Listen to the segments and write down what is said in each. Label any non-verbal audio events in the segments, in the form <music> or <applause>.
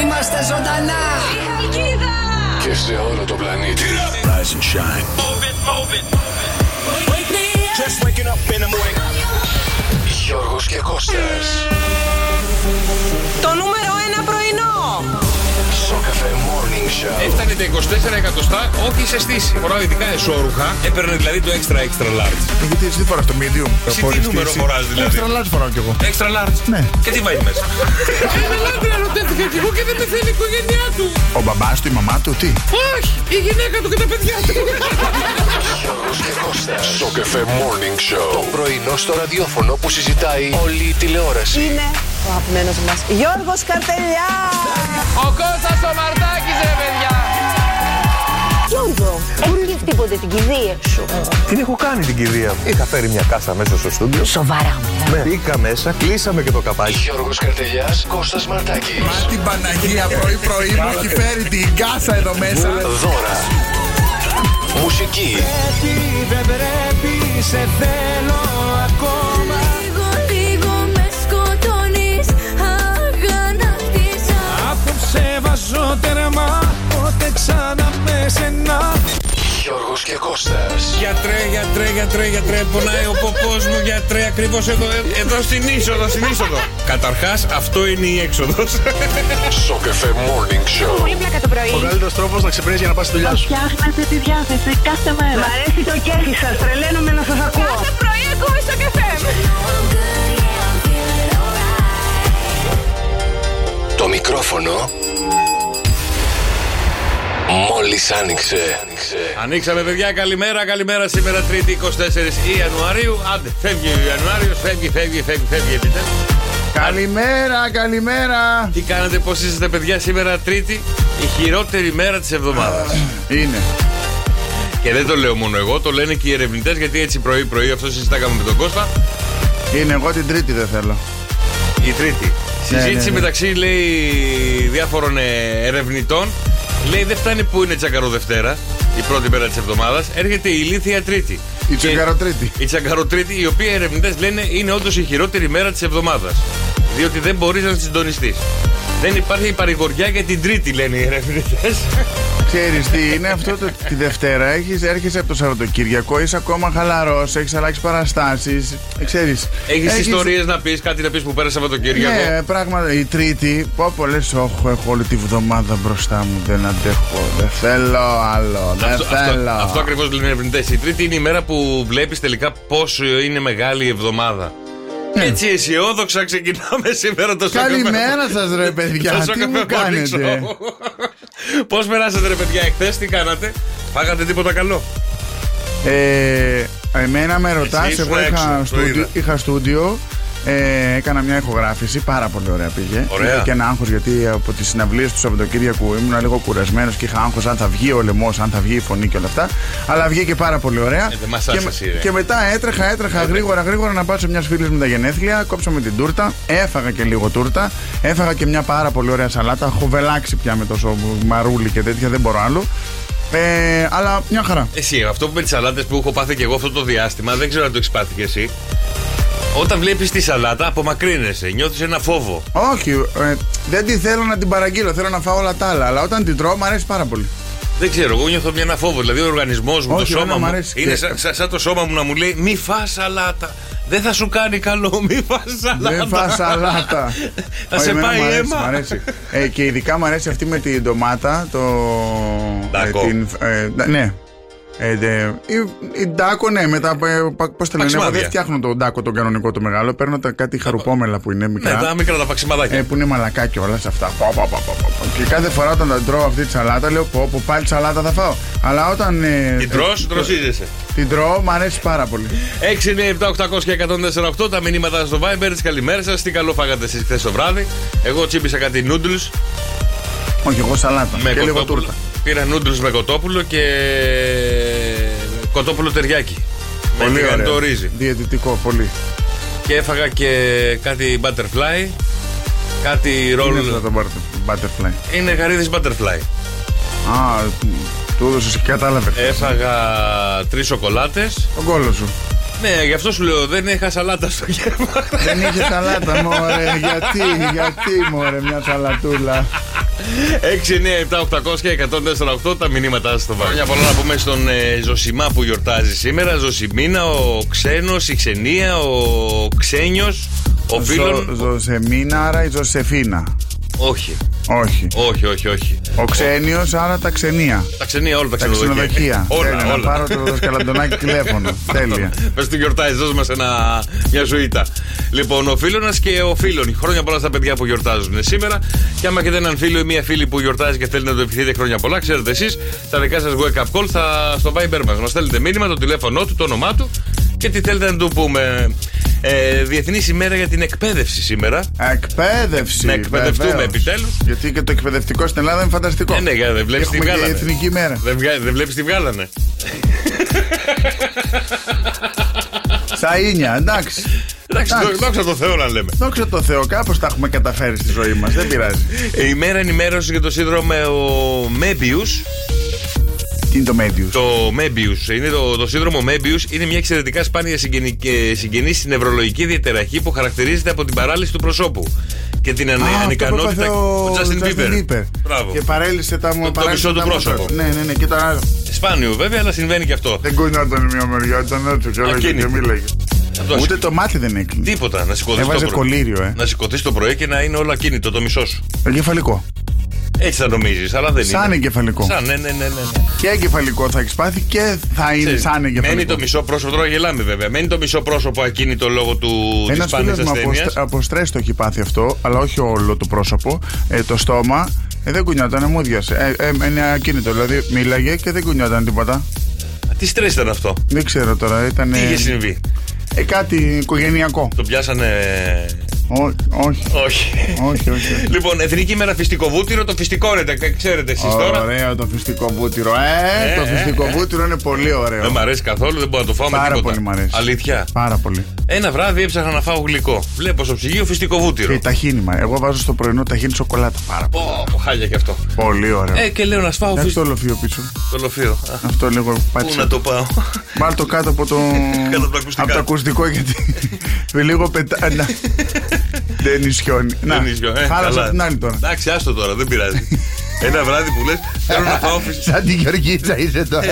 Είμαστε ζωντανά! Η Χαλκίδα! Και σε όλο το πλανήτη. Rise and shine. Move it, move it. Wake me up. Just waking up in the morning. Γιώργος και Κώστας. Το νούμερο ένα πρωινό! Σοκαφέ Morning Show. Έφτανε τα 24 εκατοστά, όχι σε στήση. Φοράω ειδικά εσόρουχα. Έπαιρνε δηλαδή το extra extra large. Γιατί εσύ τι φορά το medium. Εσύ τι νούμερο φοράς, δηλαδή? Έξτρα large φοράω κι εγώ. Extra large. Ναι. Και τι βάζει μέσα. Ένα άντρα ρωτήθηκα κι εγώ και δεν με θέλει η οικογένειά του. Ο μπαμπάς του, η μαμά του, τι. Όχι, η γυναίκα του και τα παιδιά του. Γιώργος και Κώστας. Σοκαφέ Morning Show. Το πρωινό στο ραδιόφωνο που συζητάει όλη η τηλεόραση. Είναι ο αγαπημένος μας Γιώργος Καρτελιάς. Ο Κώστας ο Μαρτάκης, ρε παιδιά. Γιώργο, έχεις τίποτε την κηδεία σου. Την έχω κάνει την κυρία μου. Είχα φέρει μια κάσα μέσα στο στούντιο. Σοβαρά μου. Ναι. Μπήκα μέσα, κλείσαμε και το καπάκι. Γιώργος Καρτελιάς, Κώστας Μαρτάκης. Την Παναγία πρωί-πρωί μου έχει φέρει την κάσα εδώ μέσα. Δώρα. Μουσική. Λίγο, λίγο με σκοτώνεις Αγανάκτησα Γιώργος και Κώστας. Γιατρέ, γιατρέ, γιατρέ, γιατρέ. Πονάει ο ποπός μου, γιατρέ. Ακριβώς εδώ, ε- εδώ στην είσοδο, στην είσοδο. Καταρχάς, αυτό είναι η έξοδος. Σοκαφέ Morning Show. Πολύ πλάκα το πρωί. Ο καλύτερος τρόπος να ξυπνήσεις για να πας στη δουλειά σου. Φτιάχνετε τη διάθεση κάθε μέρα. Ναι. Μ' αρέσει το κέφι σας. Τρελαίνομαι να σας ακούω. Κάθε πρωί ακούμε στο καφέ Το μικρόφωνο μόλις άνοιξε. Ανοίξαμε, παιδιά. Καλημέρα, καλημέρα. Σήμερα Τρίτη 24 Ιανουαρίου. Άντε, φεύγει ο Ιανουάριος. Φεύγει, φεύγει, φεύγει, φεύγει επιτέλους. Καλημέρα, καλημέρα. Τι κάνετε, πώς είστε, παιδιά, σήμερα Τρίτη, η χειρότερη μέρα της εβδομάδας. Είναι. Και δεν το λέω μόνο εγώ, το λένε και οι ερευνητές γιατί έτσι πρωί-πρωί, αυτό συζητάγαμε με τον Κώστα. Είναι, εγώ την τρίτη δεν θέλω. Η Τρίτη. Συζήτηση ναι, ναι. μεταξύ λέει διάφορων ε, ερευνητών. Λέει δεν φτάνει που είναι τσακαρό Δευτέρα, η πρώτη μέρα της εβδομάδας. Έρχεται η ηλίθια Τρίτη. Η Και- τσουγκαροτρίτη. Η τσακαροτρίτη, η οποία οι ερευνητές λένε είναι όντως η χειρότερη μέρα της εβδομάδας. Διότι δεν μπορείς να συντονιστείς. Δεν υπάρχει παρηγοριά για την Τρίτη, λένε οι <laughs> ερευνητές. Ξέρεις τι είναι αυτό το, τη Δευτέρα. Έχεις, έρχεσαι από το Σαββατοκύριακο, είσαι ακόμα χαλαρός, έχεις αλλάξει παραστάσεις. Ξέρεις. Έχεις ιστορίες να πεις, κάτι να πεις που πέρασε από το Κυριακό. Ναι, πράγματα. Η Τρίτη, πω πολλές, όχι, έχω όλη τη βδομάδα μπροστά μου. Δεν αντέχω. Δεν θέλω άλλο. Δεν Αυτό, αυτό, θέλω. αυτό ακριβώς λένε οι ερευνητές. Η Τρίτη είναι η μέρα που βλέπεις τελικά πόσο είναι μεγάλη η εβδομάδα. Έτσι αισιόδοξα ξεκινάμε σήμερα το σοκαφέ. Ναι. Καλημέρα σας, ρε παιδιά. Τι μου κάνετε. <laughs> Πώς περάσατε, ρε παιδιά, εχθές τι κάνατε. Φάγατε τίποτα καλό. Ε, εμένα με ρωτάς, ήσουν εγώ είχα, έξω, το είδα. στούντιο, είχα στούντιο. Ε, έκανα μια ηχογράφηση, πάρα πολύ ωραία πήγε. Ωραία. Είχα και ένα άγχος γιατί από τις συναυλίες του Σαββατοκύριακου ήμουν λίγο κουρασμένος και είχα άγχος αν θα βγει ο λαιμός, αν θα βγει η φωνή και όλα αυτά. Αλλά βγήκε πάρα πολύ ωραία. Ε, δεν μας άσε και, εσύ, ρε. Ε, ναι. και μετά έτρεχα, έτρεχα γρήγορα, γρήγορα να πάω σε μιας φίλης μου τα γενέθλια. Κόψαμε την τούρτα, έφαγα και λίγο τούρτα. Έφαγα και μια πάρα πολύ ωραία σαλάτα. Έχω βελάξει πια με τόσο μαρούλι και τέτοια, δεν μπορώ άλλο. Ε, αλλά μια χαρά. Εσύ, αυτό που με τις σαλάτες που έχω πάθει και εγώ αυτό το διάστημα, δεν ξέρω αν το έχεις πάθει και εσύ. Όταν βλέπεις τη σαλάτα, απομακρύνεσαι. Νιώθεις ένα φόβο. Όχι, ε, δεν τη θέλω να την παραγγείλω. Θέλω να φάω όλα τα άλλα. Αλλά όταν την τρώω, μου αρέσει πάρα πολύ. Δεν ξέρω, εγώ νιώθω μια ένα φόβο. Δηλαδή, ο οργανισμός μου, Όχι, το εμένα σώμα μ' μου. αρέσει Ναι. και- Είναι σαν, σαν- σαν το σώμα μου να μου λέει: Μη φά σαλάτα. Δεν θα σου κάνει καλό. <laughs> Μη φά σαλάτα. Δεν φά σαλάτα. θα Όχι, σε εμένα πάει μ' αρέσει, αίμα. μ' αρέσει. Ε, και ειδικά μου αρέσει αυτή με την ντομάτα. Το. Ντάκο. την, ε, ντα- ναι. Ε, δε- η, η ντάκο, ναι, μετά. Πώ το λένε, εγώ Παξιμάδια. δεν φτιάχνω τον ντάκο τον κανονικό το μεγάλο. Παίρνω τα κάτι χαρουπόμελα που <laughs> είναι Ναι, μικρά. τα μικρά τα παξιμαδάκια. ε, που είναι μαλακά και όλα αυτά. Πα, πα, πα, πα, πα, πα. Και κάθε φορά όταν τα τρώω αυτή τη σαλάτα, λέω πω, πω πάλι σαλάτα θα φάω. Αλλά όταν. ε, Την τρώ, ε, τροσίζεσαι. Την τρώω, μου αρέσει πάρα πολύ. 6, 9, 7, 800 και 148 τα μηνύματα στο Viber. Τι καλημέρε σας. Τι καλό φάγατε εσείς χθες το βράδυ. Εγώ τσίπησα κάτι νούντλου Όχι, εγώ σαλάτα. με και λίγο κοτόπουλο. τούρτα. Πήρα νούντλου με κοτόπουλο και κοτόπουλο ταιριάκι. Με τηγανιτό ρύζι. Διαιτητικό, πολύ. Και έφαγα και κάτι butterfly. Κάτι Είναι αυτό roll. το butter- butterfly. Είναι γαρίδες butterfly. Α, του έδωσες και κατάλαβες. Ε, Έφαγα τρεις σοκολάτες. Τον κόλο σου. Ναι, γι' αυτό σου λέω δεν είχα σαλάτα στο γεύμα. Δεν είχε σαλάτα, μωρέ. Γιατί, γιατί, μωρέ, μια σαλατούλα. 697-800-1048 τα μηνύματά σας στο βάρο. Μια πολλά να πούμε στον ε, Ζωσιμά που γιορτάζει σήμερα. Ζωσιμίνα, ο Ξένος, η Ξενία, ο Ξένιος, ο Ζω, Φίλων. Ζωζεμίνα, άρα η Ζωσεφίνα. Όχι. Όχι. Όχι, όχι, όχι. Ο ξένιος, άρα τα ξενία. Τα ξενία, όλα τα Τα ξενοδοχεία. ξενοδοχεία. Τέλεια, <laughs> όλα, Να πάρω όλα. το σκαλαντονάκι <laughs> τηλέφωνο. Τέλεια. Πες του γιορτάζει, δώσ' μας μια ζωήτα. Λοιπόν, ο Φίλωνας και ο Φίλων. Χρόνια πολλά στα παιδιά που γιορτάζουν σήμερα. Και άμα έχετε έναν φίλο ή μια φίλη που γιορτάζει και θέλει να το ευχηθείτε χρόνια πολλά, ξέρετε εσείς, τα δικά σας wake up call θα στο Viber μας. Μας στέλνετε μήνυμα, το τηλέφωνό του, το όνομά του και τι θέλετε να του πούμε. Ε, Διεθνή ημέρα για την εκπαίδευση σήμερα. Εκπαίδευση. Να εκπαιδευτούμε βεβαίως. επιτέλους. Γιατί και το εκπαιδευτικό στην Ελλάδα είναι φανταστικό. Ε, ναι, για- δεν βλέπεις Έχουμε τι και βγάλανε. εθνική μέρα. Δεν, βγα- δεν βλέπεις τι βγάλανε. Σαΐνια, εντάξει. Εντάξει, Εντάξει. δόξα τω Θεώ να λέμε. Δόξα τω Θεώ, κάπως τα έχουμε καταφέρει στη ζωή μας. Δεν πειράζει. Ε, Η μέρα ενημέρωση για το σύνδρομο Μέμπιους Τι είναι το Μέδιου. Το Μέμπιους, είναι το, το σύνδρομο Μέμπιους είναι μια εξαιρετικά σπάνια συγγενη, ε, συγγενή στην νευρολογική διατεραχή που χαρακτηρίζεται από την παράλυση του προσώπου και την ανε, ανικανότητα. Ο Justin Bieber. Μπράβο. Και παρέλυσε τα μου. το μισό του πρόσωπο. Ναι, ναι, ναι. Και τώρα Σπάνιο βέβαια, αλλά συμβαίνει και αυτό. δεν κουνιόταν μια μεριά, ήταν έτσι και όλα και Ακίνητη. μίλαγε. αυτό Ούτε το μάτι δεν έκλεινε. Τίποτα, να σηκωθεί το Ναι. Έβαζε πρωί. κολύριο, ε. Να σηκωθεί το πρωί και να είναι όλο ακίνητο το μισό σου. Εγκεφαλικό. Έτσι θα νομίζεις, αλλά δεν Σαν είναι. εγκεφαλικό. Ναι, Σαν, ναι, ναι, ναι. ναι, ναι. Και εγκεφαλικό θα έχεις πάθει και θα είναι Ξέρεις, σαν Μένει εγκεφαλικό. το μισό πρόσωπο, τώρα γελάμε βέβαια. Μένει το μισό πρόσωπο ακίνητο λόγω του της Ένας σπάνια φίλο μου από, ασθένειας. στρε- από στρες το έχει πάθει αυτό, αλλά όχι όλο το πρόσωπο. Ε, το στόμα ε, δεν κουνιόταν, μου διάσε. Ε, ε, είναι ακίνητο, δηλαδή μίλαγε και δεν κουνιόταν τίποτα. Τι στρες ήταν αυτό. Δεν ξέρω τώρα, ήταν. Τι ε, είχε συμβεί. ε, κάτι οικογενειακό. Το πιάσανε. Ό, όχι, Όχι. όχι, όχι. Λοιπόν, Εθνική ημέρα φυστικό βούτυρο, το φυστικώνετε, ξέρετε εσείς τώρα. Ωραίο το φυστικό βούτυρο. Ε, Ε, το ε, φυστικό ε. βούτυρο είναι πολύ Δεν ωραίο. μ' αρέσει καθόλου, δεν μπορώ να το φάω με Πάρα τίποτα. πολύ μ' αρέσει. Αλήθεια. Πάρα πολύ. Ένα βράδυ έψαχνα να φάω γλυκό. Βλέπω στο ψυγείο φυστικό Και βούτυρο. ταχύνι, μα. Εγώ βάζω στο πρωινό ταχύνι σοκολάτα. Πάρα πολύ. Πω, πω, χάλια κι αυτό. Πολύ ωραίο. Ε, και λέω να σφάω Εντάξει το φυστικό ολοφείο πίσω. λοφείο. Αυτό λίγο Πού πάτησε. να το πάω. Βάλ το κάτω από το. <laughs> Κάτω από το ακουστικά. από το ακουστικό γιατί. <laughs> λίγο πετά. Να. Δεν ισιώνει. Να. Δεν ίσιο, ε, Χάλασα καλά. την άλλη τώρα. Εντάξει, άστο τώρα, δεν <laughs> πειράζει. Ένα βράδυ που λες, θέλω να φάω φυστικό. Σαν τη Γεωργίτσα είσαι Ε. τώρα.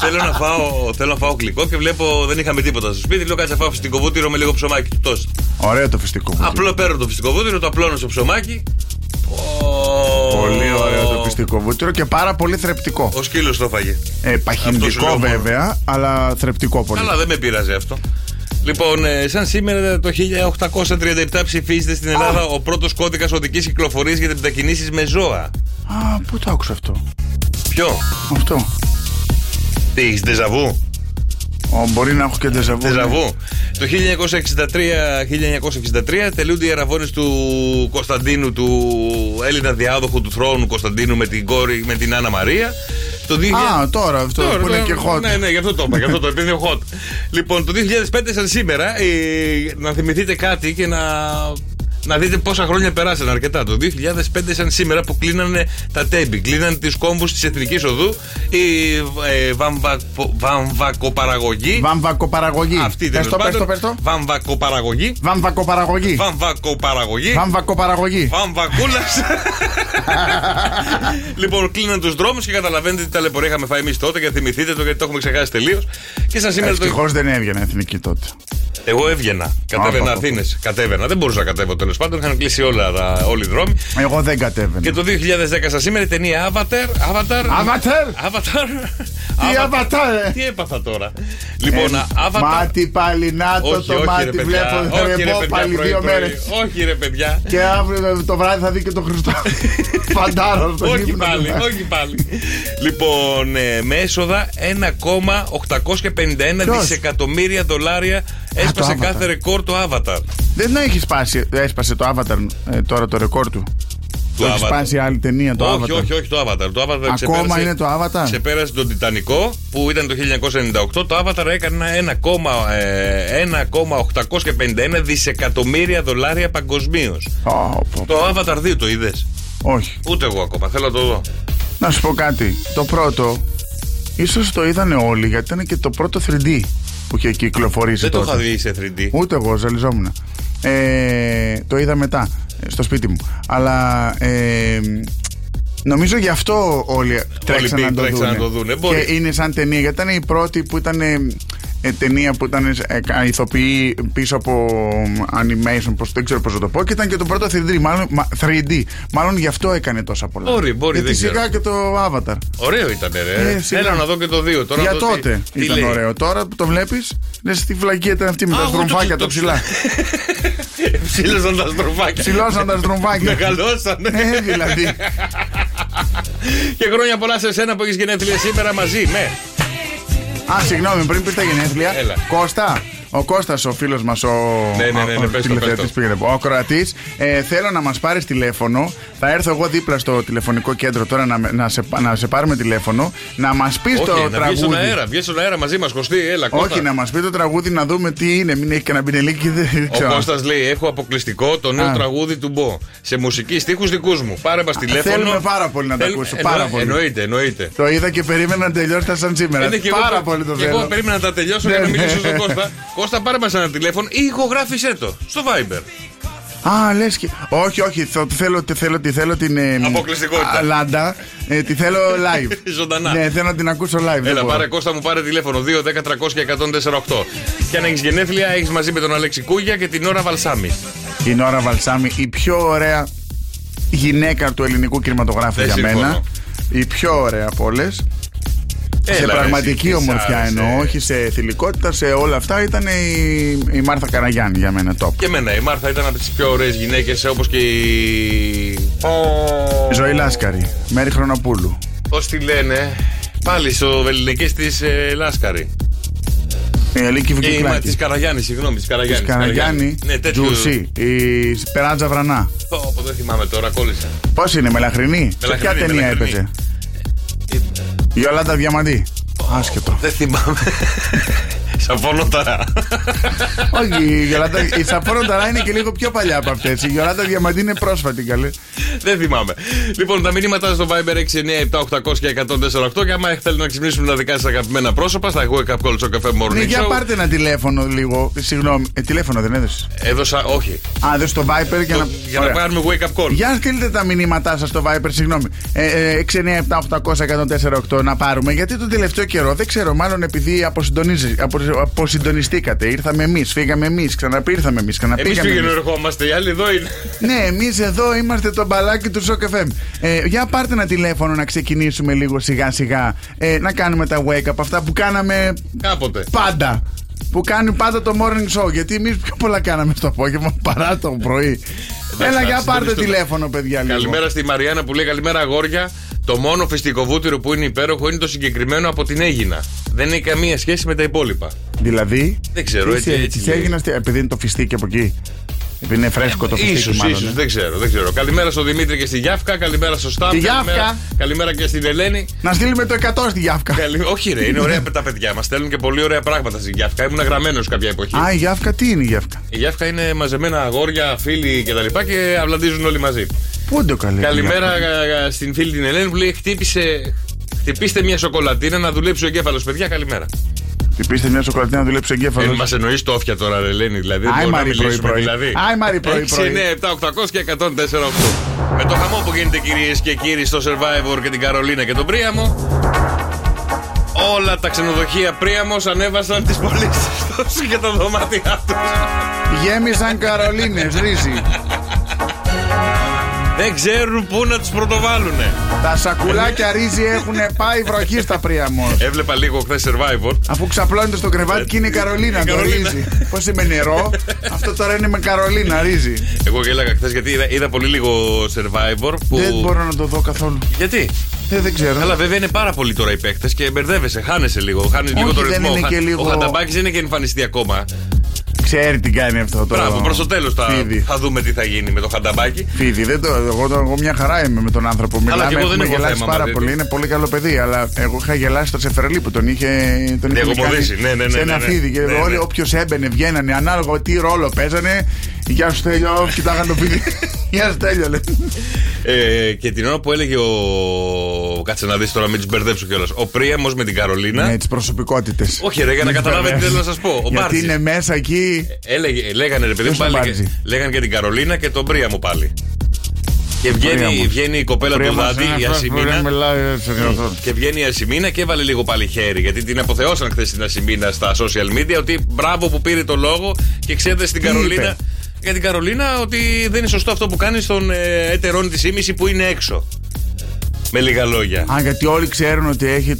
θέλω, να φάω, θέλω να φάω γλυκό και βλέπω δεν είχαμε τίποτα στο σπίτι. Λέω κάτσε να φάω φυστικό βούτυρο με λίγο ψωμάκι του τόσο. Ωραίο το φυστικό. βούτυρο. Απλό παίρνω το φυσικό βούτυρο, το απλώνω στο ψωμάκι. Ω, Πολύ ωραίο το φυστικό βούτυρο και πάρα πολύ θρεπτικό. Ο σκύλος το έφαγε. Αυτό σου Ε, λέω παχυντικό μόνο. βέβαια, αλλά θρεπτικό πολύ. Καλά, δεν με πειράζει αυτό. Λοιπόν, ε, σαν σήμερα το 1837 ψηφίζεται στην Ελλάδα ο πρώτος κώδικας οδικής κυκλοφορίας για τις μετακινήσεις με ζώα. Α, πού το άκουσα αυτό. Ποιο? Αυτό. Τι, έχεις ντεζαβού. Ω, μπορεί να έχω και ντεζαβού. Ντεζαβού. Το 1963, 1963 τελούνται οι αραβώνες του Κωνσταντίνου, του Έλληνα διάδοχου του θρόνου Κωνσταντίνου με την κόρη, με την Άννα Μαρία. Το 2000... Α, τώρα αυτό Τώρα, που είναι και τώρα, hot. Ναι, ναι, γι' αυτό το είπα. Γι' αυτό το επειδή είναι hot. Λοιπόν, το 2005 σαν σήμερα, ε, να θυμηθείτε κάτι και να, να δείτε πόσα χρόνια περάσαν αρκετά. Το 2005 σαν σήμερα που κλείνανε τα τέμπη, κλείνανε τις κόμβους της Εθνικής Οδού, η ε, βαμβα- βαμβακοπαραγωγή. Βαμβακοπαραγωγή. Αυτή πες τέλος το, πες το, πάντων. πες το. Βαμβακοπαραγωγή. Βαμβακοπαραγωγή. Βαμβακοπαραγωγή. Βαμβακοπαραγωγή. Βαμβακούλας. <laughs> λοιπόν, κλείναν τους δρόμους και καταλαβαίνετε τι ταλαιπωρία είχαμε φάει εμείς τότε και θυμηθείτε το γιατί το έχουμε ξεχάσει τελείως. Και σαν σήμερα Ε, το. Ευτυχώς δεν έβγαινε εθνική τότε. Εγώ έβγαινα. Άπα, Κατέβαινα άπα. Αθήνες. Κατέβαινα. Δεν μπορούσα να κατέβω τέλος πάντων. Είχαν κλείσει όλα, τα- όλοι οι δρόμοι. Εγώ δεν κατέβαινα. Και το 2010 σαν σήμερα η ταινία Avatar. Avatar. Αβατέρ! Avatar. Τι Avatar. αβατάρ, ε! Τι έπαθα τώρα. Λοιπόν, Ε, Avatar. Μάτι πάλι να το Όχι, το όχι, ρε μάτι βλέπω παιδιά. θα Όχι, ρε ρεπώ παιδιά. πάλι πρωί, δύο πρωί. μέρες Όχι, ρε παιδιά. Και αύριο το βράδυ θα δει και τον <laughs> Χριστό Φαντάρο Ε, στον Όχι ύπνο του. πάλι, όχι πάλι. λοιπόν, ε, με έσοδα 1,851 Ποιος? δισεκατομμύρια δολάρια Α, έσπασε το Avatar. κάθε ρεκόρ το Avatar. Δεν να έχεις σπάσει, έσπασε το Avatar ε, τώρα το ρεκόρ του Το έχει Avatar. σπάσει άλλη ταινία το όχι, Avatar όχι, όχι, το Avatar. Το Avatar Ακόμα ξεπέρασε- είναι το Avatar Ξεπέρασε τον Τιτανικό που ήταν το 1998. Το Avatar έκανε ένα 1,0, ε, 1,851 δισεκατομμύρια δολάρια παγκοσμίως. Ω, πω, πω. Το Avatar 2 το είδες. Όχι Ούτε εγώ ακόμα. Θέλω να το δω. Να σου πω κάτι Το πρώτο Ίσως το είδανε όλοι γιατί ήταν και το πρώτο 3D που είχε κυκλοφορήσει Δεν το τότε. είχα δει σε 3D. Ούτε εγώ, ζαλιζόμουν. Ε, το είδα μετά, ε, στο σπίτι μου. Αλλά ε, Νομίζω γι' αυτό όλοι τρέξαν πήγαν- να το τρέξαν δουν. να το δούνε, μπορεί. Και είναι σαν ταινία, γιατί ήταν η πρώτη που ήταν ε, ε, ταινία που ήταν ε, ε, ηθοποιοί πίσω από ε, animation, πώς, δεν ξέρω πώς να το πω, και ήταν και το πρώτο 3D. Μάλλον, μα- 3D. μάλλον γι' αυτό έκανε τόσα πολλά. Μπορεί, μπορεί, Γιατί δεν ξέρω. σιγά και το Avatar. Ωραίο ήταν, ρε. Ε, σιγά. Έλα να δω και το δύο. Τώρα Για να δω τι- τότε τι ήταν λέει. ωραίο. Τώρα που το βλέπεις, λες τι βλακία ήταν αυτή με Α, τα εγώ το- στρομφάκια το- τα <laughs> ψηλά. Ψήλωσαν τα στροφάκια. Ψηλώσαν τα στρομφάκια. Μεγαλώσαν. Ε, δηλαδή. Και χρόνια πολλά σε εσένα που έχεις γενέθλια σήμερα μαζί με. Α, συγγνώμη, πριν πεις τα γενέθλια. Έλα. Κώστα, ο Κώστας, ο φίλος μας, ο. Ναι, ναι, ναι, ναι, ο- ο πες το, τηλεθεατής πες το. πήγαινε, Ο ακροατή, ε, θέλω να μας πάρεις τηλέφωνο. Θα έρθω εγώ δίπλα στο τηλεφωνικό κέντρο τώρα να, με- να, σε, να σε πάρουμε τηλέφωνο. Να μας πεις Όχι, το να βγεις στον τραγούδι. αέρα. Βγεις στον αέρα μαζί μας, Κωστή. Έλα, Κώστα. Όχι, να μας πει το τραγούδι να δούμε τι είναι. Μην έχει και να μπει και δεν Ο ξέρω. Κώστας λέει: Έχω αποκλειστικό το νέο Α. τραγούδι του Μπο. Σε μουσική στίχους δικούς μου. Πάρε μας τηλέφωνο. θέλουμε πάρα πολύ να τα Θέλουμε- ακούσω, πάρα εννο- πολύ. Εννοείται, εννοείται. Το είδα και περίμενα να τελειώσει τα σαν σήμερα. Είναι και εγώ Πάρα που- πολύ το και Εγώ θέλω. περίμενα να τα τελειώσω για Ναι, να μιλήσω ναι. στον Κώστα. Κώστα, πάρε μας ένα τηλέφωνο ή ηχογράφησέ το στο Viber. Α, λες και. Όχι, όχι. θω- Θέλω, τι θέλω, τι θέλω την. ε, μ, Αποκλειστικότητα. α, Λάντα. Ε, τη θέλω live. <laughs> Ζωντανά. Ναι, θέλω να την ακούσω live. δεν Έλα, μπορώ. πάρε Κώστα μου, πάρε τηλέφωνο 2 10 300 και 148. Και αν έχεις γενέθλια, έχεις μαζί με τον Αλέξη Κούγια και την ώρα Βαλσάμι. Η Νόρα Βαλσάμι, η πιο ωραία γυναίκα του ελληνικού κινηματογράφου Δεν για συμφωνώ. μένα. Η πιο ωραία από όλες. Έλα, Σε ρε, πραγματική εσύ, τι ομορφιά σ' άρεσε. εννοώ, όχι σε θηλυκότητα, σε όλα αυτά. Ήταν η, η Μάρθα Καραγιάννη για μένα, top. Και εμένα η Μάρθα ήταν από τις πιο ωραίες γυναίκες, όπως και η. Ζωή Λάσκαρη, Μέρη Χρονοπούλου. Πώς τη λένε. Πάλι στο ελληνικέ της ε, Λάσκαρη. Η Και Ελίκη η μα- της Βουκυκλάκη. Καραγιάννης, συγγνώμη, της Της Καραγιάννη. Καραγιάννη, Ναι, τέτοιο. Τζουσί, η Περάντζα Βρανά. Πω, πω, δεν θυμάμαι τώρα, κόλλησα. Πώς είναι, μελαχρινή. Σε ποια Μελαχρινή, ταινία μελαχρινή. έπαιζε. Η Ιολάντα Διαμαντή. Άσχετο. Δεν <laughs> θυμάμαι. Σαφώνω τώρα. Όχι, η Γιολάντα. Η Σαπόρο Ταρά είναι και λίγο πιο παλιά από αυτές. Η Γιολάντα Διαμαντή είναι πρόσφατη καλέ. Δεν θυμάμαι. Λοιπόν, τα μηνύματα στο Viber 697-800 και 148 και άμα θέλετε να ξυπνήσουμε τα δικά σας αγαπημένα πρόσωπα, στα Wake Up Call στο καφέ Ναι, Morning για Show. πάρτε ένα τηλέφωνο λίγο. Συγγνώμη. Ε, τηλέφωνο δεν έδωσες. Έδωσα, όχι. Α, δεν στο Viper για Το- να. για να Ωραία. κάνουμε Wake Up Call. Για στείλτε τα μηνύματά σας στο Viper, συγγνώμη. Ε, 697-800-1048 να πάρουμε. Γιατί τον τελευταίο καιρό, δεν ξέρω, μάλλον επειδή αποσυντονίζει- απο- αποσυντονιστήκατε. Ήρθαμε εμείς, φύγαμε εμείς, ξαναπήρθαμε εμείς, Εμεί ξαναπήγαμε. πήγαινε εμείς. ερχόμαστε, οι άλλοι εδώ είναι. Ναι, εμείς εδώ είμαστε το μπαλάκι του Shock FM. Ε, για πάρτε ένα τηλέφωνο να ξεκινήσουμε λίγο σιγά σιγά. Ε, να κάνουμε τα wake up, αυτά που κάναμε Κάποτε. πάντα. Που κάνει πάντα το morning show. Γιατί εμείς πιο πολλά κάναμε στο απόγευμα παρά το πρωί. Έλα, εντάξει, για πάρτε συντονιστούμε. τηλέφωνο, παιδιά. Λίγο. Καλημέρα στη Μαριάννα που λέει Καλημέρα αγόρια. Το μόνο φυστικό βούτυρο που είναι υπέροχο είναι το συγκεκριμένο από την Έγινα. Δεν έχει καμία σχέση με τα υπόλοιπα. Δηλαδή, Δεν ξέρω, τι έτσι- σε- έτσι τι σε λέει. έγινε, στη- επειδή είναι το φιστίκι από εκεί. Επειδή είναι φρέσκο το φιστίκι, Ίσως, μάλλον. ίσως, ε. δεν ξέρω, δεν ξέρω. Καλημέρα στον Δημήτρη και στη Γιάφκα, καλημέρα στο Σταύρο. Στη Γιάφκα. καλημέρα και στην Ελένη. Να στείλουμε το 100 στη Γιάφκα. Καλη... Όχι, ρε, είναι ωραία τα παιδιά μας. Στέλνουν και πολύ ωραία πράγματα στην Γιάφκα. Ήμουν γραμμένος κάποια εποχή. Α, η Γιάφκα τι είναι η Γιάφκα. Η Γιάφκα είναι μαζεμένα αγόρια, φίλοι κτλ. Και, τα λοιπά και αυλαντίζουν όλοι μαζί. Πού είναι το καλέ. η Καλημέρα α, α, στην φίλη την Ελένη που λέει: Χτύπησε. Χτυπήστε μια σοκολατίνα να δουλέψει ο εγκέφαλος, παιδιά. Καλημέρα. Χτυπήστε μια σοκολατίνα να δουλέψει ο Ε, εγκέφαλο. μας εννοείς το όφια τώρα, ρε, Ελένη. Δηλαδή, δεν Άι, μπορούμε να Μαρή, μιλήσουμε. πρωί, πρωί. Δηλαδή. Άι, Μαρή, πρωί, 6, πρωί. 9, 7, 800 και 104, 8. Με το χαμό που γίνεται, κυρίες και κύριοι, στο Survivor και την Καρολίνα και τον Πρίαμο. Όλα τα ξενοδοχεία Πρίαμος ανέβασαν τις πωλήσεις τους <laughs> και τα δωμάτια τους. Γέμισαν Καρολίνες, ρύζι. Δεν ξέρουν πού να τους πρωτοβάλουνε. Τα σακουλάκια ρύζι έχουν πάει βροχή στα πρίαμο. Έβλεπα λίγο χθες Survivor. Αφού ξαπλώνεται στο κρεβάτι και είναι η Καρολίνα, Η το Ε, Καρολίνα. ρύζι. Πώς είναι με νερό, αυτό τώρα είναι με Καρολίνα, ρύζι. Εγώ γέλαγα χθες γιατί είδα, είδα πολύ λίγο Survivor. Που... Δεν μπορώ να το δω καθόλου. Γιατί? Ε, δεν ξέρω. Αλλά βέβαια είναι πάρα πολλοί τώρα οι παίχτε και μπερδεύεσαι, χάνεσαι λίγο. Χάνεις λίγο Όχι, το δεν ρυθμό. είναι Χα- και λίγο- Ο Χαταμπάκης δεν έχει εμφανιστεί ακόμα. Ξέρει τι κάνει αυτό τώρα. Μπράβο, προς το τέλος θα, Φίδι. θα δούμε τι θα γίνει με το Χαταμπάκη. Φίδι, δεν το, εγώ, το- εγώ μια χαρά είμαι με τον άνθρωπο. κι Μιλάμε, εγώ δεν έχουμε έχω γελάσει θέμα πάρα μαζί του. πολύ. Είναι πολύ καλό παιδί, αλλά εγώ είχα γελάσει στο Τσεφερλί που τον είχε. Τον είχε Διακομωδήσει, ναι, ναι, ναι, σε ναι, ένα ναι. φίδι. Και Ναι, ναι. όλοι όποιος έμπαινε, βγαίνανε ανάλογα τι ρόλο παίζανε. Γεια σου τέλειο, κοιτάγανε το <laughs> φίδι. Γεια σου τέλειο, λέει. Ε, και την ώρα που έλεγε ο. Κάτσε να δεις τώρα, μην του μπερδέψω κιόλας. Ο Πρίαμο με την Καρολίνα. Με τις προσωπικότητες. Ναι. Όχι, ρε, για να καταλάβετε τι θέλω να σας πω. Ο Ναι, Γιατί Μπάρτζης. είναι μέσα εκεί. Έλεγε, λέγανε ρε παιδί μου Ποιος πάλι. τον και- Μπάρτζη? Λέγανε και την Καρολίνα και τον Πρίαμο πάλι. Και Ωραία βγαίνει, μου. βγαίνει η κοπέλα του Δάντη, η Ασημίνα. Ναι. ε, Ασημίνα. Και βγαίνει η Ασημίνα και έβαλε λίγο πάλι χέρι. Γιατί την αποθεώσαν χθες την Ασημίνα στα social media. Ότι μπράβο που πήρε το λόγο και ξέρετε στην Τι Καρολίνα. είπε? Για την Καρολίνα ότι δεν είναι σωστό αυτό που κάνεις στον ε, έτερόν τη ήμιση που είναι έξω. Με λίγα λόγια. Α, γιατί όλοι ξέρουν ότι έχει. Α,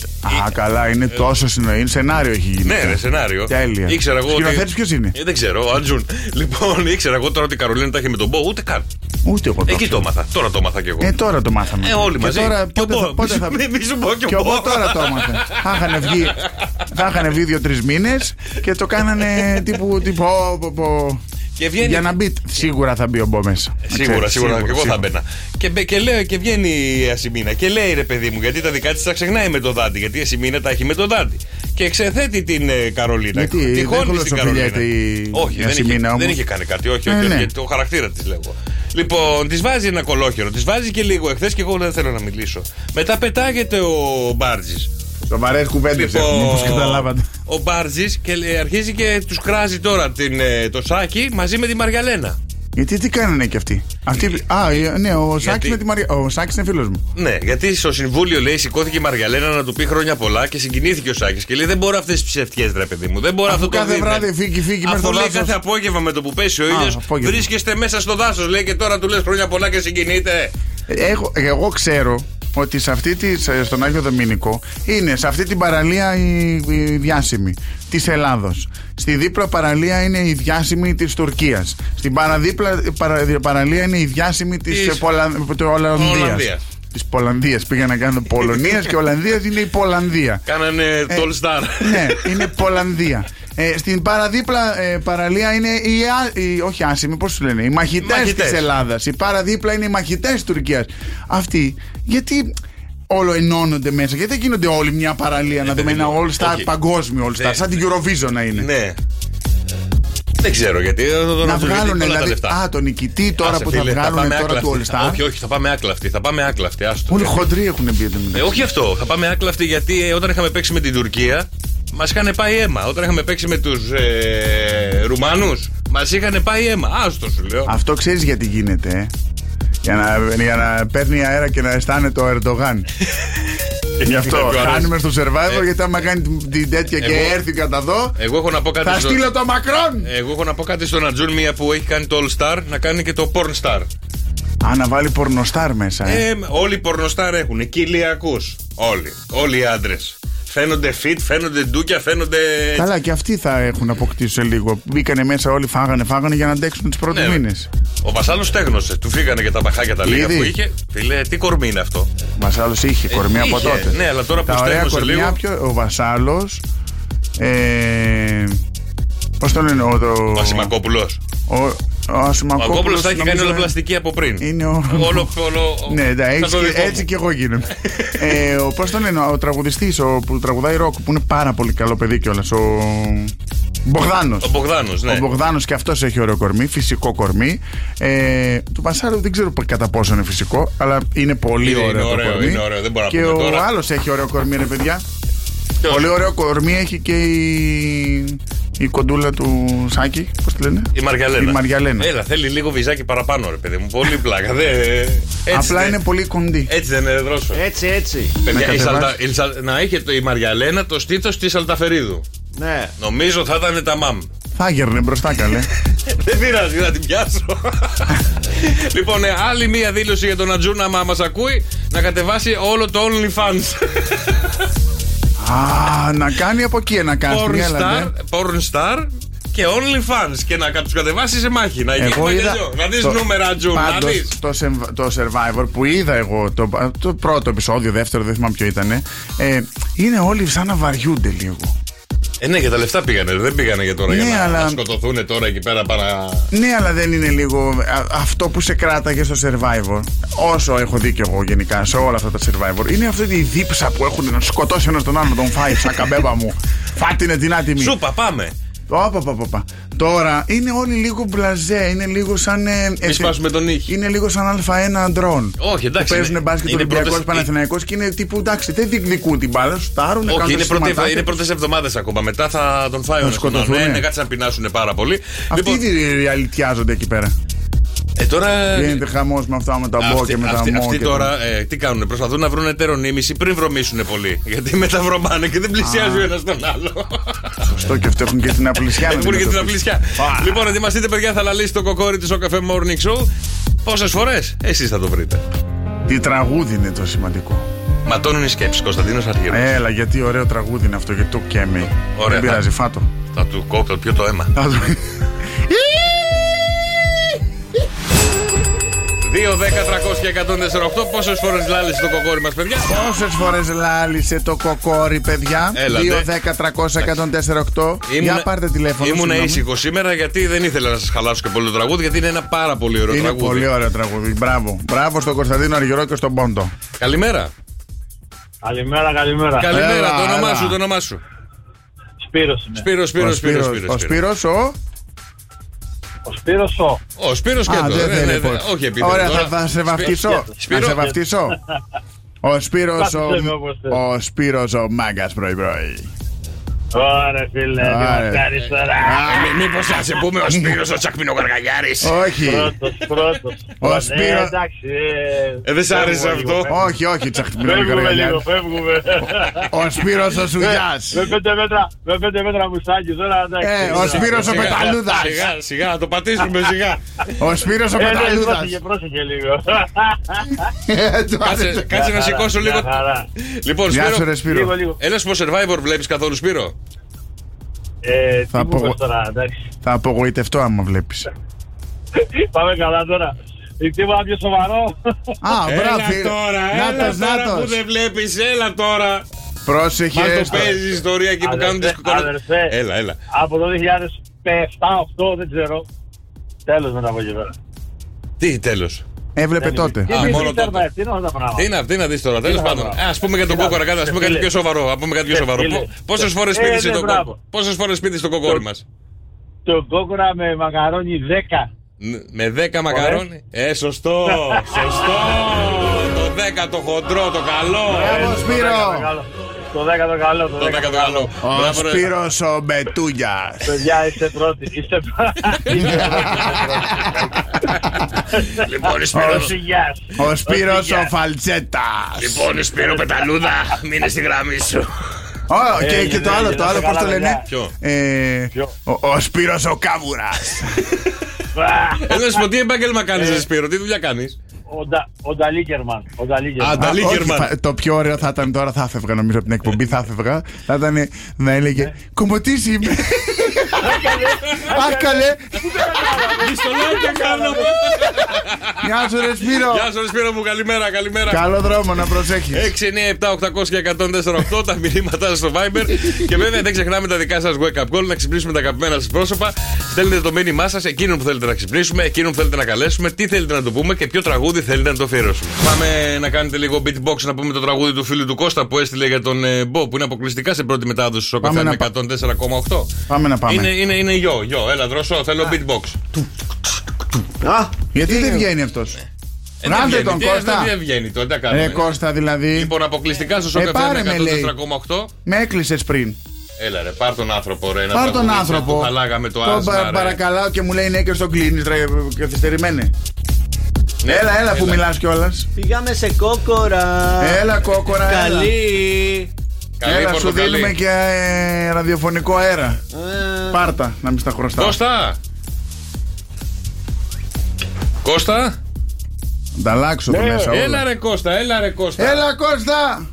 καλά, είναι τόσο συνοήν. Σενάριο έχει γίνει. Ε. Ναι, ρε, σενάριο. Τέλεια. Ήξερα εγώ. Σκηνοθέτης ποιος είναι? Ε, δεν ξέρω, ο Άντζουν. Λοιπόν, ήξερα εγώ τώρα ότι η Καρολίνα τα είχε με τον Μπό, ούτε καν. Ούτε εγώ το Ε, Εκεί το ξέρω. έμαθα. Τώρα το έμαθα κι εγώ. Ε, τώρα το μάθαμε. Ε, όλοι και μαζί. Τώρα, Και ο πότε, Μπο. θα, πότε θα- Μη- μη σου πω και ο Και ο Μπο. Μπο τώρα το έμαθε. θα είχαν βγει, θα είχαν βγει δύο-τρει μήνες και το κάνανε τύπου. τύπου πω, πω, πω. Και βγαίνει- Για να μπει. Σίγουρα θα μπει ο Μπο μέσα. Να Ε, Σίγουρα, ξέρεις, σίγουρα, και εγώ θα μπαίνα. Και, μπε- και, λέω, και βγαίνει η Ασημίνα και λέει ρε παιδί μου, γιατί τα δικά της τα ξεχνάει με το δάντη. Γιατί η Ασημίνα τα έχει με το δάντη. Και εξεθέτει την ε, Καρολίνα. Γιατί, τη δεν χώνει στην χολοστοφυλιέται Καρολίνα. η- όχι, η δεν, είχε, Ασημίνα, δεν όμως. είχε κάνει κάτι. Όχι, Ε, όχι, όχι, ναι. γιατί το χαρακτήρα της λέω εγώ. Λοιπόν, της βάζει ένα κολόχερο, της βάζει και λίγο εχθές και εγώ δεν θέλω να μιλήσω. Μετά πετάγεται ο Μπάρτζη. Σοβαρέ κουβέντε. Λοιπόν- Μήπω καταλάβατε. ο Μπάρτζης και λέει- αρχίζει και τους κράζει τώρα την, ε, το σάκι μαζί με τη Μαργαλένα. Γιατί τι κάνανε και αυτοί. αυτοί α, ε, ναι, ο Σάκης με τη Μαρία. Ο Σάκης είναι φίλος μου. Ναι, γιατί στο συμβούλιο λέει σηκώθηκε η Μαργαλένα να του πει χρόνια πολλά και συγκινήθηκε ο Σάκης και λέει: Δεν μπορώ αυτές τις ψευτιές, ρε παιδί μου. Δεν μπορώ Αφού αυτό το κάθε δίμνη». βράδυ φύγει, φύγει Αφού μέσα στο λέει δάσος. κάθε απόγευμα με το που πέσει ο Α, ήλιος, απόγευμα. βρίσκεστε μέσα στο δάσος. Λέει και τώρα του λες χρόνια πολλά και συγκινείται. Έχω, εγώ ξέρω ότι σε αυτή τη, σε- στον Άγιο Δομήνικο είναι σε αυτή την παραλία η, η διάσημη της Ελλάδος. Στη δίπλα παραλία είναι η διάσημη της Τουρκίας. Στην παραδίπλα παρα- παραλία είναι η διάσημη της, ε, Της- της... Ολλανδίας. Ολλανδίας. Της Πολανδίας. Πήγα να κάνω Πολωνίας και Ολλανδίας είναι η Πολανδία. Κάνανε Ε, Tall Star. ναι, είναι Πολανδία. Ε, στην παραδίπλα ε, παραλία είναι οι, α- οι- όχι άσημοι, πώς τους λένε, οι μαχητές Μαχητές. τη Ελλάδας. Η παραδίπλα είναι οι μαχητές της Τουρκίας. Αυτοί γιατί όλο ενώνονται μέσα, γιατί δεν γίνονται όλοι μια παραλία να δούμε παιδί ένα μου, All Star Ε, όχι. παγκόσμιο All Star, Δεν- σαν την Eurovision να <laughs> είναι. ναι. Δεν ξέρω γιατί. ε, το- το- Να το- το- βγάλουν πολλά τα δηλαδή. λεφτά. Α, τον νικητή τώρα Άσε, που θα φίλε, βγάλουν πάμε τώρα άκλα του αυτή. All Star. Όχι, όχι, θα πάμε άκλα αυτή. Θα πάμε άκλα αυτή. άστο. Όλοι χοντροί έχουν μπει εδώ ναι. Ε, μετά. όχι αυτό. Θα πάμε άκλα αυτή γιατί ε, όταν είχαμε παίξει με την Τουρκία, μας είχαν πάει αίμα. Όταν είχαμε παίξει με τους ε, Ρουμάνους, μας είχαν πάει αίμα. Άστο σου λέω. Αυτό ξέρεις γιατί γίνεται. ε. Για να, για να παίρνει αέρα και να αισθάνεται ο <laughs> Ερντογάν. Γι' αυτό Κάποιο χάνουμε αρέσει. στο survivor Ε. γιατί άμα κάνει την- την τέτοια και Εγώ- έρθει κατά εδώ. Εγώ Ε, έχω να πω κάτι Θα στο- στείλω το Μακρόν! Εγώ έχω να πω κάτι στον Ατζούν, μία που έχει κάνει το All Star, να κάνει και το Porn Star. Α, να βάλει πορνοστάρ μέσα. ε. Ε, όλοι οι πορνοστάρ έχουν, κοιλιακού. Όλοι. Όλοι οι άντρες. Φαίνονται fit, φαίνονται ντούκια, φαίνονται. Καλά, και αυτοί θα έχουν αποκτήσει σε λίγο. Μπήκανε μέσα όλοι, φάγανε, φάγανε για να αντέξουν του πρώτου Ναι. μήνες. Ο Βασάλος στέγνωσε. Του φύγανε και τα παχάκια τα λίγα Ήδη. Ε, που είχε. Φίλε, τι κορμί είναι αυτό. Βασάλος είχε κορμί από Ε, είχε, τότε. ναι, αλλά τώρα Τα που ωραία στέγνωσε κορμιά λίγο- πιο- Ο Βασάλος. Ε, Πώς τον λένε, ο. το- Ο Ασημακόπουλο. Ο, ο Ο Ασημακόπουλος Ακόπουλο τα έχει κάνει νομίζω όλα είναι- πλαστική από πριν. Είναι ο... Όλο. όλο... Ναι, σαν ναι, έτσι, το δικό και, μου. έτσι και εγώ γίνομαι. <laughs> ε, ο, πώς τον λένε, ο τραγουδιστής ο, που τραγουδάει ροκ, που είναι πάρα πολύ καλό παιδί κιόλας, ο Μπογδάνος. Ο Μπογδάνος, ναι. Ο Μπογδάνος και αυτός έχει ωραίο κορμί, φυσικό κορμί. Ε, του Βασάρου δεν ξέρω κατά πόσο είναι φυσικό, αλλά είναι πολύ Είναι- είναι ωραίο, ωραίο, το κορμί. είναι ωραίο, δεν μπορώ να και πούμε ο τώρα. άλλος έχει ωραίο κορμί, ρε παιδιά. Ποιος? Πολύ ωραίο κορμί έχει και η, η κοντούλα του Σάκη, πώς τη λένε. Η Μαριαλένα. Η Μαριαλένα. Έλα, θέλει λίγο βυζάκι παραπάνω, ρε παιδί μου. Πολύ πλάκα. Δε, έτσι, Απλά δεν- είναι πολύ κοντή. Έτσι δεν είναι, δρόσο. Έτσι, έτσι. Παιδιά, η κατεβάσει. Σαλτα- η Σαλ- να είχε το, η Μαριαλένα το στήθος της Αλταφερίδου. Ναι. Νομίζω θα ήταν τα μαμ. Ε, Θα γέρνε μπροστά <laughs> καλέ. Δεν πειράζει, να την πιάσω. <laughs> λοιπόν, ε, άλλη μία δήλωση για τον Ατζούνα, άμα μας ακούει, να κατεβάσει όλο το <laughs> OnlyFans. Α, να κάνει από εκεί ένα casting. Porn έλα, star, ναι. porn star και OnlyFans και να τους κατεβάσεις σε μάχη. Να γίνει μαγαζιό. Να δεις το- νούμερα, Τζουν. Να πάντως, δεις. το, Sem- το Survivor που είδα εγώ, το, το πρώτο επεισόδιο, δεύτερο, δεν θυμάμαι ποιο ήταν. Ε, είναι όλοι σαν να βαριούνται λίγο. Ε, ναι, για τα λεφτά πήγανε. Δεν πήγανε για τώρα Ναι, για να, αλλά- να σκοτωθούν τώρα εκεί πέρα παρά. Ναι, αλλά δεν είναι λίγο α, αυτό που σε κράταγε στο Survivor. Όσο έχω δει και εγώ γενικά σε όλα αυτά τα Survivor, είναι αυτή η δίψα που έχουν να σκοτώσει ένας τον άλλο, τον φάει σαν καμπέμπα μου. <laughs> Φάτινε την άτιμη. Σούπα, πάμε. Όπα, πα, πα, πα. Τώρα είναι όλοι λίγο μπλαζέ, είναι λίγο σαν. Ε, ε, σπάσουμε τον ήχη. Είναι λίγο σαν Α1 αντρών. Όχι, εντάξει, Που παίζουν είναι- μπάσκετ είναι Ολυμπιακός πρώτες- Παναθηναϊκός και είναι τύπου εντάξει, δεν διεκδικούν την μπάλα, σου τάρουν, Όχι, είναι, πρώτη- πρώτα. είναι πρώτες εβδομάδες ακόμα. Μετά θα τον φάει ο σκοτωθούν, Ναι, ναι. ναι, κάτσε να πεινάσουν πάρα πολύ. Αυτοί λοιπόν... ρεαλιτιάζονται εκεί πέρα. Ε, τώρα. Γίνεται χαμός με αυτά με τα μπό Αυτοί, και με τα αυτοί, μό. αυτοί και τα- τώρα ε, τι κάνουν, προσπαθούν να βρουν ετερονίμηση πριν βρωμήσουν πολύ. Γιατί μετά βρωμάνε και δεν πλησιάζουν ένας τον <laughs> άλλο. Σωστό και αυτό έχουν και την απλησιά. να <laughs> Έχουν και την αντιμετωπίσουν. απλησιά. Λοιπόν, ετοιμαστείτε, παιδιά, θα λαλήσει το κοκόρι της στο καφέ Morning Show. Πόσες φορές εσείς θα το βρείτε. Τι τραγούδι είναι το σημαντικό. Ματώνουν οι σκέψεις, Κωνσταντίνος Αργύρου. Έλα, γιατί ωραίο τραγούδι είναι αυτό, γιατί το καίμε. Ωραία, Δεν θα- πειράζει, φάτο. Θα του κόψω, θα του πιω το αίμα. <laughs> 2, 10, 300 και 148. Πόσες φορές λάλησε το κοκόρι μας, παιδιά. Πόσες φορές λάλησε το κοκόρι, παιδιά. Έλα, 2-10-300-148. Για πάρτε τηλέφωνο. Ήμουν συγγνώμη. ήσυχο σήμερα γιατί δεν ήθελα να σας χαλάσω και πολύ το τραγούδι, γιατί είναι ένα πάρα πολύ ωραίο Είναι τραγούδι. πολύ ωραίο τραγούδι. Μπράβο. Μπράβο στον Κωνσταντίνο Αργυρό και στον Πόντο. Καλημέρα. Καλημέρα, καλημέρα. Καλημέρα, Έλα, το όνομά έλα. σου, το όνομά σου. Σπύρος είμαι. Σπύρος, Σπύρος, Ο Σπύρος. Σπύρος- Ο Σπύρος ο. Ο Σπύρος ο. Ο Σπύρος και Α, το. δεν ναι, ναι, θέλει ναι. φως. Όχι επίθετο. Ωραία, θα, τώρα. θα σε Σπύρο- βαφτίσω. Θα Σπύρο. σε βαφτίσω. Ο Σπύρος ο, Βάφτισε με όπως θες. ο Σπύρος ο μάγκας πρωί πρωί. Ωραία, φίλε, τι Ωραία. μας κάνεις τώρα. Μήπω θα σε πούμε ο Σπύρος ο Τσακμινογαργαγιάρη. Όχι, Πρώτος, πρώτος. Ο Ναι, Σπύρος- Εντάξει. ε, Ε, δεν σ' άρεσε φεύγουμε αυτό. λίγο, όχι, όχι, τσαχτυπνό Φεύγουμε λίγο, <laughs> φεύγουμε. Ε, Ο Σπύρος ο Σουγιάς. Με πέντε μέτρα, με πέντε μέτρα μουσάκι τώρα, εντάξει. Ε, ο Σπύρος ο Πεταλούδας. Σιγά, σιγά, να το πατήσουμε σιγά. Ο Σπύρος ο Ε, ναι, Πεταλούδας. Ε, πρόσεχε, πρόσεχε <laughs> λίγο. Το Κάτσε, άρεσε. κάτσε να σηκώσω λίγο. Μια χαρά. Λοιπόν, Γεια σου ρε Σπύρο, Λίγο, Σπύρο. λίγο. ένα που survivor βλέπεις καθόλου, Σπύρο. Ε, τι Θα μου είπες απογο- τώρα, εντάξει. <laughs> Θα απογοητευτώ άμα βλέπεις. Πάμε καλά τώρα. Ε, Τίποτα πιο σοβαρό. Α, μπράβο. Έλα φίλε. τώρα, έλα Νάτος, τώρα που νάτος. δεν βλέπεις, έλα τώρα. Πρόσεχε. Μα το στο- παίζει η ιστορία εκεί που κάνουν τις Αδερφέ, κουκαλές. αδερφέ. Έλα, έλα. Από το 2007-2008 δεν ξέρω. Τέλος μετά από εκεί πέρα. Τι τέλος. Έβλεπε Ε, τότε. Α, Τι μόνο είναι τότε. Τι είναι αυτά τα πράγματα. Τι είναι αυτή, να δει τώρα, τέλος είναι πάντων. αυτό. Ας πούμε για τον Τι κόκορα, είναι κάτι, ας αυτό, πούμε κάτι φίλε. πιο σοβαρό. Ας πούμε κάτι πιο Ε, σοβαρό. φίλε. Πόσες φορές Ε, πήδησε ναι, το μπράβο. κόκορα. Πόσες φορές πήδησε το κοκόρι Το- μας. Τον κόκορα με μαγαρόνι 10. Με 10 μακαρόνι. Ε, <laughs> σωστό. Σωστό. Το 10 το χοντρό, το καλό. Μπράβο Σπύρο. Ε, Το 10 το καλό. Το Το 10 το 10 καλό. Ο Μπράβο, ρε. Σπύρος ο Μπετούγιας. Παιδιά, είστε πρώτοι. Είστε πρώτοι. <laughs> Λοιπόν, Ο Σπύρος. Σιγιάς. Ο Σπύρος ο Σιγιάς. Φαλτσέτας. Λοιπόν, Σπύρο Πεταλούδα, μείνε στη γραμμή σου. Ω, Ε, και, και το ναι, άλλο, ναι, το ναι, άλλο, ναι, πώς το καλά, λένε. Ποιο? Ε, Ποιο? ο, ο Σπύρος ο Κάβουρας. Θέλω Ε, να σου πω τι επάγγελμα κάνεις, Ε. Σπύρο, τι δουλειά κάνεις. Ο Ντα- Ο Νταλίκερμαν. Ο Α, Νταλίκερμαν. Α, όχι, Νταλίκερμαν. θα- Το πιο ωραίο θα ήταν τώρα, θα έφευγα νομίζω από την εκπομπή, θα έφευγα. Θα ήταν να Ναι. έλεγε Κουμποτής είμαι. Αχ καλέ, Μισολάκια κάνω. γεια σου ρε Σπύρο. Γεια σου, ρε Σπύρο μου, καλημέρα, καλημέρα. Καλό δρόμο να προσέχεις. 697-800-1048 τα μηνύματά σας στο Viber. και βέβαια δεν ξεχνάμε τα δικά σας wake up call να ξυπνήσουμε τα αγαπημένα σας πρόσωπα. Στέλνετε το μήνυμά σας, εκείνον που θέλετε να ξυπνήσουμε, εκείνον που θέλετε να καλέσουμε, τι θέλετε να το πούμε και ποιο τραγούδι θέλετε να το αφιερώσουμε. Πάμε να κάνετε λίγο beatbox να πούμε το τραγούδι του φίλου του Κώστα που έστειλε για τον ε, Μπο που είναι αποκλειστικά σε πρώτη μετάδοση στο Πάμε καφέ να με πα- 104,8. Πάμε να Είναι, πάμε. είναι, είναι γιο, γιο. Έλα, δροσό, θέλω beatbox. Γιατί δεν βγαίνει αυτός. Ε, δεν Ράντε βγαίνει, τον τι- Κώστα. Ε, Δεν βγαίνει το, τι να κάνουμε. Ρε Κώστα δηλαδή, Λοιπόν, αποκλειστικά στο Ε, σοκαφέ πάρε με, λέει. 104,8. με έκλεισες πριν. Έλα ρε, πάρ τον άνθρωπο ρε. να Πάρ τον τραγουδίσεις, άνθρωπο. Που χαλάγαμε το Τον πα- άσμα ρε. παρακαλάω και μου λέει ναι και στον κλείνεις, ρε, καθυστερημένε. Ναι, Έλα, έλα που μιλάς κιόλας. Πήγαμε σε κόκορα. Έλα, κόκορα. έλα. Καλή. Καλή Έλα, σου πορτοκαλί. δίνουμε και ε, ραδιοφωνικό αέρα. Ε, Πάρτα, να μην στα χρωστά. Κώστα. Κώστα. Να τα αλλάξω εδώ μέσα. όλα. Έλα ρε Κώστα, έλα ρε Κώστα. Έλα, Κώστα!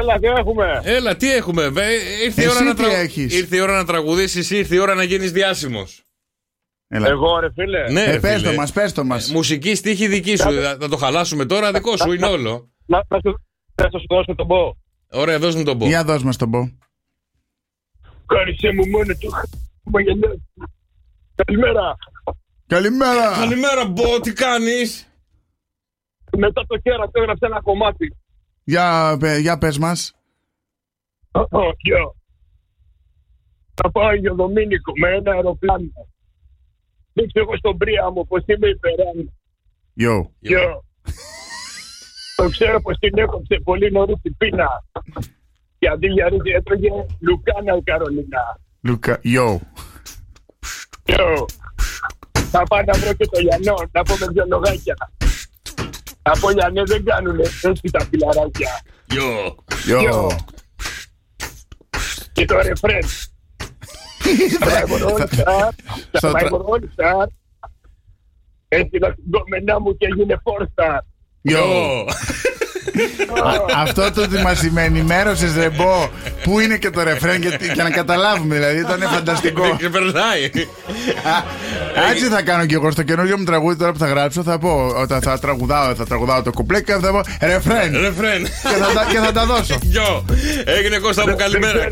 Έλα, τι έχουμε. Ναι. Έλα, τι έχουμε, βε. Ήρθε, η Εσύ ώρα να τι τραγου- έχεις? ήρθε η ώρα να τραγουδήσεις, ήρθε η ώρα να γίνεις διάσημος. Έλα. Εγώ, ρε φίλε. Ναι, Ε, ρε, πες φίλε. Ε, το μας, πες το μας. Μουσική στίχη δική σου. Θα θα το χαλάσουμε τώρα, δικό σου είναι όλο. Να να σου να σου δώσω τον πω. Ωραία, δώσ' μου τον πω. Για δώσ' μας τον πω. Κάρισε μου μόνο του. Μαγιανέ. Καλημέρα. Καλημέρα! Καλημέρα, Μπο, τι κάνεις. Μετά το κέρατο έγραψε ένα κομμάτι. Για, πε- για πες μας. Γεια. Θα πάω για Δομήνικο με ένα αεροπλάνο. Δείξε εγώ στον Πρίαμο πως είμαι υπεράνω. Yo. Γεια. Το ξέρω πως την έκοψε πολύ νωρίς την πείνα. Και αντί για ρύζι έτρωγε Λουκάνα η Καρολίνα. Λουκα. Yo. Yo. Θα πάω να βρω και το Γιάννο, να πω με δυο λογάκια. Να πω Γιάννε δεν κάνουνε έτσι τα φιλαράκια. Yo. Yo. Και το ρεφρέν. στο Τα τρα- μαϊμουρόνισσα. Έτσι να την κομμενά μου και έγινε φόρστα. Yo. Α- Αυτό το ότι μας ενημέρωσες ρε Μπό Πού είναι και το ρεφρέν για, για να καταλάβουμε Δηλαδή ήταν φανταστικό Δεν ξεπερνάει. Α, Έτσι θα κάνω κι εγώ στο καινούργιο μου τραγούδι τώρα που θα γράψω. Θα πω όταν θα τραγουδάω, θα τραγουδάω το κουπλέ και θα πω ρεφρέν. Ρεφρέν. Και θα, τα- και θα τα δώσω. Yo. Έγινε Κώστα μου, καλημέρα.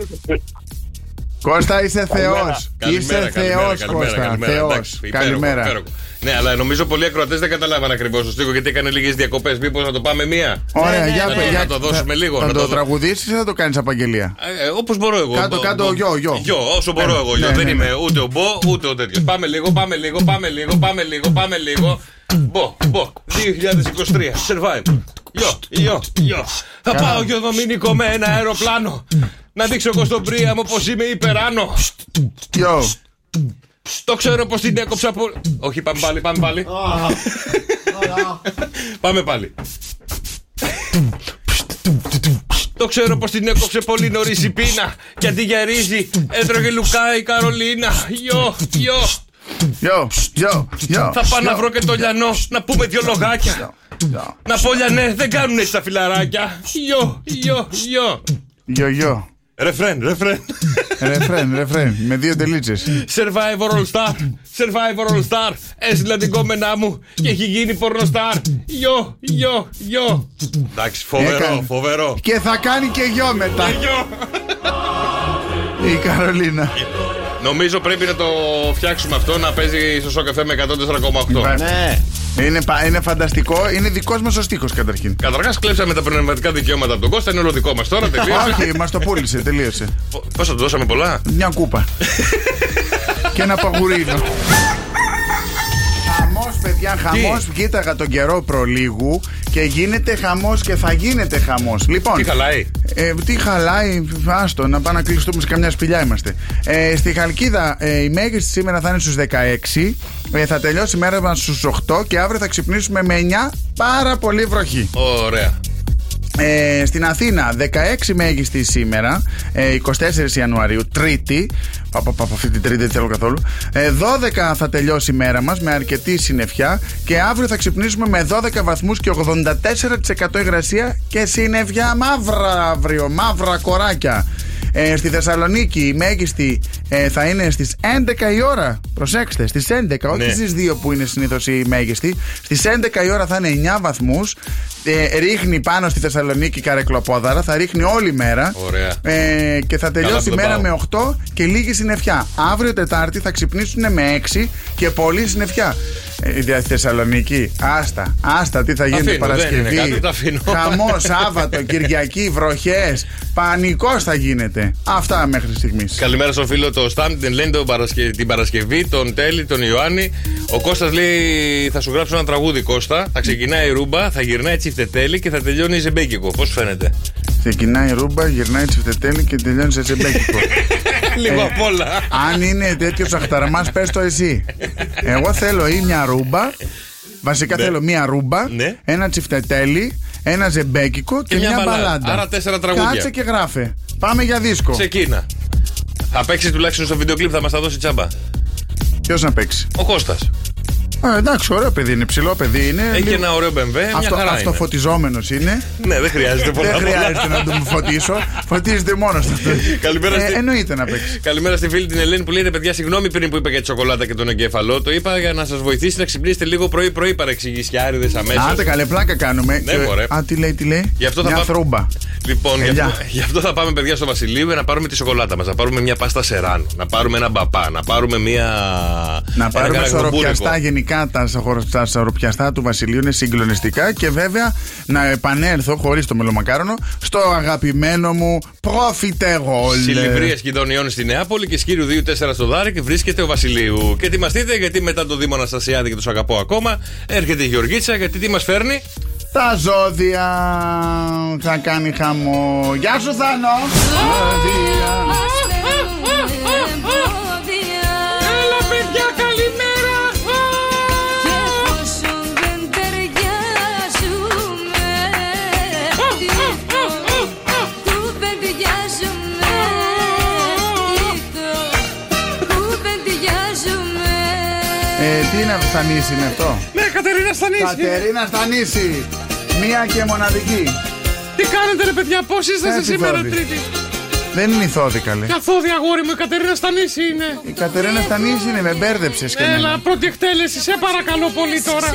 Κώστα είσαι θεό. Είσαι Καλημέρα, θεός, καλημέρα, καλημέρα, Κώστα. καλημέρα. Θεό. Εντάξει, υπέροχο, Καλημέρα. υπέροχο. Ναι, αλλά νομίζω πολλοί ακροατές δεν καταλάβαν ακριβώς το στίχο γιατί έκανε λίγες διακοπές. Μήπως να το πάμε μία. Ωραία, για να, πε- το- για- να ναι, το δώσουμε θα- λίγο. Θα να το το δω- τραγουδήσεις ή θα το κάνεις απαγγελία. Ε, Όπως μπορώ εγώ. Κάτω, Μπο- κάτω, μπο- γιο, γιο. όσο μπορώ Ναι, εγώ. Γιο. ναι, δεν ναι, είμαι ούτε ο Μπο, ούτε ο τέτοιος. Πάμε λίγο, πάμε λίγο, πάμε λίγο, πάμε λίγο, πάμε λίγο. Μπο, μπο, 2023, survive. Γιο, γιο, γιο. Θα πάω γιο Δομήνικο με ένα αεροπλάνο. Να δείξω εγώ στον Πρίαμο πως είμαι υπεράνω. Yo. Το ξέρω πως την έκοψα πολύ. Όχι, πάμε πάλι, πάμε πάλι. Πάμε πάλι. Το ξέρω πως την έκοψε πολύ νωρίς η πείνα Και αντί για ρύζι έτρωγε λουκά η Καρολίνα Γιο, γιο Yo, yo, yo. Θα πάω να yo, βρω και το λιανό να πούμε δυο λογάκια yo, Να πω λιανέ δεν κάνουν έτσι τα φιλαράκια Γιο, γιο, γιο Yo, yo. Ρεφρέν, ρεφρέν Ρεφρέν, ρεφρέν. Με δύο τελίτσες. Survivor All Star, Survivor All Star, έστειλα την κόμενά μου και έχει γίνει πορνοστάρ. Γιο, γιο, γιο. Εντάξει, φοβερό, Έκανε. φοβερό. Και θα κάνει και γιο μετά. Γιο. Η Καρολίνα. Νομίζω πρέπει να το φτιάξουμε αυτό να παίζει στο σοκαφέ με 104,8. Υπάρχει. Είναι, πα- είναι φανταστικό. Είναι δικός μας ο στίχος καταρχήν. Καταρχάς, κλέψαμε τα πνευματικά δικαιώματα από τον Κώστα, είναι όλο δικό μας τώρα. Τελείωσε. Ε, Όχι, μας το πούλησε, τελείωσε. Πόσα του δώσαμε πολλά. Μια κούπα. και ένα παγουρίνο. Χαμό, παιδιά, χαμός. Κοίταγα τον καιρό προλίγου και γίνεται χαμός και θα γίνεται χαμός. Λοιπόν, Τι χαλάει. ε, τι χαλάει, άστο, να πάμε να κλειστούμε σε καμιά σπηλιά είμαστε. Ε, στη Χαλκίδα ε, η μέγιστη σήμερα θα είναι στους 16. Ε, θα τελειώσει η μέρα μας στους 8 και αύριο θα ξυπνήσουμε με 9 πάρα πολύ βροχή. Ωραία. Ε, στην Αθήνα, 16 μέγιστη σήμερα, ε, 24 Ιανουαρίου, Τρίτη. Από, από, αυτή την Τρίτη δεν θέλω καθόλου. Ε, 12 θα τελειώσει η μέρα μας με αρκετή συννεφιά και αύριο θα ξυπνήσουμε με 12 βαθμούς και 84% υγρασία και συννεφιά μαύρα αύριο, μαύρα κοράκια. Ε, στη Θεσσαλονίκη η μέγιστη ε, θα είναι στις 11 η ώρα. Προσέξτε, στις 11, όχι Ναι. στις 2 που είναι συνήθως η μέγιστη. Στις 11 η ώρα θα είναι 9 βαθμούς. Ε, ρίχνει πάνω στη Θεσσαλονίκη καρεκλοπόδαρα, θα ρίχνει όλη μέρα. Ωραία. Ε, και θα τελειώσει η που δεν μέρα πάω. με 8 και λίγη συννεφιά. Αύριο Τετάρτη θα ξυπνήσουν με 6 και πολλή συννεφιά. Ε, δηλαδή, Θεσσαλονίκη, άστα, άστα τι θα γίνει Αφήνω, δεν Παρασκευή. είναι κάτι, τα αφήνω. Χαμός, <laughs> Σάββατο, Κυριακή, βροχές. Πανικός θα γίνεται. Αυτά μέχρι στιγμής. Καλημέρα στον φίλο το Σταμ, την Ελένη τον Παρασκε- την Παρασκευή, τον Τέλη, τον Ιωάννη. Ο Κώστας λέει: Θα σου γράψω ένα τραγούδι, Κώστα. Θα ξεκινάει η ρούμπα, θα γυρνάει τσιφτετέλη και θα τελειώνει η ζεμπέκικο. Πώς <laughs> φαίνεται. Ξεκινάει η ρούμπα, γυρνάει τσιφτετέλη και τελειώνει σε <laughs> τσεμπέκικο. Λίγο απ' όλα. Αν είναι τέτοιος αχταρμάς, πες το εσύ. Εγώ θέλω ή μια ρούμπα. Βασικά θέλω μια ρούμπα, Ναι. ένα τσιφτετέλι, ένα ζεμπέκικο και, μια μια μπαλάντα. μπαλάντα. Άρα τέσσερα τραγούδια. Κάτσε και γράφε. Πάμε για δίσκο. Ξεκίνα. Θα παίξεις τουλάχιστον στο βίντεο κλιπ, θα μας τα δώσει τσάμπα. Ποιος να παίξει. Ο Κώστας Α, εντάξει, ωραίο παιδί είναι, ψηλό παιδί είναι. Έχει Ε, λίγο- ένα ωραίο BMW, μια Αυτό, χαρά είναι. αυτοφωτιζόμενος είναι. Ναι, δεν χρειάζεται πολλά. <laughs> Δεν πολλά. χρειάζεται να τον φωτίσω. Φωτίζεται μόνος του. <laughs> Ε, Καλημέρα στη- Εννοείται να παίξει. Καλημέρα στη φίλη την Ελένη που λέει ρε παιδιά, συγγνώμη πριν που είπα για τη σοκολάτα και τον εγκέφαλό. Το είπα για να σας βοηθήσει να ξυπνήσετε λίγο πρωί-πρωί παρεξηγήσει και άριδε αμέσως. Άντε καλέ, πλάκα κάνουμε. Ναι, Και- μωρέ. Α, τι λέει, τι λέει. Γι' αυτό θα Μια πάμε- θρούμπα. Λοιπόν, γι Ελιά. αυτό, γι' αυτό θα πάμε παιδιά στο Βασιλείο να πάρουμε τη σοκολάτα μας. Να πάρουμε μια πάστα σεράν, να πάρουμε ένα μπαπά, να πάρουμε μια. Να ένα πάρουμε καραγνομπούρικο. σοροπιαστά γενικά τα, σορο- τα σοροπιαστά του Βασιλείου είναι συγκλονιστικά και βέβαια να επανέλθω χωρίς το μελομακάρονο στο αγαπημένο μου προφιτερόλ. Συλληβρίε Κιδωνιών στη Νεάπολη και σκύρου 2-4 στο Δάρικ βρίσκεται ο Βασιλείου. Και ετοιμαστείτε γιατί μετά το Δήμο Αναστασιάδη και τους αγαπώ ακόμα έρχεται η Γεωργίτσα γιατί τι μας φέρνει. Τα ζώδια θα κάνει χαμό. Γεια σου Θάνο! Ζώδια. Έλα παιδιά καλημέρα Α, Κατερίνα Στανίση Ε, είναι αυτό. Ναι, Κατερίνα Στανίση. Κατερίνα Στανίση. Μία και μοναδική. Τι κάνετε ρε παιδιά, πώς είσαστε Έτσι σήμερα Θόδη. τρίτη. Δεν είναι η Θόδη καλή. Καθόδη αγόρι μου, η Κατερίνα Στανίση είναι. Η Κατερίνα Στανίση είναι, με μπέρδεψες και Έλα, εμένα. πρώτη εκτέλεση, σε παρακαλώ πολύ τώρα.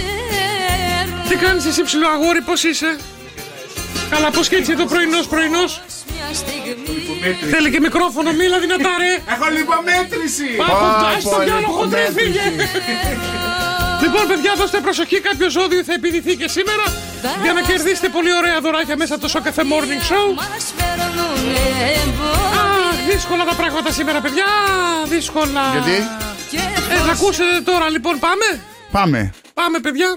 Τι κάνεις εσύ ψηλό αγόρι, πώς είσαι. Καλά, πώς και έτσι εδώ πρωινός πρωινός. Θέλει και μικρόφωνο, μίλα δυνατά ρε. Έχω λιπομέτρηση! Πάμε, στο διάλογο χοντρή, λιπομέτρηση. φύγε. Λοιπόν, παιδιά, δώστε προσοχή. Κάποιος ζώδιο θα επιδηθεί και σήμερα για να κερδίσετε πολύ ωραία δωράκια μέσα από το Σοκαφέ Morning Show. Αχ, δύσκολα τα πράγματα σήμερα, παιδιά. Δύσκολα. Γιατί? Ε, θα ακούσετε τώρα, λοιπόν, πάμε. Πάμε. Πάμε, παιδιά.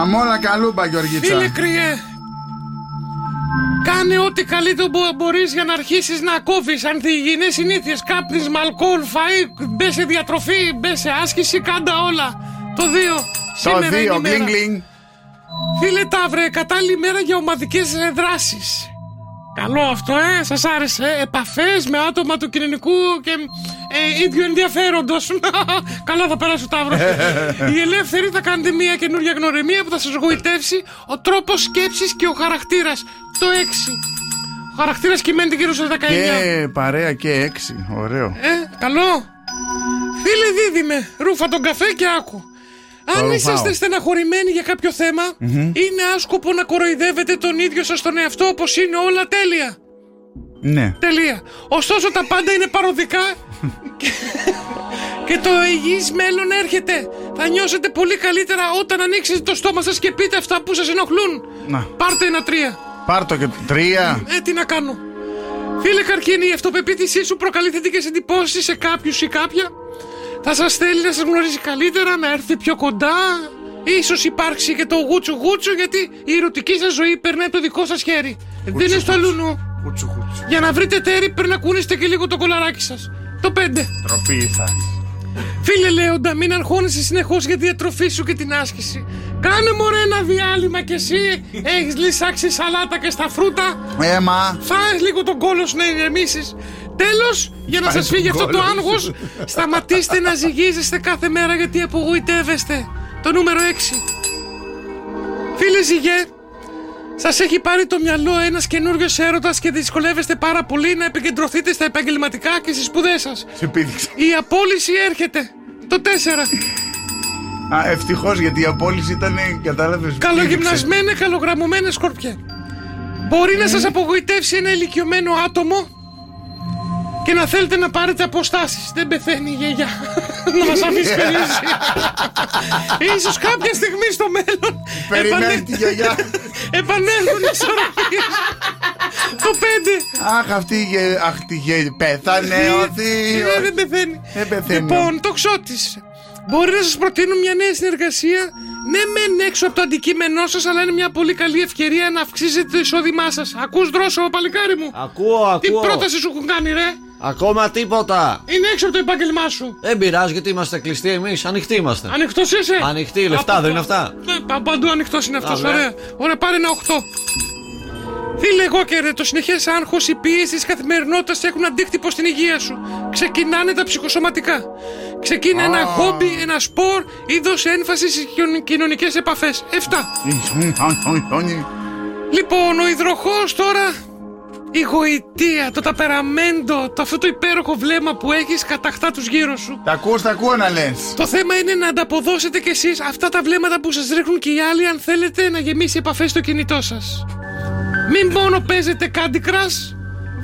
Αμόλα καλούμπα, Γεωργίτσα. Φίλε κρυέ. Κάνε ό,τι καλύτερο μπο- μπορείς για να αρχίσεις να κόβεις ανθυγιεινές συνήθειες. Κάπνισμα, αλκοόλ, φαΐ, μπε σε διατροφή, μπε σε άσκηση, κάντα όλα. Το δύο. Το Σήμερα είναι η δύο, μέρα. Ε, γκλινγκ γκλινγκ. Φίλε Ταύρε, κατάλληλη μέρα για ομαδικές ε, δράσεις. Καλό αυτό, ε, σας άρεσε. ε. Επαφές με άτομα του κοινωνικού και ε, ίδιου ενδιαφέροντος. <laughs> Καλά θα περάσει ο <laughs> Ταύρος. Οι ελεύθεροι θα κάνετε μια καινούργια γνωριμία που θα σας γοητεύσει ο τρόπος σκέψης και ο χαρακτήρας. Το 6. Ο χαρακτήρας κυμαίνεται γύρω στο 19. Και παρέα και έξι. Ωραίο. Ε, καλό. Φίλε δίδυμε, ρούφα τον καφέ και άκου. Αν ρουφάω. είσαστε στεναχωρημένοι για κάποιο θέμα, Μμμ. είναι άσκοπο να κοροϊδεύετε τον ίδιο σας τον εαυτό όπως είναι όλα τέλεια. Ναι. Τελεία. Ωστόσο τα πάντα είναι παροδικά και- και το υγιής μέλλον έρχεται. Θα νιώσετε πολύ καλύτερα όταν ανοίξετε το στόμα σας και πείτε αυτά που σας ενοχλούν. Να. Πάρτε ένα τρία. Πάρτο και τρία. Ε, τι να κάνω. Φίλε Καρκίνη, η αυτοπεποίθησή σου προκαλεί θετικές εντυπώσεις σε κάποιους ή κάποια. Θα σας θέλει να σας γνωρίζει καλύτερα, να έρθει πιο κοντά. Ίσως υπάρξει και το γούτσου γούτσου γιατί η ερωτική σας ζωή περνάει από το δικό σας χέρι. Δεν είναι στο λουνού. Κούτσου κούτσου. Για να βρείτε τέρι πρέπει να κουνήσετε και λίγο το κολαράκι σας. Το 5. Τροπή θα. Φίλε Λέοντα, μην αγχώνεσαι συνεχώς για τη διατροφή σου και την άσκηση. Κάνε μωρέ ένα διάλειμμα κι εσύ. Έχεις λυσάξει σαλάτα και στα φρούτα. Έμα. Φάε λίγο τον κόλος σου να ηρεμήσει. Τέλος, για να σας Φάες τον φύγει αυτό το κόλο σου. άγχος, σταματήστε να ζυγίζεστε κάθε μέρα γιατί απογοητεύεστε. Το νούμερο 6. Φίλε Ζυγέ, Σας έχει πάρει το μυαλό ένας καινούριος έρωτας και δυσκολεύεστε πάρα πολύ να επικεντρωθείτε στα επαγγελματικά και στις σπουδές σας. Σε πήδηξα. Η απόλυση έρχεται. Το 4. Α, ευτυχώς γιατί η απόλυση ήταν. Κατάλαβες. Καλογυμνασμένα, καλογραμμωμένα σκόρπια. Μπορεί να σας απογοητεύσει ένα ηλικιωμένο άτομο και να θέλετε να πάρετε αποστάσεις. Δεν πεθαίνει η γιαγιά. <laughs> να μας αφήσει περίεργη. Ίσως κάποια στιγμή στο μέλλον Περιμένει τη γιαγιά. επανέλθουν οι ισορροπίες. Το 5. Αχ, αυτή η γε- αχ, τη γε- Πέθανε ο θείος. Ε, Δεν πεθαίνει. Δεν πεθαίνει. ναι. Λοιπόν, το ξότη. Μπορεί να σας προτείνουν μια νέα συνεργασία. Ναι, μεν έξω από το αντικείμενό σας, αλλά είναι μια πολύ καλή ευκαιρία να αυξήσετε το εισόδημά σας. Ακούς δρόσο, παλικάρι μου. Ακούω, ακούω. Τι πρόταση σου έχουν κάνει, ρε. Ακόμα τίποτα. Είναι έξω από το επάγγελμά σου. Δεν πειράζει γιατί είμαστε κλειστοί εμείς. Ανοιχτοί είμαστε. Ανοιχτός είσαι. Ανοιχτοί, λεφτά Από- δεν είναι αυτά. Ναι, πα- παντού ανοιχτός είναι αυτός. Α, ναι. Ωραία. Ωραία, πάρε ένα 8. Φίλε, εγώ και ρε, το συνεχές άγχος, η πίεση τη καθημερινότητα έχουν αντίκτυπο στην υγεία σου. Ξεκινάνε τα ψυχοσωματικά. Ξεκίνα ένα χόμπι, ένα σπορ ή δώσε έμφαση στις κοινωνικές επαφές. 7. Λοιπόν, ο υδροχός τώρα. Η γοητεία, το ταπεραμέντο, το αυτό το υπέροχο βλέμμα που έχεις κατακτά τους γύρω σου. Τα ακούς, τα ακούω να λες. Το θέμα είναι να ανταποδώσετε κι εσείς αυτά τα βλέμματα που σας ρίχνουν και οι άλλοι αν θέλετε να γεμίσει επαφές στο κινητό σας. Μην μόνο παίζετε Candy Crush,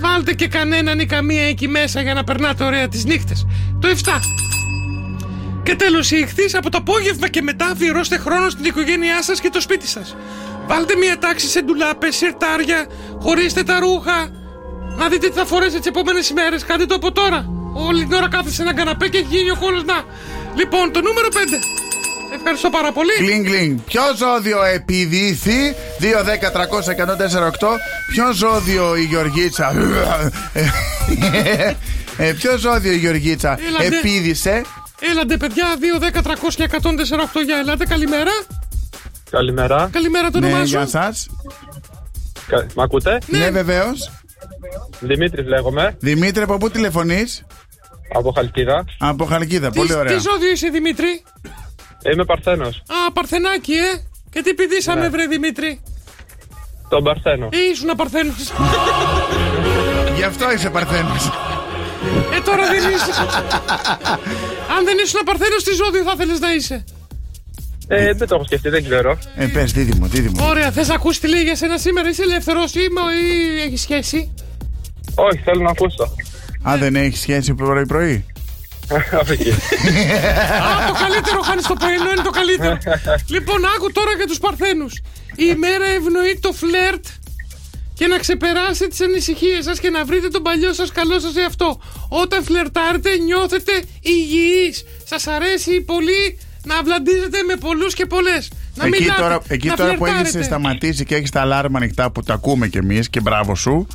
βάλτε και κανέναν ή καμία εκεί μέσα για να περνάτε ωραία τις νύχτες. Το 7. Και τέλος, οι ηχθείς από το απόγευμα και μετά αφιερώστε χρόνο στην οικογένειά σας και το σπίτι σας. Βάλτε μια τάξη σε ντουλάπες, σιρτάρια, χωρίστε τα ρούχα, να δείτε τι θα φορέσετε τις επόμενες ημέρες. Κάντε το από τώρα. Όλη την ώρα κάθεσαι σε έναν καναπέ και έχει γίνει ο χώρος να. Λοιπόν, το νούμερο 5. Ευχαριστώ πάρα πολύ. Κλινγκ, κλινγκ. Ποιο ζώδιο επιδίθη 2-10-300-1048. Ποιο ζώδιο η <laughs> Γεωργίτσα. Ε, Ποιο ζώδιο η Γεωργίτσα Έλατε. επίδησε. Έλαντε, παιδιά, 2, 10, 300 και 148 για ελάτε. Καλημέρα. Καλημέρα. Καλημέρα, το όνομά Ναι, σου. γεια σας. Κα... Μ' ακούτε? Ναι, βεβαίως. Δημήτρης λέγομαι, Δημήτρη, από πού τηλεφωνείς. από Χαλκίδα. Από Χαλκίδα, Τι- πολύ ωραία. Τι ζώδιο είσαι, Δημήτρη. Είμαι Παρθένος. Α, Παρθενάκι, ε! Και τι πηδήσαμε, Ναι. βρε Δημήτρη. Τον Παρθένο. Ε, ήσουν Παρθένος. Γι' αυτό είσαι Παρθένος. ε, τώρα δεν είσαι. Αν δεν ήσουν Παρθένος, τι ζώδιο θα θέλεις να είσαι. Ε, δεν το έχω σκεφτεί, δεν ξέρω. Ε, πες, δίδυμο, δίδυμο. Ωραία, θες να ακούσεις τι λέει για σένα σήμερα, είσαι ελεύθερος ή, ή έχεις σχέση. Όχι, θέλω να ακούσω. <laughs> Αν δεν έχεις σχέση πρωί-πρωί. Α, το καλύτερο χάνεις το πρωινό, είναι το <laughs> καλύτερο. λοιπόν, άκου τώρα για τους Παρθένους. Η ημέρα ευνοεί το φλερτ και να ξεπεράσετε τις ανησυχίες σας και να βρείτε τον παλιό σας καλό σας εαυτό. Όταν φλερτάρετε, νιώθετε υγιείς. Σας αρέσει πολύ να βλαντίζετε με πολλούς και πολλές. Να εκεί μιλάτε, τώρα, εκεί να τώρα που έχει φλερτάρετε. σταματήσει και έχεις τα αλάρμα ανοιχτά που τα ακούμε κι εμείς και μπράβο σου.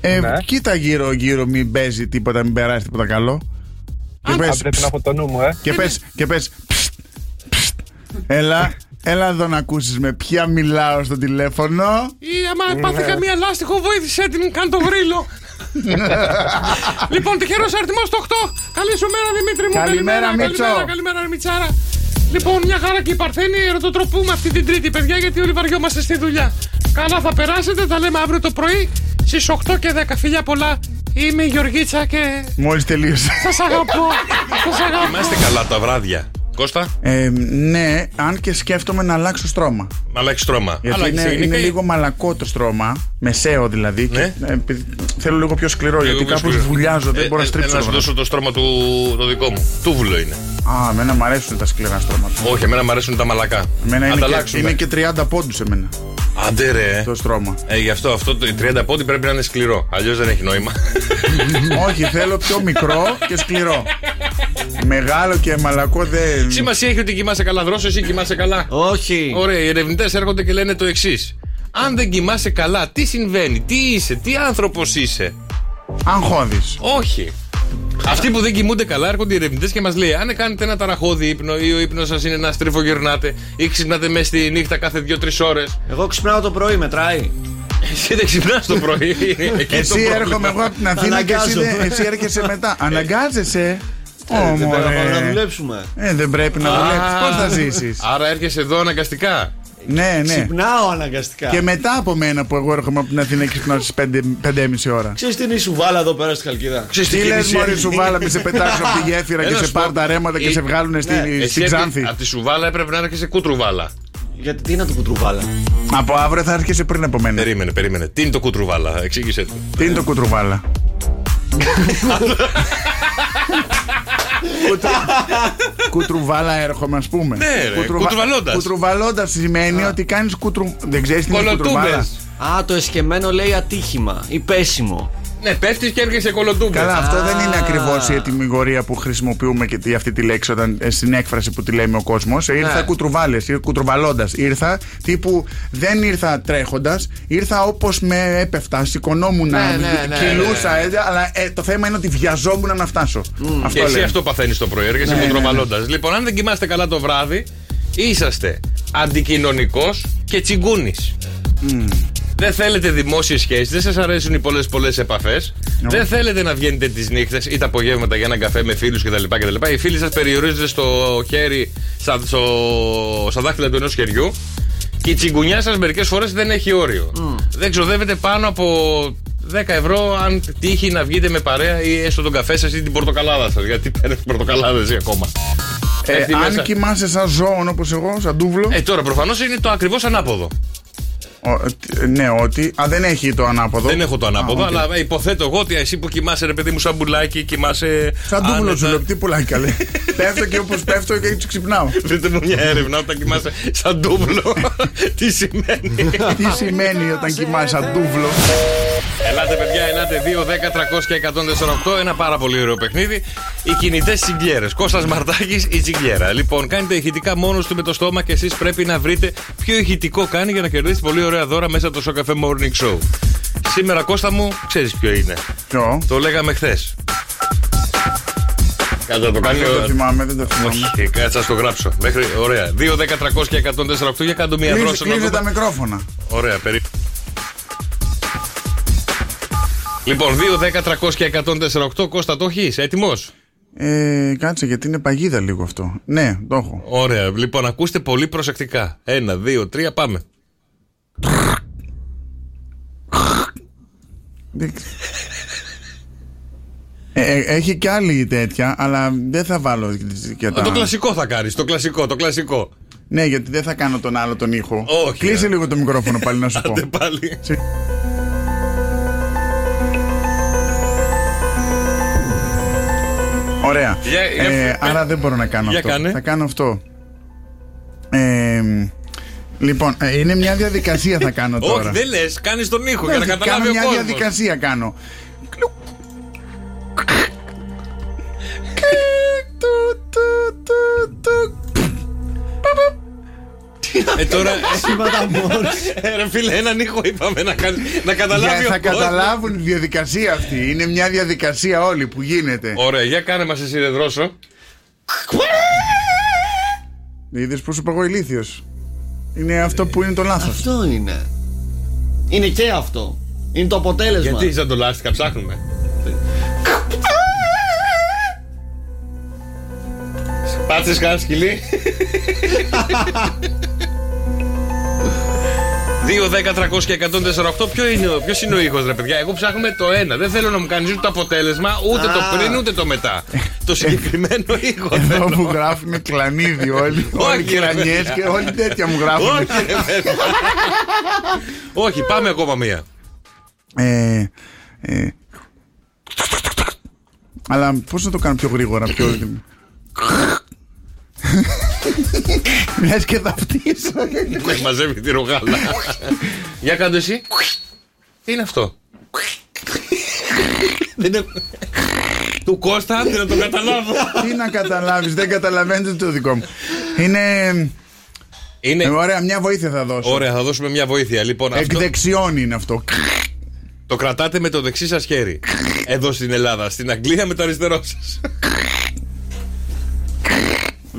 Ε, Ναι. Κοίτα γύρω-γύρω, μην παίζει τίποτα, μην περάσει τίποτα καλό. Και Α, πρέπει να έχω το νου μου, ε. Και πες, και πες, «Ψτ, ψτ, Έλα, έλα εδώ να ακούσεις με ποια μιλάω στο τηλέφωνο. Ή άμα πάθει Ναι. καμία λάστιχο, βοήθησε την, κάνε το <laughs> γρίλο. λοιπόν, τυχερός αριθμός το 8. Καλή σου μέρα, Δημήτρη μου. Καλημέρα, Μίτσο. Καλημέρα, καλημέρα, ρε Μιτσάρα. Λοιπόν, μια χαρά και η Παρθένη ερωτοτροπούμε αυτή την Τρίτη, παιδιά, γιατί όλοι βαριόμαστε στη δουλειά. Καλά θα περάσετε, τα λέμε αύριο το πρωί στις 8 και 10. Φιλιά πολλά. Είμαι η Γεωργίτσα και Μόλις τελείωσε. σας αγαπώ. σας αγαπώ. Είμαστε καλά τα βράδια. Κώστα, Ε, ναι, αν και σκέφτομαι να αλλάξω στρώμα. να αλλάξεις τρόμα. Γιατί Αλλάξε είναι, γενικά είναι η- λίγο μαλακό το στρώμα, μεσαίο δηλαδή. Ναι. Και, ε, επειδή- θέλω λίγο πιο σκληρό, Λίγο γιατί πιο κάπως σκληρό. βουλιάζω, δεν Ε, μπορώ να ε, στρίψω. Να σου το βράδυ. δώσω το στρώμα του το δικό μου. Τούβλο είναι. Α, εμένα μου αρέσουν τα σκληρά στρώματα. Όχι, εμένα μου αρέσουν τα μαλακά. Εμένα Αν τα είναι και, αλλάξουμε. είναι και 30 πόντους εμένα. Άντε ρε. Το <laughs> στρώμα. Ε, γι' αυτό αυτό το 30 πόντι πρέπει να είναι σκληρό. Αλλιώς δεν έχει <laughs> νόημα. Όχι, θέλω πιο μικρό και σκληρό. Μεγάλο και μαλακό δεν. Σημασία έχει ότι κοιμάσαι καλά. Δρόσο, εσύ κοιμάσαι καλά. Όχι. Ωραία, οι ερευνητές έρχονται και λένε το εξής. Αν δεν κοιμάσαι καλά, τι συμβαίνει, τι είσαι, τι άνθρωπος είσαι. Αγχώδη. Όχι. Αυτοί που δεν κοιμούνται καλά έρχονται οι ερευνητές και μας λέει: Αν κάνετε ένα ταραχώδη ύπνο ή ο ύπνος σας είναι να στριφογυρνάτε ή ξυπνάτε μέσα στη νύχτα κάθε 2-3 ώρες. Εγώ ξυπνάω το πρωί, μετράει. Εσύ δεν ξυπνάς το <laughs> πρωί. Εκεί το Εσύ πρόβλημα. έρχομαι εγώ από την Αθήνα και εσύ, δεν- Αναγκάζομαι. εσύ έρχεσαι μετά. Αναγκάζεσαι. Ε, δεν Όμω. πρέπει να πάμε να δουλέψουμε. Ε, δεν πρέπει να Α, δουλέψεις. Πώς θα ζήσεις. Άρα έρχεσαι εδώ αναγκαστικά. Ναι, ναι. Ξυπνάω αναγκαστικά. Και μετά από μένα που εγώ έρχομαι από την Αθήνα και ξυπνάω στις 5.30 ώρα. Ξέρεις τι είναι η σουβάλα εδώ πέρα στη Χαλκίδα. Τι λε, Μωρή σου βάλαμε σε πετάξω από τη γέφυρα και Έλα, σε σου πω. πάρουν τα ρέματα και Ε, σε βγάλουν Εσύ στη- στην έρχε- Ξάνθη. Απ' τη σουβάλα έπρεπε να έρχεσαι κούτρουβάλα. Γιατί τι είναι το κουτρουβάλα. Από αύριο θα έρχεσαι πριν από μένα. Περίμενε, περίμενε. Τι είναι το κούτρουβάλα, εξήγησε το. Τι είναι το <laughs> κουτρουβάλα. Κουτρου- Κουτρουβάλα έρχομαι, ας πούμε. Ναι, ρε, Κουτρουβα- κουτρουβαλώντας. Κουτρουβαλώντας σημαίνει ότι κάνεις κουτρου. Δεν ξέρεις τι είναι κουτρουβάλα. Κολοτούμπες. Α, το εσκεμμένο λέει ατύχημα ή πέσιμο. Ναι, πέφτεις και έρχεσαι κολοτούμπες. Καλά, αυτό δεν είναι ακριβώς η ετοιμιγορία που χρησιμοποιούμε και τη- αυτή τη λέξη όταν, ε, στην έκφραση που τη λέμε ο κόσμος. Ήρθα ναι. Ναι. κουτρουβάλε, κουτρουβαλώντας. Ήρθα τύπου δεν ήρθα τρέχοντας, ήρθα όπως με έπεφτα. Σηκωνόμουν, Ναι, ναι, ναι, κυλούσα, ε, αλλά ε, το θέμα είναι ότι βιαζόμουν να φτάσω. Και Αυτό εσύ λέμε. αυτό παθαίνεις το πρωί, έρχεσαι Ναι, ναι, ναι, ναι. Λοιπόν, αν δεν κοιμάστε καλά το βράδυ, είσαστε αντικοινωνικός και τσιγκούνης. Δεν θέλετε δημόσιες σχέσεις, δεν σας αρέσουν οι πολλές πολλές επαφές. Δεν θέλετε να βγαίνετε τις νύχτες ή τα απογεύματα για έναν καφέ με φίλους κτλ. κτλ. Οι φίλοι σας περιορίζονται στο χέρι, στα, στο, στα δάχτυλα του ενός χεριού. Και η τσιγκουνιά σας μερικές φορές δεν έχει όριο. Δεν ξοδεύετε πάνω από 10 ευρώ αν τύχει να βγείτε με παρέα ή έστω τον καφέ σας ή την πορτοκαλάδα σας. Γιατί παίρνετε πορτοκαλάδε ακόμα. Ε, Έρθει αν μέσα- κοιμάσαι σαν ζώο όπως εγώ, σαν τούβλο. Ε, τώρα προφανώς είναι το ακριβώς ανάποδο. ο- τ- ναι, ότι. Α, δεν έχει το ανάποδο. Δεν έχω το ανάποδο, οκ. αλλά υποθέτω εγώ ότι εσύ που κοιμάσαι, ρε παιδί μου, σαν μπουλάκι, κοιμάσαι. Σαν τούβλο άνετα. σου λέω, τι πουλάει <laughs> καλέ. πέφτω και όπως πέφτω και έτσι ξυπνάω. Βρείτε μου μια έρευνα όταν κοιμάσαι σαν τούβλο. Τι σημαίνει. τι σημαίνει όταν κοιμάσαι σαν τούβλο. Ελάτε, παιδιά, ελάτε. 2, 10, 300 και 148. Ένα πάρα πολύ ωραίο παιχνίδι. Οι κινητές τσιγκλιέρε. Κώστας Μαρτάκης, η τσιγκλιέρα. Λοιπόν, κάνετε ηχητικά μόνος του με το στόμα και εσείς πρέπει να βρείτε ποιο ηχητικό κάνει για να κερδίσετε πολύ ωραία δώρα μέσα από το Cafe Morning Show. Σήμερα, Κώστα μου, ξέρεις ποιο είναι. Ποιο. Το λέγαμε χθες. Κάτσε να το κάνει. Δεν το ο- θυμάμαι, δεν το θυμάμαι. Όχι, κάτσε να το γράψω. Μέχρι, ωραία. 2, 10, 300 και 148 για κάτω μία Κλείσε, δρόση. να κλείσε δούμε. τα μικρόφωνα. Ωραία, περίπου. Λοιπόν, 2, 10, 300 και 148. Κώστα, το έχεις. Έτοιμος. Ε, κάτσε γιατί είναι παγίδα λίγο αυτό. Ναι, το έχω. Ωραία. Λοιπόν, ακούστε πολύ προσεκτικά. Ένα, δύο, τρία, πάμε. Ε, ε, έχει κι άλλη τέτοια, αλλά δεν θα βάλω και τα... Το κλασικό θα κάνεις. Το κλασικό, το κλασικό. Ναι, γιατί δεν θα κάνω τον άλλο τον ήχο. Όχι, Κλείσε ε. λίγο το μικρόφωνο πάλι <laughs> να σου πω. Άντε πάλι. Ωραία. Για- για- Ε, για- άρα δεν μπορώ να κάνω για αυτό. κάνε. Θα κάνω αυτό. Ε, λοιπόν, ε, είναι μια διαδικασία θα κάνω τώρα. Όχι, δεν λες. Κάνεις τον ήχο για να Όχι, καταλάβει κάνω ο μια κόσμος. διαδικασία κάνω. Ε, τώρα. Σήματα Ε, Ρε φίλε, έναν ήχο είπαμε να, κάνει, να Για, καταλάβει ο θα κόσμος. καταλάβουν τη διαδικασία αυτή. Είναι μια διαδικασία όλη που γίνεται. Ωραία, για κάνε μας εσύ, ρε δρόσο. Είδες που σου είπα εγώ ηλίθιος. Είναι αυτό που είναι το λάθος. Αυτό είναι. Είναι και αυτό. Είναι το αποτέλεσμα. <laughs> Γιατί σαν το λάστιχα, ψάχνουμε. Πάτσε κάνα σκυλί. 2, 10, 300 και 148. Ποιο είναι, ο- ποιος είναι ο ήχος, ρε παιδιά. Εγώ ψάχνουμε το ένα. Δεν θέλω να μου κάνεις ούτε το αποτέλεσμα, ούτε Α. το πριν, ούτε το μετά. το συγκεκριμένο ήχο. Εδώ θέλω. που γράφουν κλανίδι όλοι. Όλοι Όχι, ρε κρανιέ παιδιά. και όλοι τέτοια μου γράφουν. Όχι, ρε παιδιά. Όχι, πάμε ακόμα μία. Ε, ε, αλλά πώς να το κάνω πιο γρήγορα, πιο. <laughs> Μιας και θα φτύσω. Δεν μαζεύει τη ρογάλα. Για κάτω εσύ. Τι είναι αυτό. Δεν έχω- Του Κώστα, άντε να το καταλάβω. Τι να καταλάβεις, δεν καταλαβαίνετε το δικό μου. Είναι. Είναι- Ε, Ωραία, μια βοήθεια θα δώσω. Ωραία, θα δώσουμε μια βοήθεια. Λοιπόν, Εκ αυτό δεξιών είναι αυτό. το κρατάτε με το δεξί σας χέρι. Εδώ στην Ελλάδα. Στην Αγγλία με το αριστερό σας.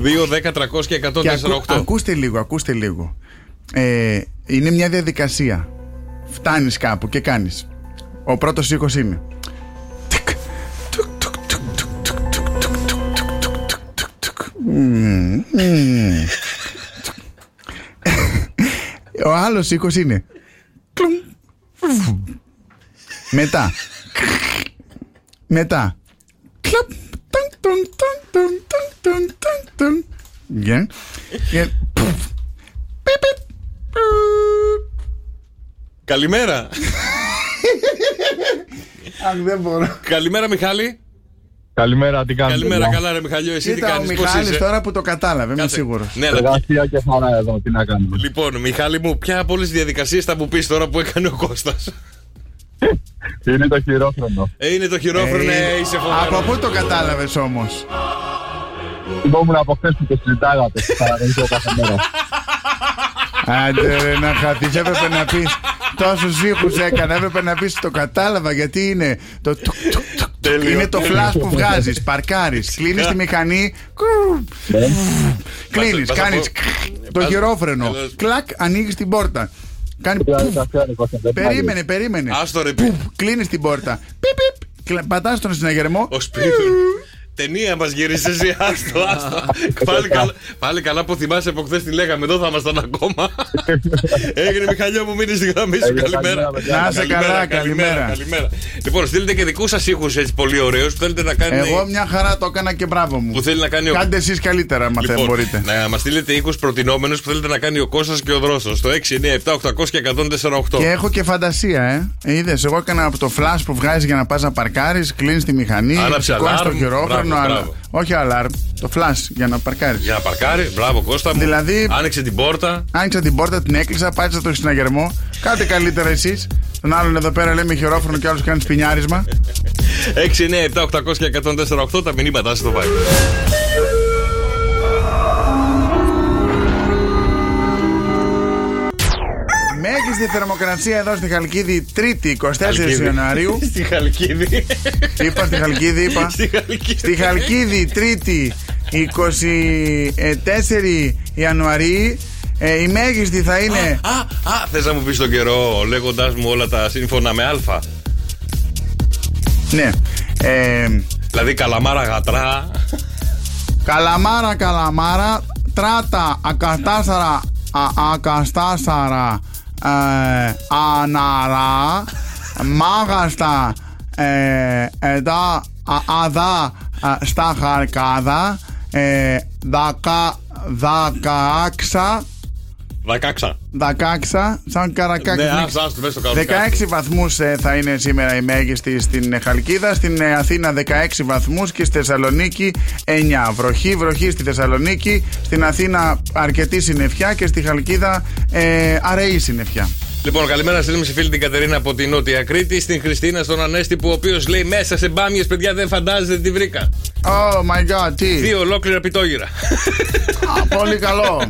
2, 10, 300 και Και ακού- 148. ακούστε λίγο, ακούστε λίγο. Ε, είναι μια διαδικασία. Φτάνεις κάπου και κάνεις. Ο πρώτος ήχος είναι. Τικ, τουκ, τουκ, τουκ, τουκ, τουκ, τουκ, τουκ, τουκ, τουκ, τουκ, τουκ, τουκ, τουκ. Μμμ, μμμ. Ο άλλος ήχος είναι. Κλουμ, φουβ. Μετά. Μετά. Κλαπ. Τουν, τουν, τουν, τουν, τουν, τουν, τουν, τουν. Γεια. Γεια. Πουφ. Πιπ, πιπ. Καλημέρα. Αχ, δεν μπορώ. Καλημέρα, Μιχάλη. Καλημέρα, τι κάνετε. Καλημέρα, καλά, ρε Μιχαλιό. Εσύ τι Κοίτα ο κάνεις, πώς Μιχάλης είσαι. τώρα που το κατάλαβε, είμαι Κάτσε. σίγουρος. Ναι, αλλά Εργασία και χαρά εδώ, τι να κάνουμε. Λοιπόν, Μιχάλη μου, ποια από όλες τις διαδικασίες θα μου πεις τώρα που έκανε ο Κώστας. Είναι το χειρόχρονο. είναι το χειρόφρονο, ε, είσαι Από φοβερό. πού το κατάλαβες όμως. Θυμόμουν από χθες που το συζητάγατε. Παραδείγματο κάθε μέρα. Άντε ρε, να χαθείς, έπρεπε να πεις τόσους ήχους έκανα, έπρεπε να πεις το κατάλαβα γιατί είναι το τουκ, τουκ, τουκ, τουκ. Τέλειο, είναι το τέλειο. φλάσ που βγάζεις, παρκάρεις, κλείνεις τη μηχανή, κρου, κλείνεις, Ε. Πάσα- πάσα κάνεις από- κρου, το χειρόφρενο, Καλώς. κλακ, ανοίγεις την πόρτα. Κάνει Τι πουφ. άλλο θα κάνω, Κώστα, δεν Περίμενε, περίμενε. Άστο ρε, πει. Κλείνεις την πόρτα. Πιπ, πιπ. Κλα- πατάς τον συναγερμό. Ο Σπύρου. Ταινία μας γυρίσει εσύ, άστο, άστο. πάλι, καλά, πάλι καλά που θυμάσαι από χθες τη λέγαμε, εδώ θα ήμασταν ακόμα. Έγινε Μιχαλιό μου, μείνεις στη γραμμή σου. Έγινε, καλημέρα. καλημέρα, παιδιά. Να είσαι καλά, καλημέρα. καλημέρα. Λοιπόν, στείλτε και δικούς σας ήχους έτσι πολύ ωραίους που θέλετε να κάνετε. Εγώ μια χαρά το έκανα και μπράβο μου. ναι. Που θέλει να κάνει ο- Λοιπόν, Κάντε εσείς καλύτερα, άμα δεν μπορείτε. να μα στείλετε 20 προτινόμενους που θέλετε να κάνει ο Κώστας και ο Δρόσος. Το 6, 9, 7, 800 και 148. Και έχω και φαντασία, ε. Είδες, εγώ έκανα από το φλάσ που βγάζεις για να πας να παρκάρεις, κλείνεις τη μηχανή, Άναψε σηκώνεις το αλάρμ. χειρόφρενο. Μπράβο, αλλά- μπράβο. Όχι αλάρμ, το φλάσ για να παρκάρεις. Για να παρκάρει, μπράβο Κώστα μου. Δηλαδή- Άνοιξε την πόρτα. Άνοιξα την πόρτα, την έκλεισα, πάτησα το συναγερμό. Κάντε καλύτερα εσείς. Τον άλλον εδώ πέρα λέμε χειρόφρονο και άλλος κάνει σπινιάρισμα. 6, 9, 7, 800 και 148 τα μηνύματά στο βάκι. Μέγιστη θερμοκρασία εδώ στη Χαλκίδη, 3η 24 Χαλκίδη. Ιανουαρίου. Στη Χαλκίδη. Είπα στη Χαλκίδη, είπα. Στη Χαλκίδη. Στη Χαλκίδη, Τρίτη, 24 Ιανουαρίου. Ε, η μέγιστη θα είναι. Α, α, θες να μου πεις τον καιρό λέγοντάς μου όλα τα σύμφωνα με Α. Ναι. Ε, Δηλαδή καλαμάρα γατρά. Καλαμάρα, καλαμάρα, τράτα, ακαστάσαρα, α, ακαστάσαρα, ε, αναρά, μάγαστα, ε, εδά, α, αδά, ε, στα χαρκάδα, ε, δακα, δακάξα, Δακάξα. δακάξα, σαν καρακάκι. Ναι, ας, ας, μέσα στο καλό. 16 βαθμούς ε, θα είναι σήμερα η μέγιστη στην Χαλκίδα, στην ε, Αθήνα 16 βαθμούς και στη Θεσσαλονίκη 9. Βροχή, βροχή στη Θεσσαλονίκη, στην Αθήνα αρκετή συννεφιά και στη Χαλκίδα ε, αραιή συννεφιά. Λοιπόν, καλημέρα στέλνουμε στη φίλη την Κατερίνα από την Νότια Κρήτη, στην Χριστίνα, στον Ανέστη που ο οποίος λέει μέσα σε μπάμιες, παιδιά δεν φαντάζεται τι βρήκα. Oh my god, τι. Δύο ολόκληρα <laughs> πιτόγυρα. Α, πολύ καλό.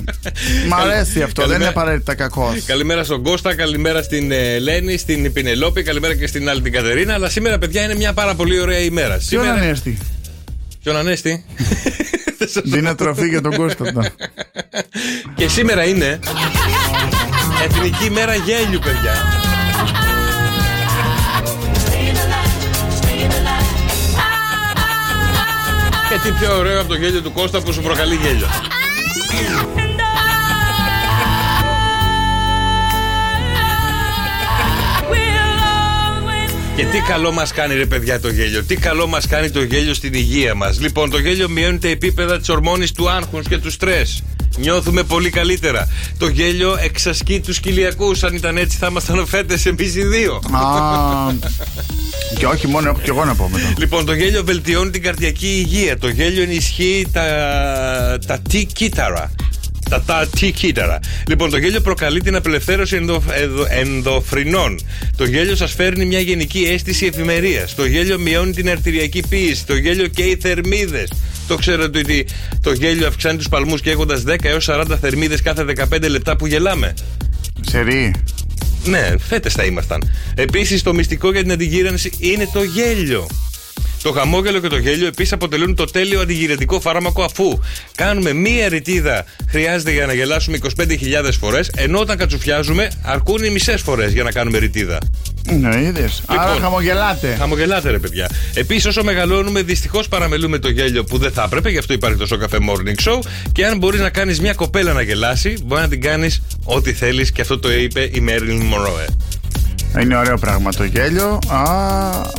Μ' αρέσει αυτό, δεν είναι Καλημέρα. απαραίτητα κακός. καλημέρα στον Κώστα, καλημέρα στην ε, Ελένη, στην Πινελόπη, καλημέρα και στην άλλη την Κατερίνα. Αλλά σήμερα, παιδιά, είναι μια πάρα πολύ ωραία ημέρα. Τι Σήμερα... ώρα είναι έρθει. Ποιον Ανέστη. <laughs> Δίνε τροφή για τον Κώστα. αυτά. και σήμερα είναι. Εθνική μέρα γέλιου, παιδιά. Και τι πιο ωραίο από το γέλιο του Κώστα που σου προκαλεί γέλιο. Και τι καλό μας κάνει, ρε παιδιά, το γέλιο. Τι καλό μας κάνει το γέλιο στην υγεία μας. Λοιπόν, το γέλιο μειώνει τα επίπεδα της ορμόνης του άγχους και του στρες. Νιώθουμε πολύ καλύτερα. Το γέλιο εξασκεί τους κοιλιακούς. Αν ήταν έτσι, θα ήμασταν φέτες εμείς οι δύο. Α, και όχι μόνο, έχω και εγώ να πω μετά. Λοιπόν, το γέλιο βελτιώνει την καρδιακή υγεία. Το γέλιο ενισχύει τα, τα τι κύτταρα. Τα, τα τι κύτταρα. Λοιπόν, το γέλιο προκαλεί την απελευθέρωση ενδο, ενδο- ενδοφρινών. Το γέλιο σας φέρνει μια γενική αίσθηση ευημερία. Το γέλιο μειώνει την αρτηριακή πίεση. Το γέλιο και οι θερμίδες. Το ξέρετε ότι το γέλιο αυξάνει τους παλμούς και έχοντας 10 έω 40 θερμίδες κάθε 15 λεπτά που γελάμε. Σερή. Ναι, φέτες θα ήμασταν. Επίσης, το μυστικό για την αντιγύρανση είναι το γέλιο. Το χαμόγελο και το γέλιο επίσης αποτελούν το τέλειο αντιγυρετικό φάρμακο αφού κάνουμε μία ρητίδα χρειάζεται για να γελάσουμε 25.000 φορές, ενώ όταν κατσουφιάζουμε αρκούν οι μισές φορές για να κάνουμε ρητίδα. Ναι, είδες. Άρα Λοιπόν. χαμογελάτε. Χαμογελάτε, ρε παιδιά. Επίσης, όσο μεγαλώνουμε, δυστυχώς παραμελούμε το γέλιο που δεν θα έπρεπε, γι' αυτό υπάρχει το Σοκαφέ Morning Show. Και αν μπορείς να κάνεις μια κοπέλα να γελάσει, μπορεί να την κάνεις ό,τι θέλεις, και αυτό το είπε η Μέρλιν Μονρόε. Είναι ωραίο πράγμα το γέλιο. Α,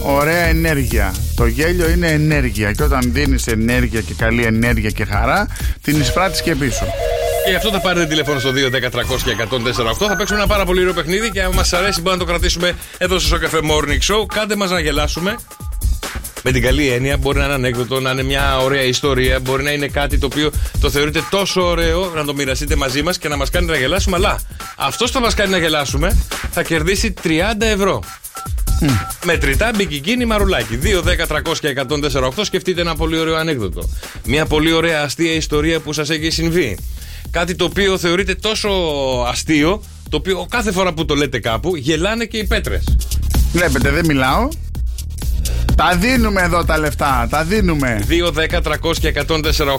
ωραία ενέργεια. Το γέλιο είναι ενέργεια. Και όταν δίνεις ενέργεια και καλή ενέργεια και χαρά, την εισπράττεις και πίσω. Και γι' αυτό θα πάρετε τηλέφωνο στο 2.10300 Θα παίξουμε ένα πάρα πολύ ωραίο παιχνίδι και αν μας αρέσει, μπορούμε να το κρατήσουμε εδώ στο Σοκαφέ Morning Show. Κάντε μας να γελάσουμε. Με την καλή έννοια, μπορεί να είναι ανέκδοτο, να είναι μια ωραία ιστορία, μπορεί να είναι κάτι το οποίο το θεωρείτε τόσο ωραίο να το μοιραστείτε μαζί μας και να μας κάνει να γελάσουμε. Αλλά αυτός που θα μας κάνει να γελάσουμε θα κερδίσει 30 ευρώ. Μετρητά μπικικίνη μαρουλάκι. 2, 10, 300 και 148. Σκεφτείτε ένα πολύ ωραίο ανέκδοτο. Μια πολύ ωραία αστεία ιστορία που σας έχει συμβεί. Κάτι το οποίο θεωρείται τόσο αστείο, το οποίο κάθε φορά που το λέτε κάπου γελάνε και οι πέτρες. Βλέπετε, δεν μιλάω. Τα δίνουμε εδώ τα λεφτά. Τα δίνουμε. 2, 10, 300 και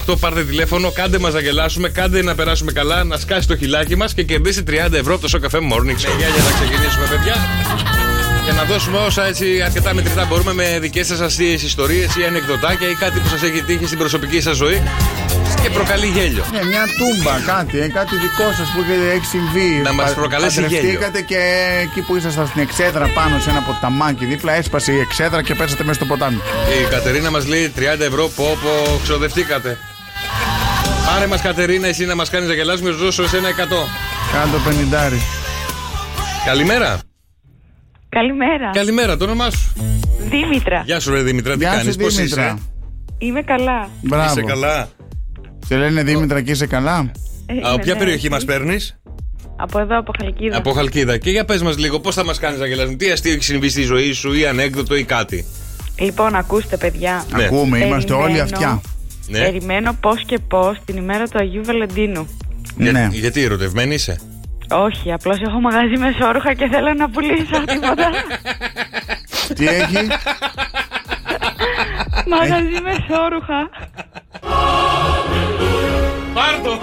148. Πάρτε τηλέφωνο, κάντε μας να γελάσουμε, κάντε να περάσουμε καλά, να σκάσει το χιλάκι μας και κερδίστε 30 ευρώ από το Σοκαφέ Morning Show. Ναι, Για να ξεκινήσουμε, παιδιά. Και να δώσουμε όσα έτσι αρκετά μετρητά μπορούμε με δικές σας αστείες ιστορίες ή ανεκδοτάκια ή κάτι που σας έχει τύχει στην προσωπική σας ζωή και προκαλεί γέλιο. Ναι, μια τούμπα, κάτι, ε, κάτι δικό σας που έχει- έχει συμβεί. Να μας προκαλέσει γέλιο. Παντρευτήκατε και ε, εκεί που ήσασταν στην εξέδρα πάνω σε ένα ποταμάκι δίπλα, έσπασε η εξέδρα και πέσατε μέσα στο ποτάμι. Η Κατερίνα μας λέει 30 ευρώ, πω πω, ξοδευτήκατε. Πάρε μας, Κατερίνα, εσύ να μας κάνεις να γελάσουμε, σου δώσω σε ένα 100. Κάντο πενιντάρι. Καλημέρα. Καλημέρα. Καλημέρα, το όνομά σου. Δήμητρα. Γεια σου, ρε Δημητρά, τι Γεια σου, κάνεις, πώς Δήμητρα. είσαι. ε? Είμαι καλά. Μπράβο. Είσαι καλά. Σε λένε Δήμητρα και είσαι καλά. Ε, είμαι, Από ποια ναι. περιοχή μας παίρνεις, Από εδώ, από Χαλκίδα. Από Χαλκίδα. Και για πες μας λίγο, πώς θα μας κάνεις να γελάσουμε, τι αστείο έχει συμβεί στη ζωή σου ή ανέκδοτο ή κάτι. Λοιπόν, ακούστε, παιδιά. Ναι. Ακούμε, είμαστε όλοι αυτιά. Ναι. Περιμένω πώς και πώς την ημέρα του Αγίου Βαλεντίνου. Για- Ναι. γιατί ερωτευμένη είσαι. Όχι, απλώς έχω μαγαζί με σόρουχα και θέλω να <laughs> πουλήσω τίποτα. Τι έχει, μαγαζί με σόρουχα. Πάρτο!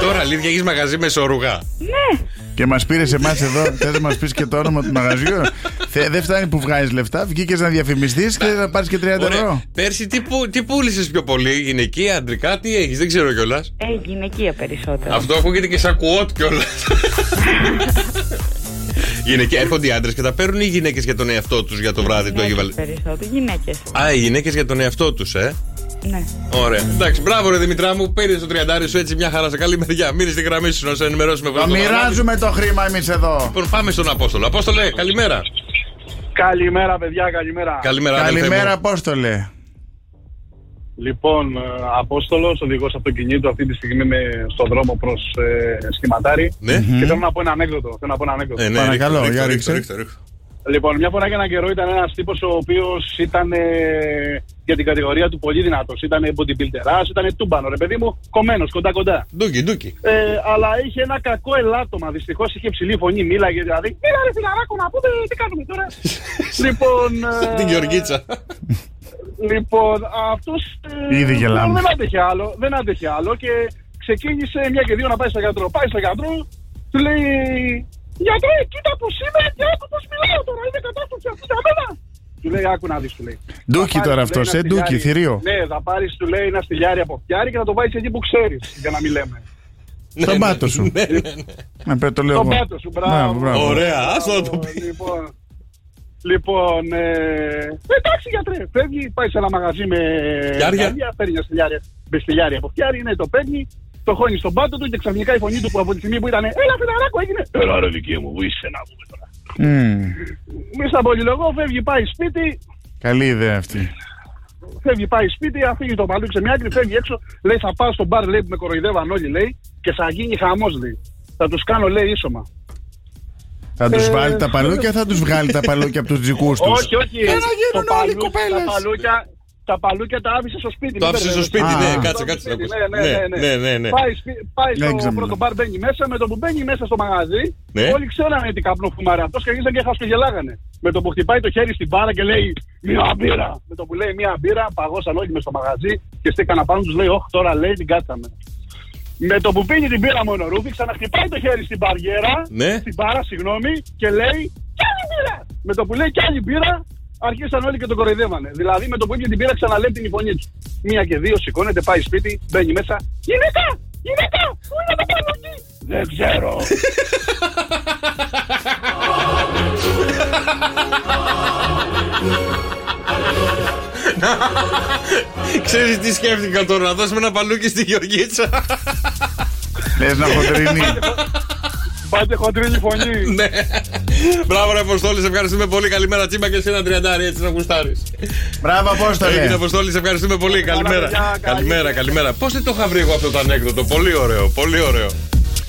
Τώρα, αλήθεια, έχεις μαγαζί με σόρουγα. ναι, και μας πήρες εμάς εδώ. Θες να μας πεις και το όνομα του μαγαζιού. Θε- Δεν φτάνει που βγάζεις λεφτά. Βγήκες να διαφημιστείς και να πάρεις και 30 Ε, ευρώ. Πέρσι τι, πού- τι πούλησες πιο πολύ, γυναικεία, αντρικά, τι έχεις, δεν ξέρω κιόλας. Ε, γυναικεία περισσότερο. Αυτό ακούγεται και σαν κουότ κιόλας. <laughs> Γυναικεία, έρχονται οι άντρες και τα παίρνουν οι γυναίκες για τον εαυτό τους για το βράδυ Ναι. του Αγίου Βαλ- Περισσότερο γυναίκες. Α, οι γυναίκες για τον εαυτό τους, ε. Ναι. Ωραία. Εντάξει, μπράβο ρε Δημητρά μου, πήρες το 30 σου έτσι μια χαρά σε καλή μεριά. Μείνε στη γραμμή σου να σε ενημερώσουμε Θα τον Ανάδη. μοιράζουμε το χρήμα εμείς εδώ. Λοιπόν, πάμε στον Απόστολο. Απόστολε, καλημέρα. Καλημέρα, παιδιά, καλημέρα. Καλημέρα, αδελφέ μου. Ναι, Καλημέρα, Απόστολε. Λοιπόν, ε, Απόστολος, οδηγός αυτοκινήτου, αυτή τη στιγμή είμαι στον δρόμο προς ε, σχηματάρι. Ναι. Και θέλω να πω ένα ανέκδοτο. Θέλω να πω ένα ανέκδοτο. Ε, ναι, ρίχτω, ρίχτω, ρίχτω, ρίχτω, ρίχτω. Λοιπόν, μια φορά και έναν καιρό ήταν ένας τύπος ο οποίος ήταν ε, για την κατηγορία του πολύ δυνατός. Ήταν bodybuilder, ήταν τούμπανο, ρε παιδί μου, κομμένος, κοντά-κοντά. Ντούκι, ντούκι. Ε, αλλά είχε ένα κακό ελάττωμα. Δυστυχώς είχε ψηλή φωνή, μίλαγε δηλαδή. Έλα ρε φιλαράκο να πούμε τι κάνουμε <laughs> τώρα. λοιπόν. ε, Την Γεωργίτσα. Λοιπόν, αυτός. Ήδη γελάμε. Δεν άντεχε άλλο, δεν άντεχε άλλο και ξεκίνησε μια και δύο να πάει στο γιατρό. Πάει στο γιατρό, του λέει. Γιατρέ, κοίτα που είμαι και άκου πώς μιλάω τώρα. Είναι κατάσταση αυτή για μένα. Του λέει, άκου να δεις, του λέει. Ντούκι τώρα αυτός, Λέει, ε, ένα ντούκι, στυλιάρι. θηρίο. Ναι, θα πάρεις, του λέει, ένα στυλιάρι από φτιάρι και να το βάλει εκεί που ξέρεις, για να μην λέμε. Ναι, Τον πάτο σου. Να πέ- το λέω Τον εγώ. πάτο σου, μπράβο. Να, μπράβο. Ωραία, άστο να το πει. Λοιπόν, λοιπόν ε, εντάξει γιατρέ, φεύγει, πάει σε ένα μαγαζί με Φτιάρια. φτιάρια, παίρνει ένα στυλιάρι, με στυλιάρι από φτιάρι, ναι, το παίρνει, το χώνει στον πάτο του και ξαφνικά η φωνή του που από τη στιγμή που ήταν «Έλα φιλαράκο έγινε, έλα ρε δική μου, που είσαι να πούμε τώρα». Μμμ. Μη στα πολυλογώ, φεύγει, πάει σπίτι, Καλή ιδέα αυτή. φεύγει, πάει σπίτι, αφήνει το παλούκι σε μια άκρη, φεύγει έξω, λέει θα πάω στο μπαρ, λέει που με κοροϊδεύαν όλοι, λέει, και θα γίνει χαμός, λέει. Θα τους κάνω, λέει, ίσωμα. Θα τους Ε, βάλει τα παλούκια ή θα τους βγάλει τα παλούκια από τους δικού τους. Όχι, όχι. Το παλού- Τα παλούκια, τα παλούκια τα άφησε στο σπίτι. Το μην άφησε στο σπίτι, μπερδεύεσαι. ναι, Α. κάτσε, κάτσε να ακούσει. Ναι, ναι, ναι, ναι. Πάει, σπι- πάει Δεν στο ξέρω. πρώτο μπαρ, μπαίνει μέσα. Με το που μπαίνει μέσα στο μαγαζί, Ναι. όλοι ξέρανε τι καπνό φουμάρε αυτός και αρχίσαν και χασκογελάγανε. Με το που χτυπάει το χέρι στην μπάρα και λέει Μία μπύρα. Με το που λέει Μία μπύρα, παγώσαν όλοι μες στο μαγαζί και στέκανε πάνω τους, λέει, Όχι, τώρα λέει την κάτσαμε. Με το που πίνει την πύρα μονορούφη, ξαναχτυπάει το χέρι στην μπαριέρα, Ναι. στην μπάρα, συγγνώμη, και λέει Κι άλλη μπύρα! Με το που λέει κι άλλη μπύρα, αρχίσαν όλοι και τον κοροϊδεύανε. Δηλαδή με το που ήπια την πύρα, ξαναλέει την φωνή του. Μία και δύο, σηκώνεται, πάει σπίτι, μπαίνει μέσα. Γυναίκα! Γυναίκα! Πού είναι το παλούκι! Δεν ξέρω. <laughs> Ξέρεις τι σκέφτηκα τώρα, να δώσουμε ένα παλούκι στη Γεωργίτσα. <laughs> Λε να χοντρινεί. <laughs> Πάτε χοντρίνη φωνή. ναι. Μπράβο, ρε Αποστόλη, σε ευχαριστούμε πολύ. Καλημέρα, τσίμπα και εσύ ένα τριαντάρι, έτσι να γουστάρεις. Μπράβο, Έγινε Απόστολε. Αποστόλη, σε ευχαριστούμε πολύ. Καλημέρα. Καλημέρα, καλημέρα. Πώς δεν το είχα βρει εγώ αυτό το ανέκδοτο. Πολύ ωραίο, πολύ ωραίο.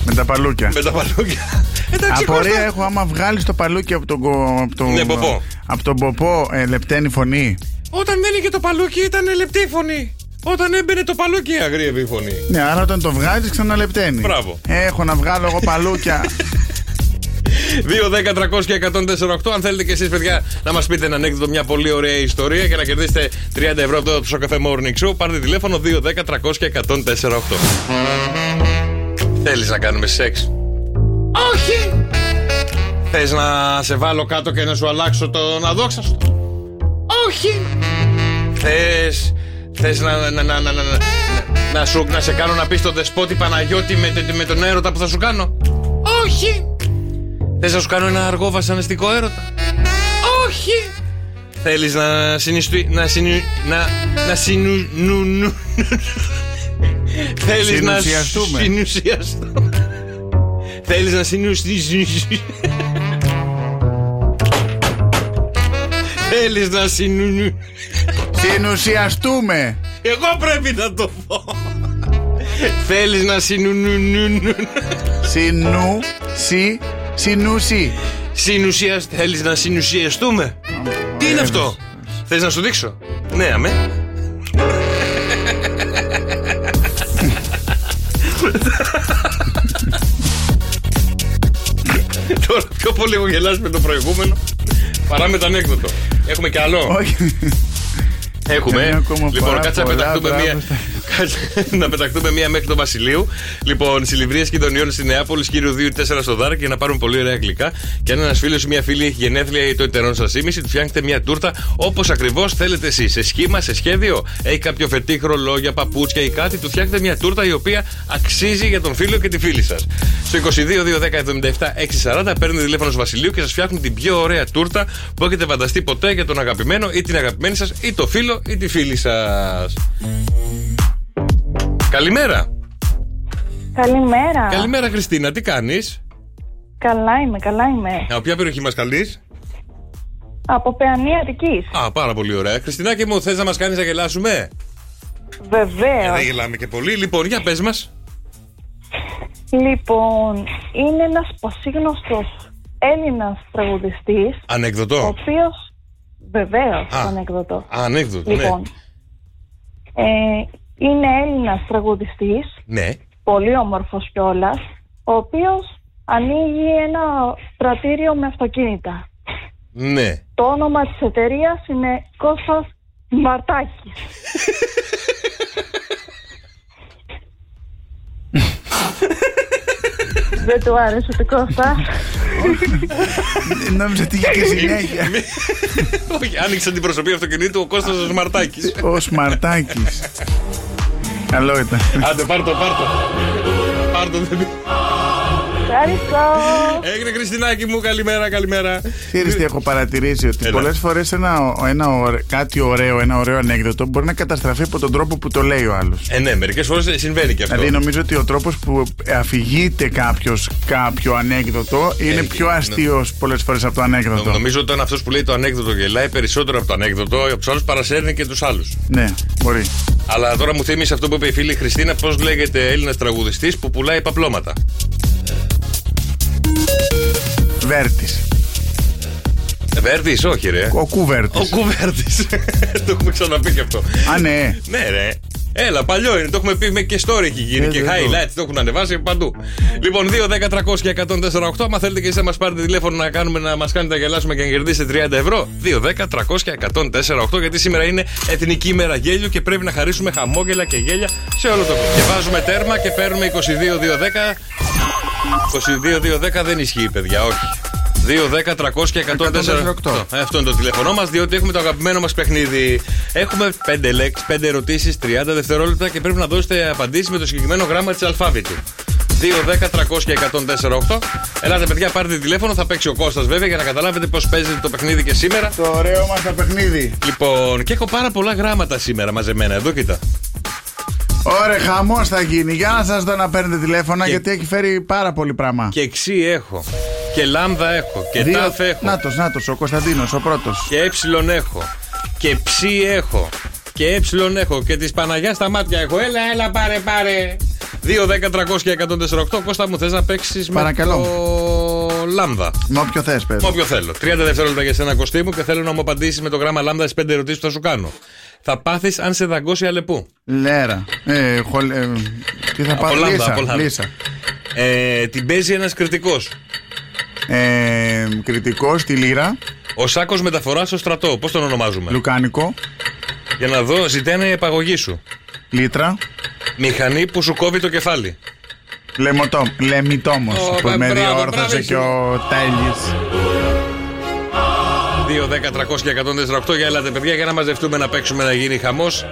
Με τα παλούκια. Με τα παλούκια. Εντάξει, Απορία έχω άμα βγάλεις το παλούκι από τον, κο- από τον, Ναι, ποπό. από τον ποπό, ε, λεπταίνει φωνή. Όταν δεν είχε το παλούκι ήταν λεπτή η φωνή. Όταν έμπαινε το παλούκι. Τι αγρίευη η φωνή. Ναι, άρα όταν το βγάζεις ξαναλεπταίνει. Μπράβο. Έχω να βγάλω εγώ <laughs> παλούκια. 2, 10, 300 και 148. Αν θέλετε και εσείς, παιδιά, να μας πείτε ένα ανέκδοτο, μια πολύ ωραία ιστορία και να κερδίσετε 30 ευρώ από το Σοκαφέ Morning Show, πάρτε τηλέφωνο 2, 10, 300 και 148. Θέλεις να κάνουμε σεξ. Όχι! Θες να σε βάλω κάτω και να σου αλλάξω τον αδόξαστο. Όχι! Θες. Θες να, να, να, να, να, να, να σου, να σε κάνω να πεις τον δεσπότη Παναγιώτη με, τε- με τον έρωτα που θα σου κάνω. Όχι! Θες να σου κάνω ένα αργό βασανιστικό έρωτα. Όχι! Θέλεις να συνιστου... να συνου... να, να συνου... Νου, νου, Θέλεις να Συνουσιαστούμε. συνουσιαστούμε. Θέλεις να συνουσιαστούμε. Θέλεις να συνου... Συνουσιαστούμε. Εγώ πρέπει να το πω. Θέλεις να συνου... Συνου, σι, συνούσι. Συνουσιασ... Θέλεις να συνουσιαστούμε. Τι είναι αυτό. Θες να σου δείξω. Ναι, αμέ. Τώρα πιο πολύ έχω γελάσει με το προηγούμενο παρά με το ανέκδοτο. Έχουμε κι άλλο. Όχι. Έχουμε. Καμία ακόμα Λοιπόν, παρά κάτσε να πολλά πεταχτούμε μία. πράγματα. να πεταχτούμε μία μέχρι το Βασιλείου. Λοιπόν, συλληβρίε κοινωνιών στη Νεάπολη, κύριο 2-4 στο Δάρα και να πάρουμε πολύ ωραία γλυκά. Και αν ένας φίλος ή μία φίλη έχει γενέθλια ή το ετερόν σα ήμιση, του φτιάχνετε μία τούρτα όπως ακριβώς θέλετε εσείς. Σε σχήμα, σε σχέδιο, έχει κάποιο φετίχρο, λόγια, παπούτσια ή κάτι, του φτιάχνετε μία τούρτα η οποία αξίζει για τον φίλο και τη φίλη σας. Στο 22 210 77 640 παίρνετε τηλέφωνο στο Βασιλείου και σας φτιάχνουν την πιο ωραία τούρτα που έχετε φανταστεί ποτέ για τον αγαπημένο ή την αγαπημένη σας ή το φίλο ή τη φίλη σας. Καλημέρα. Καλημέρα. Καλημέρα, Χριστίνα. Τι κάνεις. Καλά είμαι, καλά είμαι. Από ποια περιοχή μας καλείς. Από Παιανία Αττικής. Α, πάρα πολύ ωραία. Χριστινάκη μου, θες να μας κάνεις να γελάσουμε. Ε, Βεβαίω. δεν γελάμε και πολύ. Λοιπόν, για πες μας. Λοιπόν, είναι ένας πασίγνωστος Έλληνας τραγουδιστής, ο Ανεκδοτό. οποίος βεβαίως Α. ανεκδοτό. Ανέκδοτο, ναι. Λοιπόν, ε, είναι Έλληνας τραγουδιστής, Ναι. πολύ όμορφος κιόλας, ο οποίος ανοίγει ένα πρατήριο με αυτοκίνητα. Ναι. Το όνομα της εταιρείας είναι Κώστας Μαρτάκης. Δεν του άρεσε το Κώστα. Νόμιζα ότι είχε <laughs> και συνέχεια. Όχι, άνοιξε την προσωπή αυτοκινήτου ο Κώστας ο Σμαρτάκης. Ο Σμαρτάκης. Καλό ήταν. Άντε, πάρτο, πάρτο. Πάρτο, δεν Ευχαριστώ. Έγινε Χριστινάκη μου, καλημέρα, καλημέρα. Ξέρεις τι έχω παρατηρήσει, ότι Έλα. πολλές φορές ένα, ένα, ωραίο- κάτι ωραίο, ένα ωραίο ανέκδοτο μπορεί να καταστραφεί από τον τρόπο που το λέει ο άλλος. Ε, ναι, μερικές φορές συμβαίνει και αυτό. Δηλαδή νομίζω ότι ο τρόπος που αφηγείται κάποιος κάποιο ανέκδοτο Ε, είναι πιο αστείος πολλές φορές από το ανέκδοτο. Νομίζω ότι όταν αυτός που λέει το ανέκδοτο γελάει περισσότερο από το ανέκδοτο, από του άλλου παρασέρνει και τους άλλους. Ναι, μπορεί. Αλλά τώρα μου θύμισε αυτό που είπε η φίλη Χριστίνα, πώς λέγεται Έλληνας τραγουδιστής που πουλάει παπλώματα. Βέρτης. Βέρτης, όχι ρε. Ο Κουβέρτης. Ο Κουβέρτης. <laughs> το έχουμε ξαναπεί και αυτό. Α, ναι. Ναι, ρε. Έλα, παλιό είναι. Το έχουμε πει με και story έχει γίνει. Ε, και βέβαια. highlights το έχουν ανεβάσει παντού. Λοιπόν, 2, 10, 300 και 148. Άμα θέλετε και εσείς να μας πάρετε τηλέφωνο να, κάνουμε, να μας κάνετε να γελάσουμε και να κερδίσετε 30 ευρώ. 2, 10, 300 και 148. Γιατί σήμερα είναι Εθνική ημέρα γέλιου και πρέπει να χαρίσουμε χαμόγελα και γέλια σε όλο το κόσμο. Και βάζουμε τέρμα και παίρνουμε 22, 2, 10. 22, 2, 10 δεν ισχύει, παιδιά, όχι. 2, 10, 300 και 148. Αυτό είναι το τηλέφωνό μας, διότι έχουμε το αγαπημένο μας παιχνίδι. Έχουμε 5 λέξει, 5 ερωτήσει, 30 δευτερόλεπτα και πρέπει να δώσετε απαντήσεις με το συγκεκριμένο γράμμα της αλφάβητου. 2, 10, 300 και 148. Ελάτε, παιδιά, πάρτε τηλέφωνο. Θα παίξει ο Κώστας βέβαια για να καταλάβετε πώς παίζετε το παιχνίδι και σήμερα. Το ωραίο μας το παιχνίδι. Λοιπόν, και έχω πάρα πολλά γράμματα σήμερα μαζεμένα. Εδώ κοίτα. Ωραία, χαμός θα γίνει. Για να σας δω να παίρνετε τηλέφωνα, γιατί έχει φέρει πάρα πολύ πράγμα. Και ξύ έχω. Και λάμδα έχω. Και τάφ έχω. Νάτος, νάτος, ο Κωνσταντίνος, ο πρώτος. Και ε έχω. Και ψι έχω. Και ε έχω. Και τη Παναγιάς στα μάτια έχω. Έλα, έλα, πάρε, πάρε. 2, 10, 300 και 148. Κώστα μου, θες να παίξεις με Παρακαλώ. το λάμδα. Με όποιο θες, Με παιδί. όποιο θέλω. 30 δευτερόλεπτα για σένα, Κωστή μου, και θέλω να μου απαντήσεις με το γράμμα λάμδας τι 5 ερωτήσεις που θα σου κάνω. Θα πάθεις αν σε δαγκώσει αλεπού. Λέρα. Ε, χολ- ε, τι θα Από πάρω, λάμδα, Λίσα, από λάμδα. Λίσα. Ε, την παίζει ένας κριτικός. Ε, κριτικός στη Λύρα, Ο σάκος μεταφοράς στο στρατό. Πώς τον ονομάζουμε. Λουκάνικο, Για να δω, ζητάνε η επαγωγή σου. Λίτρα, Μηχανή που σου κόβει το κεφάλι. Λεμοτό, Λεμιτόμος, Ω, που μπα- με μπράβο, μπράβο, διόρθωσε και ο Τέλης. 2, 10, 300 και 148 για έλατε παιδιά για να μαζευτούμε να παίξουμε να γίνει χαμός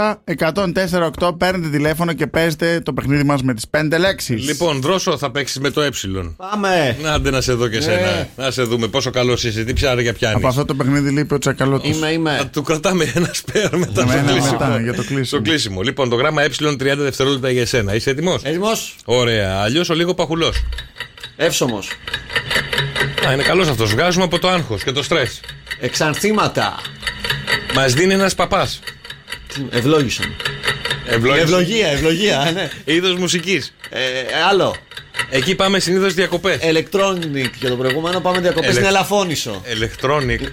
2-10-300-104-8 παίρνετε τηλέφωνο και παίζετε το παιχνίδι μας με τις 5 λέξεις. Λοιπόν, δρόσο θα παίξεις με το ε. Πάμε. Να άντε να σε δω και σένα. Να σε δούμε πόσο καλό είσαι, τι ψάρια πιάνει. Ναι. Από αυτό το παιχνίδι λείπει ο Τσακαλώτης. Είμαι, είμαι. Του κρατάμε ένα σπέρ μετά Με στο ένα κλείσιμο. Ναι, μετά, για το κλείσιμο. Στο κλείσιμο. Λοιπόν, το γράμμα ε 30 δευτερόλεπτα για εσένα. Είσαι έτοιμος. Έτοιμος. Ωραία. Αλλιώς ο λίγο παχουλός. Εύσωμος. Α, είναι καλός αυτός. Βγάζουμε από το άγχος και το στρες. Εξανθήματα. Μας δίνει ένας παπάς. Τι- Ευλόγησον. Ευλογία, ευλογία, ναι. Είδος μουσικής. Ε, άλλο. Εκεί πάμε συνήθως διακοπές. Ε. Electronic για το προηγούμενο. Πάμε διακοπές Ελε- στην <laughs> Ελαφώνησο. Electronic. Ε,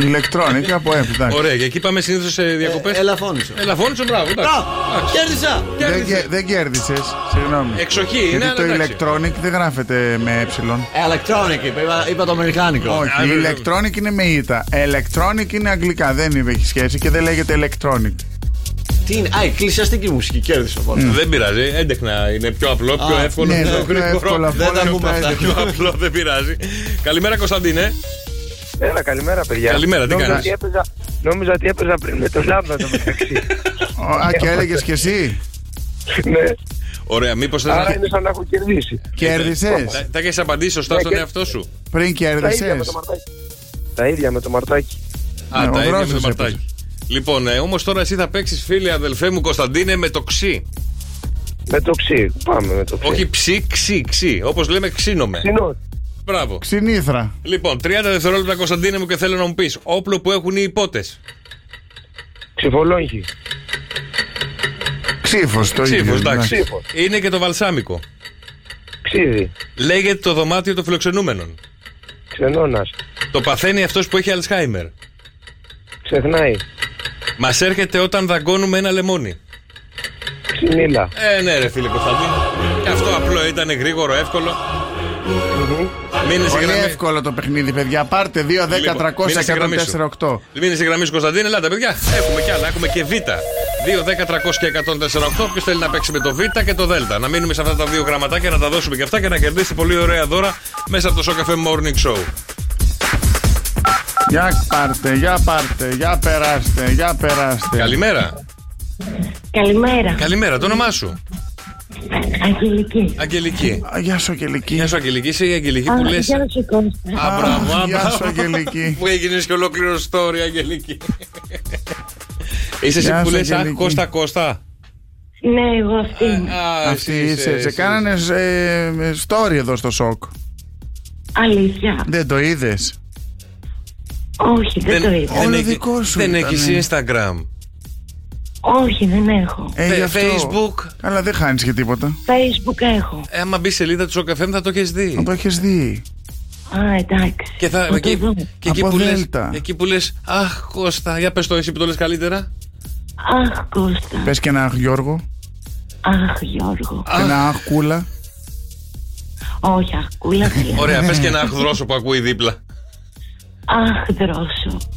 Ηλεκτρόνικ από ε, εντάξει. Ωραία, και εκεί πάμε συνήθως σε διακοπές. Ε, Ελαφώνησο. Ελαφώνησο, μπράβο. εντάξει. Μπράβο. Κέρδισα. Δεν, Κέρδισε. κε- δεν κέρδισες. Συγγνώμη. Εξοχή Γιατί είναι, αλλά το εντάξει. electronic δεν γράφεται με ε. Electronic, είπα, είπα- είπα το αμερικάνικο. Όχι, Α, βέβαια. electronic είναι με ήττα. Electronic είναι αγγλικά, δεν έχει σχέση και δεν λέγεται electronic. Τι είναι, α, εκκλησιαστική μουσική, λοιπόν. κέρδισε ο Βόλος. Δεν πειράζει, έντεχνα είναι πιο απλό, πιο Α, εύκολο. ναι, πιο ναι, πιο γρήγορο. εύκολα, Δεν τα πολλά πούμε λεπτά αυτά. <laughs> Πιο έντεχνα. απλό, δεν πειράζει. Καλημέρα, Κωνσταντίνε. Έλα, καλημέρα, παιδιά. Καλημέρα, τι Νόμιζα κάνεις? ότι έπαιζα- Νόμιζα ότι έπαιζα πριν με τον Λάμδα <laughs> το μεταξύ. Α, και έλεγες κι εσύ. Ναι. Ωραία, μήπως Άρα είναι σαν να έχω κερδίσει. Κέρδισες? Τα έχεις απαντήσει σωστά Ναι, στον και- εαυτό σου. Πριν Τα ίδια με κέρδισες. το μαρτάκι. Τα ίδια με το μαρτάκι. Α, ο τα ίδια με Βρόζος το μαρτάκι. Λοιπόν, ε, όμως τώρα εσύ θα παίξεις, φίλε αδελφέ μου Κωνσταντίνε, με το ξύ. Με το ξύ, πάμε με το ξύ. Όχι ψι, ξύ, ξύ. Όπως λέμε, ξύνομε. Ξινό. Μπράβο. Ξυνήθρα. Λοιπόν, 30 δευτερόλεπτα Κωνσταντίνε μου και θέλω να μου πεις όπλο που έχουν οι υπότες. Ξυφολόγχη. Ξύφος το ίδιο. ναι. Ξύφο, εντάξει. εντάξει. Είναι και το βαλσάμικο. Ξύδι. Λέγεται το δωμάτιο των φιλοξενούμενων. Ξενώνας. Το παθαίνει αυτός που έχει Αλσχάιμερ. Ξεχνάει. Μας έρχεται όταν δαγκώνουμε ένα λεμόνι. Ξυνήλα. Ε, ναι, ρε φίλε Κωνσταντίνε. Και αυτό απλό ήταν γρήγορο, εύκολο. Μείνε σε Πολύ γραμμή. εύκολο το παιχνίδι, παιδιά. Πάρτε 2, 10, Λοιπόν, 300, μείνε στη γραμμή σου. 104, 8. Μείνε σε γραμμή σου, Κωνσταντίνε, ελάτε παιδιά. Έχουμε κι άλλα, έχουμε και Β. 2, 10, 300 και 148. Ποιος θέλει να παίξει με το Β και το Δ. Να μείνουμε σε αυτά τα δύο γραμματάκια, να τα δώσουμε και αυτά και να κερδίσετε πολύ ωραία δώρα μέσα από το Σοκαφέ Morning Show. Για πάρτε, για πάρτε, για περάστε, για Ε. περάστε. Καλημέρα. Καλημέρα. Καλημέρα, το όνομά σου. Αγγελική. Αγγελική. Γεια σου, Αγγελική. Γεια σου, Αγγελική. Είσαι η Αγγελική Ε, που λες. Γεια σου Κώστα. Α, μπράβο, α, Γεια σου, μπράβο. <laughs> Αγγελική. Που έγινες και ολόκληρο story, Αγγελική. Είσαι εσύ Γεια που σου, λες, Αχ, Αγγελική. Κώστα, Κώστα. Ναι, εγώ αυτή. Ε, είμαι. Α, Αυτή εσύ είσαι. Σε εσύ κάνανε ε, story εδώ στο σοκ. Αλήθεια. Δεν το είδες. Όχι, δεν, το είδα. Όλο έχει- δικό σου Δεν ήταν, ε. έχει Instagram. Όχι, δεν έχω. Ε, Φε- γι' αυτό. Facebook. Αλλά δεν χάνεις και τίποτα. Facebook έχω. Ε, άμα μπει σελίδα του Σοκαφέμ θα το έχεις δει. Να το έχεις δει. Α, εντάξει. Και, θα, Θα το εκεί, δω. και εκεί, Από που λες, Δέλτα. εκεί που λες Αχ Κώστα, για πες το εσύ που το λες καλύτερα Αχ, Κώστα. Πες και ένα αχ, Γιώργο. Αχ, Γιώργο. Και ένα αχ, κούλα. Όχι, αχ, κούλα. τι. Ωραία, πες και ένα αχ δρόσο που ακούει δίπλα Αχ, δρόσο.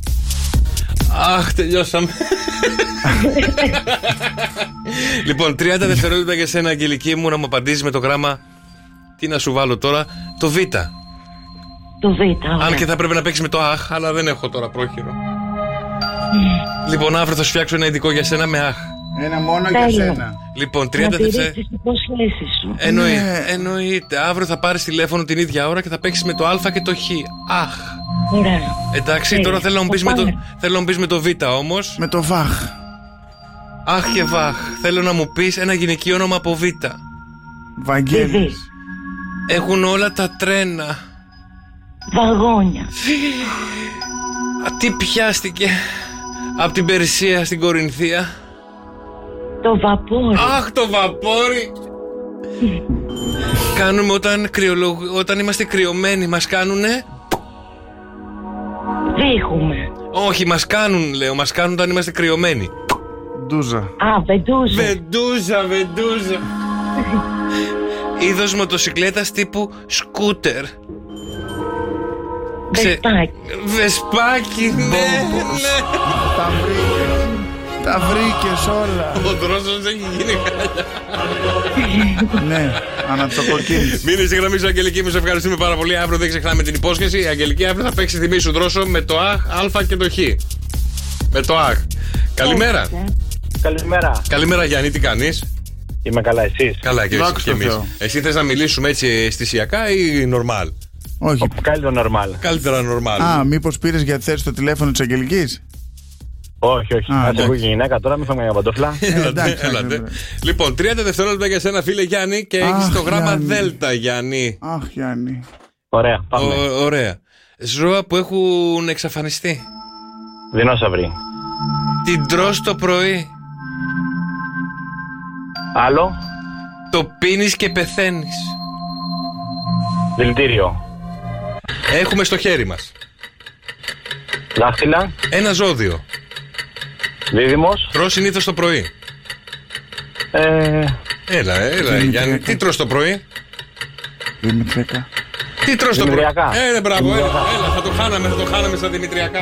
Αχ, τελειώσαμε Λοιπόν, 30 δευτερόλεπτα για σένα Αγγελική μου να μου απαντήσεις με το γράμμα Τι να σου βάλω τώρα, το Β Το Β. ωραία. Αν και θα πρέπει να παίξεις με το αχ, αλλά δεν έχω τώρα πρόχειρο Ναι. Λοιπόν, αύριο θα σου φτιάξω ένα ειδικό για σένα με αχ Ένα μόνο για Τέλεια. σένα. Λοιπόν, 30 Να τηρήσεις δευτερόλεπτα τις υποσχέσεις σου. Εννοεί, Ναι. Εννοείται. Αύριο θα πάρεις τηλέφωνο την ίδια ώρα και θα παίξεις με το Α και το Χ. Αχ. Ωραία. Εντάξει, Ναι, τώρα θέλω να μου πει θα με, το... πάμε. θέλω να μου πεις με το Β όμως. Με το βαχ. Αχ και βαχ. Θέλω να μου πεις ένα γυναικείο όνομα από Β. Ε, Βαγγέλη. Έχουν όλα τα τρένα. Βαγόνια. Α, τι πιάστηκε από την Περσία στην Κορινθία. Το βαπόρι. Αχ το βαπόρι. Κάνουμε όταν, κρυολογ... όταν είμαστε κρυωμένοι, μας κάνουνε. Δείχουμε. Όχι, μας κάνουν, λέω, μας κάνουν όταν είμαστε κρυωμένοι. Ντούζα. Α, βεντούζα. Βεντούζα, βεντούζα. Είδος μοτοσυκλέτας τύπου σκούτερ. Βεσπάκι. Βεσπάκι, ναι, ναι. Τα βρήκες. Τα βρήκες όλα. Ο δρόσος έχει γίνει χάλια. ναι, ανατσοκοκίνηση. Μείνε στη γραμμή σου, Αγγελική μου. Σε ευχαριστούμε πάρα πολύ. Αύριο δεν ξεχνάμε την υπόσχεση. Η Αγγελική αύριο θα παίξει θυμή σου δρόσο με το αχ, α και το χ. Με το αχ. Καλημέρα. Καλημέρα. Καλημέρα, Γιάννη, τι κάνεις Είμαι καλά, εσείς. Καλά, και εσύ Δόξα και τω εμεί. Θεώ. Εσύ θες να μιλήσουμε έτσι αισθησιακά ή normal. Όχι. Καλύτερο νορμάλ. Καλύτερα normal. Α, μήπως πήρες γιατί θες το τηλέφωνο της Αγγελικής. Όχι, όχι. Α, Α, εντάξει. σε ακούγει η γυναίκα τώρα, μην φάμε μια παντόφλα. Ε, Έλατε, Ε, εντάξει, ναι, έλατε. εντάξει. Λοιπόν, 30 δευτερόλεπτα για σένα, φίλε Γιάννη, και Αχ, έχει το γράμμα Γιάννη. Δέλτα, Γιάννη. Αχ, Γιάννη. Ωραία, πάμε. Ω- ωραία. Ζώα που έχουν εξαφανιστεί. Δεινόσαυροι. Την τρως το πρωί. Άλλο. Το πίνεις και πεθαίνεις. Δηλητήριο. Έχουμε στο χέρι μας Δάχτυλα. ένα ζώδιο. Δίδυμος. Τρώ συνήθως το πρωί. Ε, Έλα, έλα, Δημητριακά. Γιάννη. Τι τρως το πρωί. Δημητριακά. Τι τρως το πρωί. Δημητριακά. Ε, ναι, μπράβο, έλα, Δημητριακά. έλα, θα το χάναμε, θα το χάναμε στα Δημητριακά.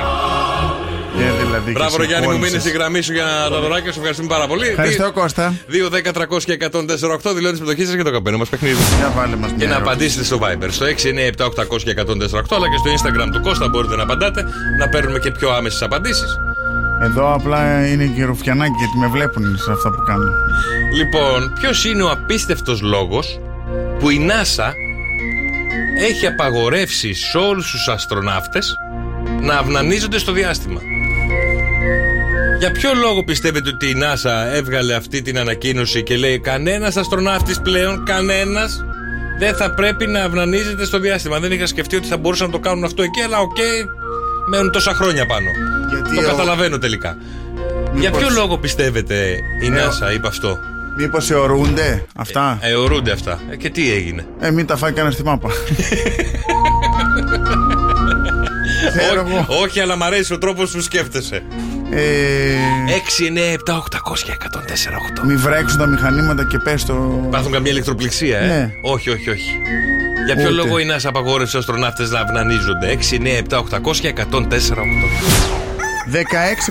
Ε, δηλαδή, και Μπράβο, ρε Γιάννη, μου μείνεις συμφώνησες. στη γραμμή σου για τα δωράκια. Σου ευχαριστούμε πάρα πολύ. Ευχαριστώ, Κώστα. 2, 10, 300 και 148 δηλώνεις συμμετοχή σας και το καπέλο μας παιχνίδι. Για βάλε μας Και μια να ερώτηση. απαντήσετε στο Viber στο 697 800 και 148 αλλά και στο Instagram του Κώστα μπορείτε να απαντάτε, να παίρνουμε και πιο άμεσες απαντήσεις. Εδώ απλά είναι και ρουφιανάκι γιατί με βλέπουν σε αυτά που κάνω. Λοιπόν, ποιος είναι ο απίστευτος λόγος που η NASA έχει απαγορεύσει σε όλους τους αστροναύτες να αυνανίζονται στο διάστημα. Για ποιο λόγο πιστεύετε ότι η NASA έβγαλε αυτή την ανακοίνωση και λέει κανένας αστροναύτης πλέον, κανένας δεν θα πρέπει να αυνανίζεται στο διάστημα. Δεν είχα σκεφτεί ότι θα μπορούσαν να το κάνουν αυτό εκεί, αλλά οκ, μένουν τόσα χρόνια πάνω. Γιατί το ο- καταλαβαίνω τελικά. Για Μήπως- ποιο λόγο πιστεύετε η NASA είπε αυτό. Μήπως αιωρούνται αυτά. Αιωρούνται αυτά. Ε, και τι έγινε. Ε, μην τα φάει κανένα στη μάπα. Ξέρω Ό- εγώ. όχι, αλλά μ' αρέσει ο τρόπος που σκέφτεσαι. Ε, 6, 9, 7, 800 και 104, 8. μη βρέξουν τα μηχανήματα και πες το. Πάθουν καμιά ηλεκτροπληξία, ε. Ναι. Όχι, όχι, όχι. Για ποιο Ούτε. λόγο η NASA απαγόρευσε αστροναύτε να αυνανίζονται. 6, 9, 7, 800 και 104, 8. 16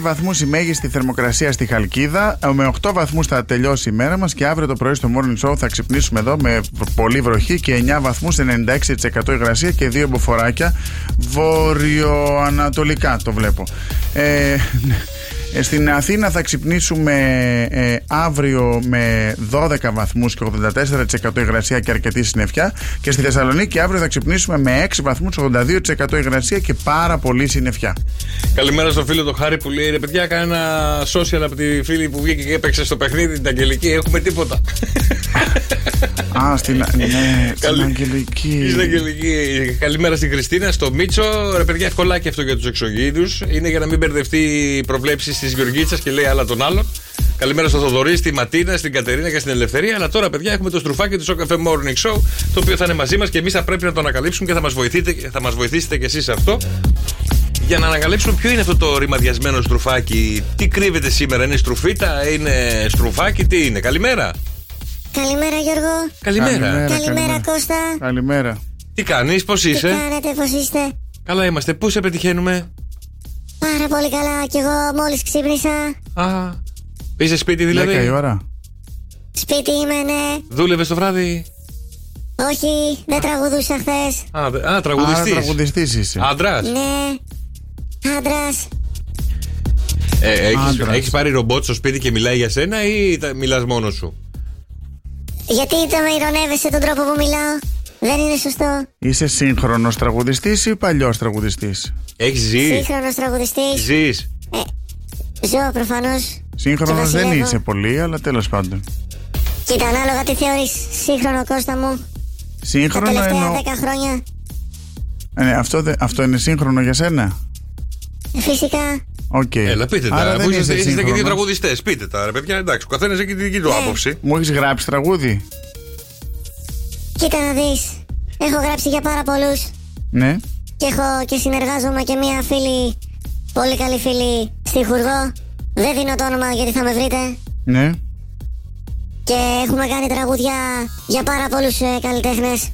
βαθμούς η μέγιστη θερμοκρασία στη Χαλκίδα. Ε, Με 8 βαθμούς θα τελειώσει η μέρα μας και αύριο το πρωί στο Morning Show θα ξυπνήσουμε εδώ με πολύ βροχή και 9 βαθμούς, 96% υγρασία και 2 μποφοράκια βορειοανατολικά το βλέπω. Ε, ε, στην Αθήνα θα ξυπνήσουμε ε, αύριο με 12 βαθμούς και 84% υγρασία και αρκετή συννεφιά και στη Θεσσαλονίκη αύριο θα ξυπνήσουμε με 6 βαθμούς, 82% υγρασία και πάρα πολύ συννεφιά. Καλημέρα στο φίλο το Χάρη που λέει ρε παιδιά, κανένα social από τη φίλη που βγήκε και έπαιξε στο παιχνίδι την Αγγελική. Έχουμε τίποτα. Α, στην, ναι, στην Καλή. Αγγελική. Στην Αγγελική. Καλημέρα στην Κριστίνα, στο Μίτσο. Ρε παιδιά, ευκολάκι αυτό για τους εξωγήινου. Είναι για να μην μπερδευτεί η προβλέψει τη Γεωργίτσας και λέει άλλα τον άλλον. Καλημέρα στο Θοδωρή, στη Ματίνα, στην Κατερίνα και στην Ελευθερία. Αλλά τώρα, παιδιά, έχουμε το στρουφάκι του Σοκαφέ Morning Show, το οποίο θα είναι μαζί μας και εμείς θα πρέπει να το ανακαλύψουμε και θα μας βοηθήσετε, θα μας βοηθήσετε κι εσείς σε αυτό. Για να ανακαλύψουμε ποιο είναι αυτό το ρημαδιασμένο στρουφάκι, τι κρύβεται σήμερα, είναι στρουφίτα, είναι στρουφάκι, τι είναι. Καλημέρα. Καλημέρα Γιώργο. Καλημέρα. Καλημέρα, Καλημέρα καλημέρα. Κώστα. Καλημέρα. Τι κάνεις, πώς Τι είσαι. κάνετε, πώς είστε. Καλά είμαστε, πού σε πετυχαίνουμε. Πάρα πολύ καλά κι εγώ μόλις ξύπνησα. Α. Είσαι σπίτι δηλαδή. 10 η ώρα. Σπίτι είμαι, ναι. Δούλευες το βράδυ. Όχι, δεν τραγουδούσα χθες. Α, δε- α τραγουδιστής. Άρα τραγουδιστής είσαι. Άντρας. Ναι. Άντρας. Ε, έχεις, Άντρας. έχεις πάρει ρομπότ στο σπίτι και μιλάει για σένα ή τα- μιλάς μόνος σου. Γιατί το με ηρωνεύεσαι τον τρόπο που μιλάω. Δεν είναι σωστό. Είσαι σύγχρονος τραγουδιστής ή παλιός τραγουδιστής. Έχεις ζει. Σύγχρονος τραγουδιστής. Ζεις. Ζω προφανώς. Σύγχρονος Και δεν βασιλεύω. είσαι πολύ, αλλά τέλος πάντων. Κοίτα, ανάλογα τι θεωρείς σύγχρονο Κώστα μου. Τα Σύγχρονο τελευταία εννοώ. 10 χρόνια. Ε, ναι, αυτό, δε- αυτό είναι σύγχρονο για σένα. Φυσικά. Οκ. Ε, Έλα, πείτε τα. Ε, Άρα αφού δεν είστε, είσαι είστε και δύο σύγχρονος. τραγουδιστέ. Πείτε τα, ρε παιδιά. Εντάξει, ο καθένας έχει τη δική του άποψη. Μου έχεις γράψει τραγούδι. Κοίτα να δεις. Έχω γράψει για πάρα πολλούς. Ναι. Και έχω και συνεργάζομαι και μία φίλη, πολύ καλή φίλη, στιχουργό. Δεν δίνω το όνομα γιατί θα με βρείτε. Ναι. Και έχουμε κάνει τραγούδια για πάρα πολλούς ε, καλλιτέχνες.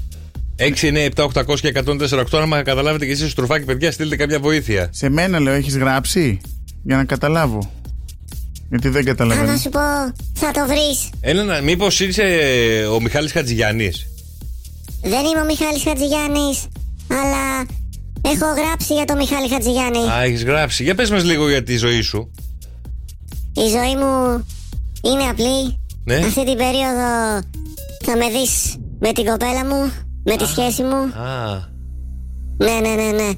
6, 9, 7, 800 και 104. 8. Άμα καταλάβετε και εσείς στροφάκι, παιδιά, στείλτε κάποια βοήθεια. Σε μένα λέω έχεις γράψει. Για να καταλάβω. Γιατί δεν Αν να καταλαβαίνω. σου πω, θα το βρεις. Ένα, μήπως είσαι ο Μιχάλης Χατζηγιάννης. Δεν είμαι ο Μιχάλης Χατζηγιάννης, αλλά έχω γράψει για τον Μιχάλη Χατζηγιάννη. Α, έχεις γράψει. Για πες μας λίγο για τη ζωή σου. Η ζωή μου είναι απλή. Ναι. Αυτή την περίοδο θα με δεις με την κοπέλα μου, με τη σχέση μου. Α. Ναι, ναι, ναι, ναι.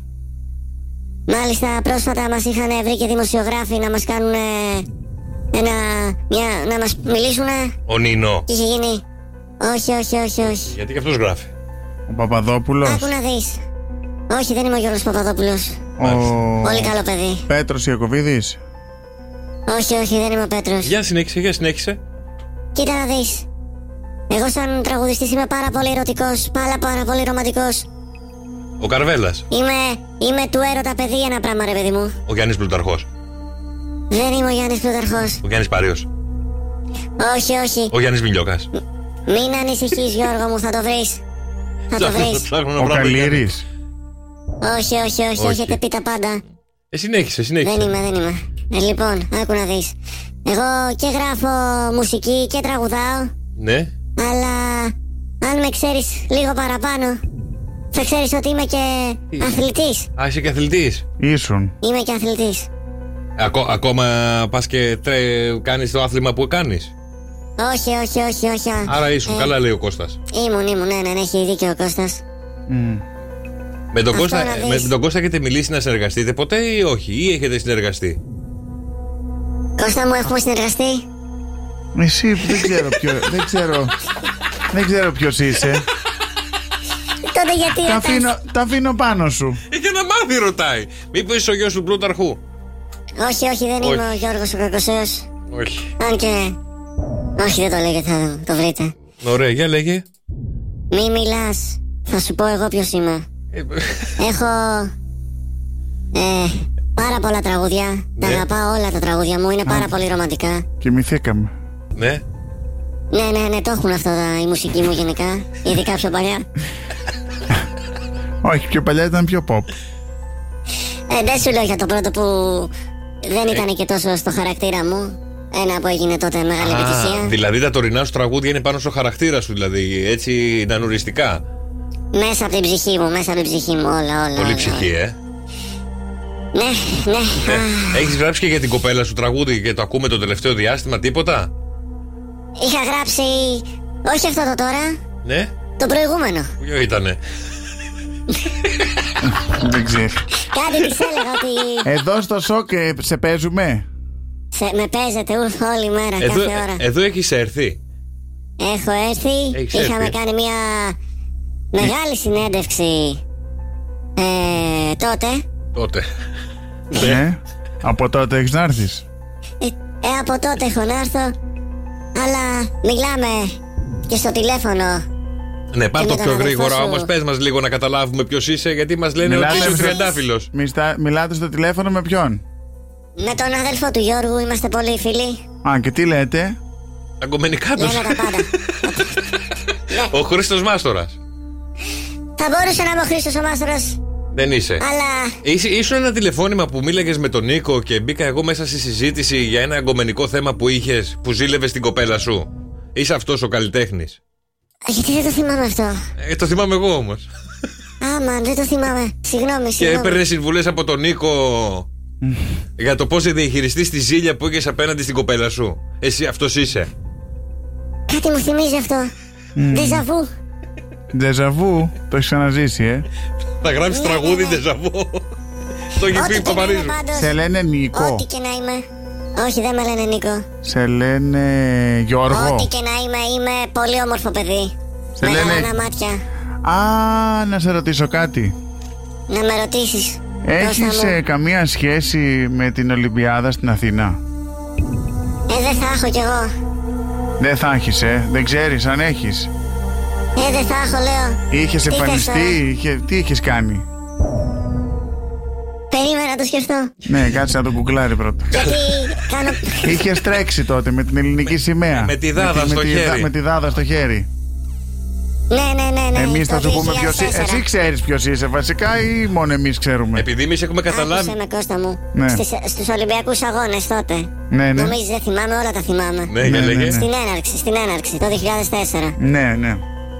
Μάλιστα πρόσφατα μας είχαν βρει και δημοσιογράφοι να μας κάνουν ε, ένα, μια, να μας μιλήσουν Ο Νίνο. και είχε γίνει όχι, όχι, όχι, όχι. Γιατί και αυτός γράφει. Ο Παπαδόπουλος. Άκου να δεις. Όχι, δεν είμαι ο Γιώργος Παπαδόπουλος. Ο Πολύ καλό παιδί. Πέτρος Ιακοβίδης. Όχι, όχι, δεν είμαι ο Πέτρος. Για συνέχισε, για συνέχισε. Κοίτα να δεις. Εγώ σαν τραγουδιστής είμαι πάρα πολύ ερωτικός, πάρα πάρα πολύ ρομαντικός. Ο Καρβέλλα. Είμαι, είμαι του έρωτα παιδί ένα πράγμα ρε παιδί μου. Ο Γιάννης Πλουταρχός. Δεν είμαι ο Γιάννης Πλουταρχός. Ο Γιάννης Παρίος. Όχι, όχι. Ο Γιάννης Μιλιόκα. Μην ανησυχείς Γιώργο μου, θα το βρεις. Θα το βρεις. Ο Καλήρη. Όχι, όχι, όχι, Όχι. έχετε πει τα πάντα. Ε, συνέχισε, συνέχισε. Δεν είμαι, δεν είμαι. Ε, λοιπόν, άκου να δεις. Εγώ και γράφω μουσική και τραγουδάω, Ναι. αλλά αν με ξέρεις λίγο παραπάνω, θα ξέρεις ότι είμαι και αθλητής. Α, είσαι και αθλητής. Ήσουν. Είμαι και αθλητής. ακόμα πας και τρε, κάνεις το άθλημα που κάνεις. Όχι, όχι, όχι, όχι. α. Άρα ήσουν. Ε, Καλά λέει ο Κώστας. Ήμουν, ήμουν, ναι, ναι, ναι, έχει δίκιο ο Κώστας. Με τον, Αυτό Κώστα, να δεις. με, με τον Κώστα έχετε μιλήσει να συνεργαστείτε ποτέ ή όχι, ή έχετε συνεργαστεί. Κώστα μου, έχουμε συνεργαστεί. Εσύ που δεν ξέρω ποιο. δεν ξέρω. Δεν ξέρω ποιος είσαι. Τότε γιατί όταν- τα, αφήνω, τα αφήνω πάνω σου. Για να μάθει, ρωτάει. Μήπως είσαι ο γιος του Πλούταρχου. Όχι, όχι, δεν Όχι. είμαι ο Γιώργος ο Κακοσέος. Όχι. Αν και... Όχι, δεν το λέγεται, θα το βρείτε. Ωραία, για λέγε. Μη μιλάς, θα σου πω εγώ ποιος είμαι. Έχω... Ε, πάρα πολλά τραγούδια. Τα Ναι. αγαπάω όλα τα τραγούδια μου, είναι πάρα πολύ ρομαντικά. Κοιμηθήκαμε. <laughs> Ναι. Ναι, ναι, ναι, το έχουν αυτό τα, η μουσική μου γενικά. Ειδικά πιο παλιά. Όχι, πιο παλιά ήταν πιο pop. Ε, δεν σου λέω για το πρώτο που δεν ήταν και τόσο στο χαρακτήρα μου. Ένα που έγινε τότε μεγάλη επιτυχία. δηλαδή τα τωρινά σου τραγούδια είναι πάνω στο χαρακτήρα σου, δηλαδή έτσι ήταν Ναι, οριστικά. Μέσα από την ψυχή μου, μέσα από την ψυχή μου, όλα, όλα. Πολύ όλα. ψυχή, ε. Ναι, ναι. Έχεις γράψει και για την κοπέλα σου τραγούδι και το ακούμε το τελευταίο διάστημα, τίποτα. Είχα γράψει. Όχι αυτό το τώρα, Ναι. το προηγούμενο. Ποιο ήτανε. δεν ξέρω. Κάτι της έλεγα ότι. Εδώ στο σοκ ε, σε παίζουμε. σε- με παίζετε ουρ- όλη μέρα, Εδώ, Ε, κάθε ώρα. εδώ έχεις έρθει. Έχω έρθει, Έχεις είχαμε έρθει. κάνει μια μεγάλη συνέντευξη ε, τότε. Τότε. ναι. Από τότε έχεις να έρθεις. Ε, από τότε έχω να έρθω, αλλά μιλάμε και στο τηλέφωνο. Ναι, πάρ Και το Ε, με τον πιο αδερφό γρήγορα σου. όμως. Πες μας λίγο να καταλάβουμε ποιος είσαι, γιατί μας λένε ότι είσαι ο τριαντάφυλλος. μιστά- Μιλάτε στο τηλέφωνο με ποιον. Με τον αδελφό του Γιώργου είμαστε πολύ φίλοι. Α, και τι λέτε. Τα κομμενικά τους. Λέμε τα <laughs> πάντα. Ο Χρήστος Μάστορας. Θα μπορούσε να είμαι ο Χρήστος ο Μάστορας, Δεν είσαι. αλλά Είσαι, ήσουν ένα τηλεφώνημα που μίλαγες με τον Νίκο και μπήκα εγώ μέσα στη συζήτηση για ένα αγκομενικό θέμα που είχες που ζήλευες την κοπέλα σου. Είσαι αυτός ο καλλιτέχνης. γιατί δεν το θυμάμαι αυτό. Ε, το θυμάμαι εγώ όμως. Άμα, δεν το θυμάμαι. Συγγνώμη, Και συγγνώμη. έπαιρνες συμβουλές από τον Νίκο για το πώς διαχειριστείς τη ζήλια που είχε απέναντι στην κοπέλα σου. Εσύ αυτός είσαι. Κάτι μου θυμίζει αυτό. Δεζαβού. Ντεζαβού, το έχεις ξαναζήσει, ε. Θα γράψεις τραγούδι ναι. ντεζαβό. Το έχει πει η Παπαρίζου. Σε λένε Νίκο. Ό,τι και να είμαι. Όχι, δεν με λένε Νίκο. Σε λένε Ό,τι Γιώργο. και να είμαι, είμαι πολύ όμορφο παιδί. Σε Με λένε- γαλάνα μάτια. Α, να σε ρωτήσω κάτι. Να με ρωτήσεις. Έχεις ε, καμία σχέση με την Ολυμπιάδα στην Αθήνα. Ε, δεν θα έχω κι εγώ. Δεν θα έχεις, ε. Δεν ξέρεις αν έχεις. Ε, δεν θα έχω, λέω. Είχες Τι θες τώρα? εμφανιστεί, είχε, τι είχες κάνει. Περίμενα να το σκεφτώ. Ναι, κάτσε να το κουκλάρει <laughs> πρώτα. Γιατί <laughs> κάνω. Είχες τρέξει τότε με την ελληνική σημαία. με τη δάδα με στο τη χέρι. δα- με τη δάδα στο χέρι. Ναι, ναι, ναι, ναι. Εμείς θα το σου πούμε ε, ποιο είσαι. 2004. Εσύ ξέρεις ποιος είσαι βασικά ή μόνο εμείς ξέρουμε. Επειδή εμείς έχουμε Άκουσε καταλάβει. με Κώστα μου. Ναι. Στις, στους Ολυμπιακούς Αγώνες τότε. Ναι, ναι. Νομίζεις δεν θυμάμαι, όλα τα θυμάμαι. Ναι, για λέγε. Στην έναρξη, στην έναρξη, το 2004. Ναι, ναι.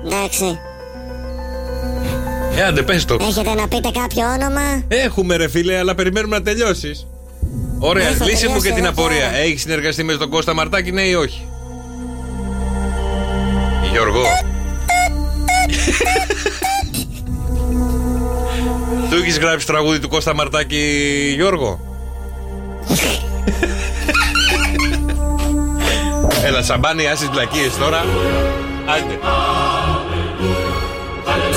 Εντάξει. Ε, άντε, πες το. Έχετε να πείτε κάποιο όνομα. Έχουμε ρε φίλε, αλλά περιμένουμε να τελειώσεις. Ωραία, Έχω λύσε μου τελειώσει και την εδώ απορία. τώρα. Έχεις συνεργαστεί με τον Κώστα Μαρτάκη, ναι ή όχι. Γιώργο. Του έχεις γράψει τραγούδι του Κώστα Μαρτάκη, Γιώργο. Έλα, σαμπάνι, άσε πλακίες τώρα. Άντε.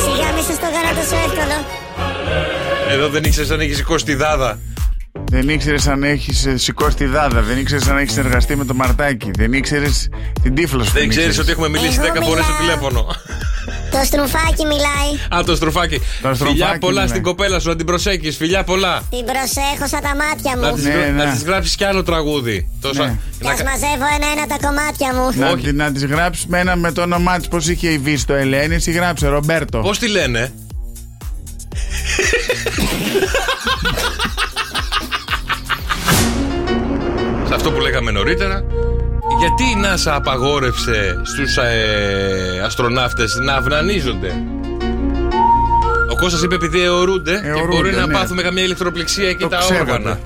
Σιγά μη σας το έκανα τόσο εύκολο. Εδώ δεν ήξερες αν έχεις σηκώσει τη δάδα. Δεν ήξερες αν έχεις σηκώσει τη δάδα, δεν ήξερες αν έχεις συνεργαστεί με το μαρτάκι, δεν ήξερες την τύφλα σου. Δεν ξέρει ότι έχουμε μιλήσει 10 φορές στο τηλέφωνο. Το στρουφάκι μιλάει. Α, το στροφάκι. Φιλιά στροφάκι, πολλά ναι. στην κοπέλα σου, να την προσέχεις. Φιλιά πολλά. Την προσέχω σαν τα μάτια Ναι, Να μου. της γρα- να της γράψεις κι άλλο τραγούδι. Τόσα... Και ας κα- μαζεύω ένα-ένα τα κομμάτια μου. Να, τη- να της γράψεις με ένα με το όνομά της. Πώς είχε η Βη στο Ελένη, ή γράψε Ρομπέρτο. Πώς τη λένε, αυτό που λέγαμε νωρίτερα. Γιατί η NASA απαγόρευσε στους ε, αστροναύτες να αυνανίζονται. Ο Κώστας είπε επειδή αιωρούνται, και Αιωρούνται, μπορεί να ναι. πάθουμε καμία ηλεκτροπληξία εκεί Το τα ξέβατε. όργανα.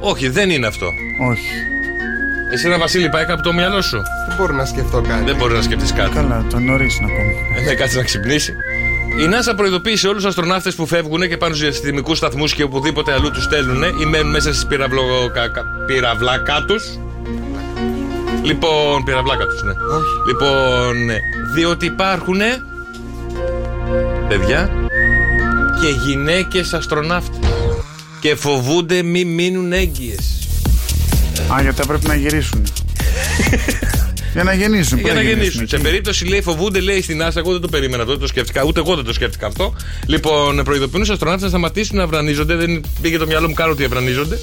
Όχι, δεν είναι αυτό. Όχι. Εσύ ένα Βασίλη πάει κάπου το μυαλό σου. Δεν μπορώ να σκεφτώ κάτι. Δεν μπορεί να σκεφτείς κάτι. Καλά, το νωρίς να πούμε. Ε, Ναι, κάτσε να ξυπνήσει. Η NASA προειδοποίησε όλους τους αστροναύτες που φεύγουν και πάνε στους διαστημικούς σταθμούς και οπουδήποτε αλλού τους στέλνουν ή μένουν μέσα στις πυραυλακά τους. Λοιπόν, πυραυλάκα τους, ναι. Λοιπόν, ναι, διότι υπάρχουν. Παιδιά και γυναίκες αστροναύτες και φοβούνται μη μείνουν έγκυες Α, γιατί θα πρέπει να γυρίσουν. <laughs> Για να γεννήσουν. για πού να γεννήσουν. γεννήσουν, Σε εκεί. περίπτωση λέει φοβούνται, λέει στην NASA, εγώ δεν το περίμενα αυτό, δεν το σκέφτηκα, ούτε εγώ δεν το σκέφτηκα αυτό. Λοιπόν, προειδοποιούν του αστροναύτες να σταματήσουν να βρανίζονται, δεν πήγε το μυαλό μου καν ότι ευρανίζονται.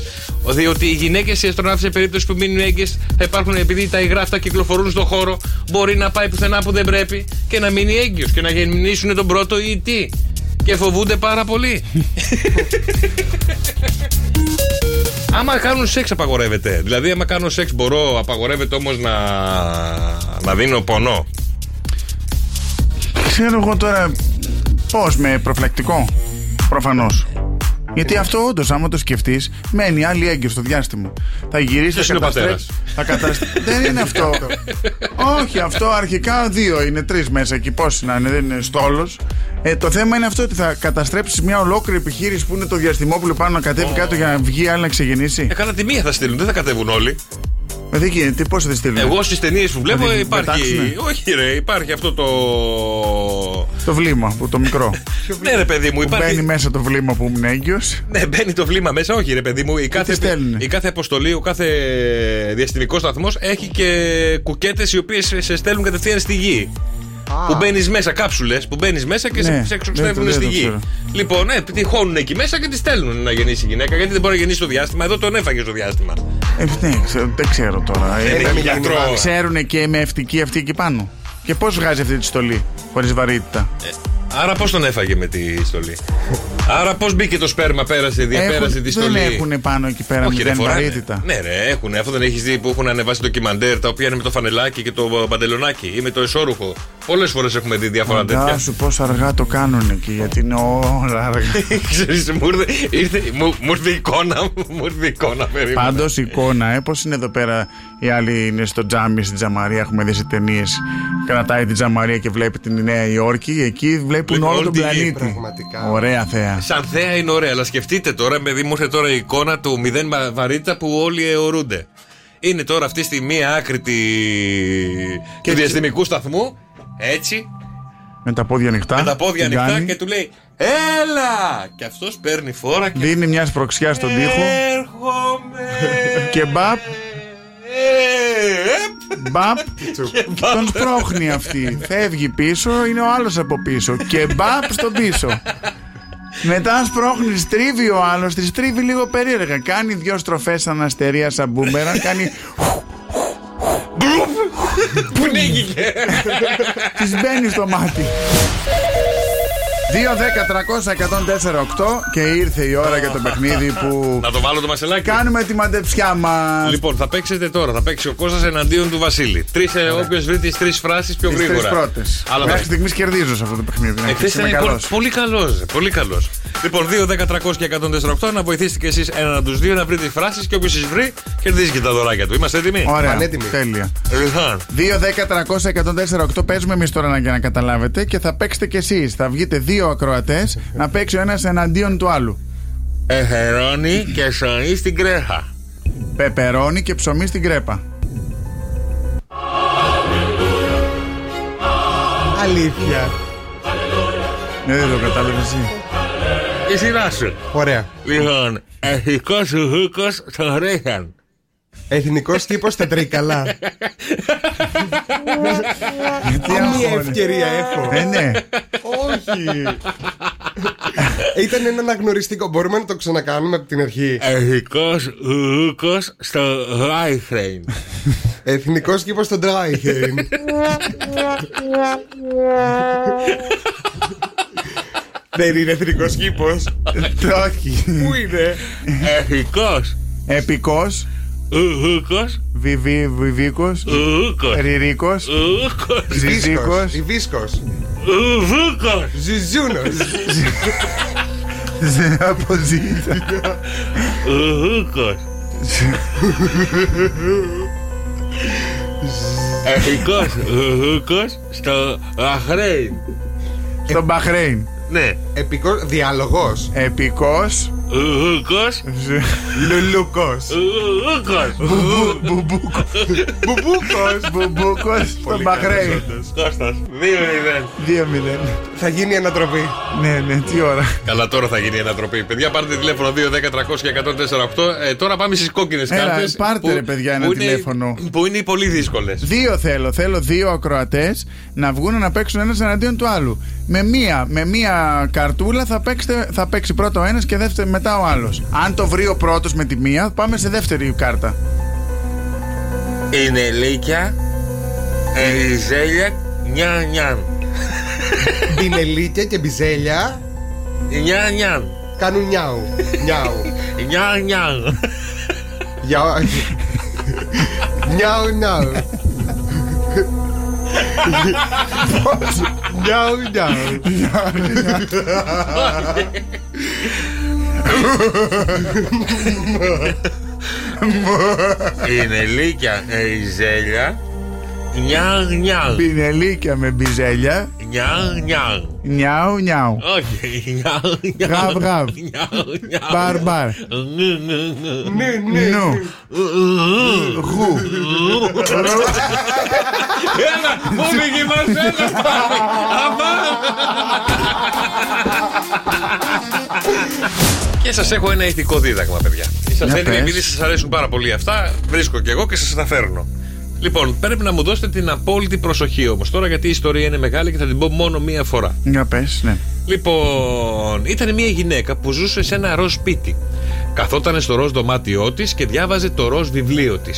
Διότι οι γυναίκες οι αστροναύτες σε περίπτωση που μείνουν έγκυες θα υπάρχουν επειδή τα υγρά αυτά κυκλοφορούν στον χώρο, μπορεί να πάει πουθενά που δεν πρέπει και να μείνει έγκυος και να γεννήσουν τον πρώτο ή τι. Και φοβούνται πάρα πολύ. <laughs> Άμα κάνουν σεξ απαγορεύεται. Δηλαδή, άμα κάνω σεξ μπορώ, απαγορεύεται όμως να... να δίνω πονό. Ξέρω εγώ τώρα πώς, με προφυλακτικό. Προφανώς. Γιατί αυτό όντως, άμα το σκεφτείς, μένει άλλη έγκυο στο διάστημα. Θα γυρίσει, Ποιος θα είναι ο καταστρέψει. Θα καταστρέψει. δεν είναι αυτό. Όχι, αυτό αρχικά δύο είναι, τρεις μέσα εκεί. Πόσοι να είναι, δεν είναι στόλος. Ε, το θέμα είναι αυτό ότι θα καταστρέψεις μια ολόκληρη επιχείρηση που είναι το διαστημόπουλο πάνω να κατέβει κάτω για να βγει άλλη να ξεγεννήσει. Ε, Κάνα τη μία θα στείλουν, δεν θα κατέβουν όλοι. Ε, δεν γίνεται, πώς θα τη στείλουν. Εγώ στις ταινίες που βλέπω Δηλαδή, υπάρχει. πετάξουνε. Όχι, ρε, υπάρχει αυτό το. Το βλήμα, που, το μικρό. Ναι, ρε, παιδί μου, που υπάρχει. μπαίνει μέσα το βλήμα που ήμουν έγκυος. Ναι, μπαίνει το βλήμα μέσα, όχι ρε παιδί μου. Η κάθε, στέλνουνε. η κάθε αποστολή, ο κάθε διαστημικός σταθμός έχει και κουκέτες οι οποίες σε στέλνουν κατευθείαν στη γη. Που μπαίνεις μέσα, κάψουλες που μπαίνεις μέσα και Ναι, σε δεν το- εξοξεύουν δεν στη το γη. ξέρω. Λοιπόν, ε, τυχόνουν εκεί μέσα και τη στέλνουν να γεννήσει η γυναίκα. Γιατί δεν μπορεί να γεννήσει στο διάστημα, εδώ τον έφαγε στο διάστημα. Ε, ναι, ξέρω, δεν ξέρω τώρα. Ε, Δεν είναι γιατρό. Ξέρουν και με ευτική αυτή εκεί πάνω. Και πώς βγάζει αυτή τη στολή χωρίς βαρύτητα. Άρα πώς τον έφαγε με τη στολή. Άρα πώς μπήκε το σπέρμα, πέρασε, διαπέρασε Έχουν- τη δεν στολή. έχουν πάνω εκεί πέρα Όχι, δεν μηδέν φοράνε. βαρύτητα. Ναι, ρε, έχουν. Αυτό δεν έχεις δει που έχουν ανεβάσει ντοκιμαντέρ τα οποία είναι με το φανελάκι και το παντελονάκι ή με το εσόρουχο. Πολλές φορές έχουμε δει διάφορα τέτοια. Φαντάσου πώ αργά το κάνουν εκεί, γιατί είναι όλα <laughs> αργά. Ξέρεις, μου ήρθε, ήρθε- μου, μου ήρθε η εικόνα, μου ήρθε η εικόνα περίμενα. Πάντως η εικόνα, ε, πώς είναι εδώ πέρα οι άλλοι είναι στο τζάμι, στην τζαμαρία. Έχουμε δει σε ταινίες. Κρατάει την τζαμαρία και βλέπει την Νέα Υόρκη. Εκεί βλέπουν Βλέπουν όλο όλη τον τη γη, πλανήτη. Ωραία θέα. Σαν θέα είναι ωραία, αλλά σκεφτείτε τώρα, παιδί μου ήρθε τώρα η εικόνα του μηδέν βα- βαρύτητα που όλοι αιωρούνται. Είναι τώρα αυτή στη μία άκρη τη... του διαστημικού σταθμού, έτσι, Με τα πόδια ανοιχτά. με τα πόδια την ανοιχτά κάνει. και του λέει Έλα! Και αυτός παίρνει φόρα και Δίνει μια σπροξιά στον Ε. τοίχο. <laughs> Έρχομαι! Ε, Και μπαπ, μπαπ, Και μπαπ. τον σπρώχνει αυτή. Φεύγει πίσω, είναι ο άλλος από πίσω. Και μπαπ στον πίσω. Μετά σπρώχνει, στρίβει ο άλλος, τη στρίβει λίγο περίεργα. Κάνει δύο στροφές σαν αστερία, σαν μπούμερα. Κάνει. Που νίγηκε! τη μπαίνεις στο μάτι. 2-10-300-1048 και ήρθε η ώρα για το παιχνίδι που Να το βάλω το μασελάκι. κάνουμε τη μαντεψιά μας. Λοιπόν, θα παίξετε τώρα. Θα παίξει ο Κώστας εναντίον του Βασίλη. Τρεις, όποιος βρει τις τρεις φράσεις πιο Τις γρήγορα. τρεις πρώτες. Αλλά Μέχρι θα στιγμής κερδίζω σε αυτό το παιχνίδι. να Εχθές ξέρεις, ήταν είμαι πολύ, καλός. πολύ καλός. Πολύ καλός. Λοιπόν, 2, 10, 300 και 148 να βοηθήσετε κι εσείς έναν από τους δύο να βρει τις φράσεις και όποιος τι βρει κερδίζει και τα δωράκια του. Είμαστε έτοιμοι. Ωραία. Τέλεια. Λοιπόν, 2-10-300-1048 παίζουμε εμείς τώρα να- για να καταλάβετε και θα παίξετε κι εσείς. Θα βγείτε δύο ακροατές να παίξει ο ένας εναντίον του άλλου. Εχερώνει και σωνεί στην κρέχα. Πεπερώνει και ψωμί στην κρέπα. Αλήθεια. Ναι, δεν το κατάλαβες εσύ. Η σειρά σου. Ωραία. Λοιπόν, εθνικό σου χούκο τον ρίχαν. Εθνικός τύπος στα τρίκαλα. <laughs> Άλλη αγχώνεσαι. ευκαιρία έχω. Ε, ναι. Όχι. Ήταν ένα αναγνωριστικό. Μπορούμε να το ξανακάνουμε από την αρχή. Εθνικός χούκο στο Ράιχρεϊν. Εθνικό κήπο στον Τράιχερν. Δεν είναι εθνικός κήπο. Το Ε, Όχι. Πού είναι. Εθνικός Επικός Ουκος. Βιβί, Βιβίκος. Ουκος. Ριρίκος. Ουκος. Ζιζίκος. Ιβίσκος. Ουβούκος. Ζιζούνος. Ζε- Από ζήτητα. Ουκος. Εθνικός Ουκος στο Αχρέιν. Στο Μπαχρέιν. Ναι. Επικός, διάλογος. Επικός. Ουκος. Λουλούκος. Ουκος. Μπουμπού- Μπουμπούκος. Μπουμπούκος. Μπουμπούκος. Στο Μπαχρέιν. Κώστας, 2-0. 2-0. Θα γίνει ανατροπή. Ναι, ναι, τι ώρα. Καλά, τώρα θα γίνει η ανατροπή. Παιδιά, πάρτε τηλέφωνο 2-10-300-1048. Ε, τώρα πάμε στις κόκκινες Έλα, κάρτες. πάρτε, ρε, παιδιά, ένα τηλέφωνο. Που είναι οι πολύ δύσκολες. Δύο θέλω. Θέλω δύο ακροατές να βγουν να παίξουν ένας εναντίον του άλλου. Με μία, με μία καρτούλα θα, παίξετε, θα παίξει πρώτα ο ένας και δεύτερο, μετά ο άλλος. Αν το βρει ο πρώτος με τη μία, πάμε σε δεύτερη κάρτα. Είναι Λίκια, Ελιζέλια, Νιάν Νιάν. Μπινελίκια και μπιζέλια. Νιάν Νιάν. Κάνουν νιάου. Νιάου. Νιάν Νιάν. Γεια- Νιάου νιάου. Πώς? Νιάου νιάου. Είναι Λίκια, Ελιζέλια, Νιάν Νιάν. Πινελίκια με μπιζέλια. Νιάν Νιάν. Νιάου, νιάου. Όχι, Νιάν Νιάν. Γαβ, γαβ. Νιάν Νιάν. Μπαρ, μπαρ. Νι, νι, νι. Νου. Γου. Έλα, μόνοι μας, έλα πάμε. Αμά. Και σας έχω ένα ηθικό δίδαγμα, παιδιά. Σας Για έτοιμοι, πες. επειδή σας αρέσουν πάρα πολύ αυτά, βρίσκω κι εγώ και σας τα φέρνω. Λοιπόν, πρέπει να μου δώσετε την απόλυτη προσοχή όμως τώρα, γιατί η ιστορία είναι μεγάλη και θα την πω μόνο μία φορά. Για πες, ναι. Λοιπόν, ήταν μια γυναίκα που ζούσε σε ένα ροζ σπίτι. Καθόταν στο ροζ δωμάτιό της και διάβαζε το ροζ βιβλίο της.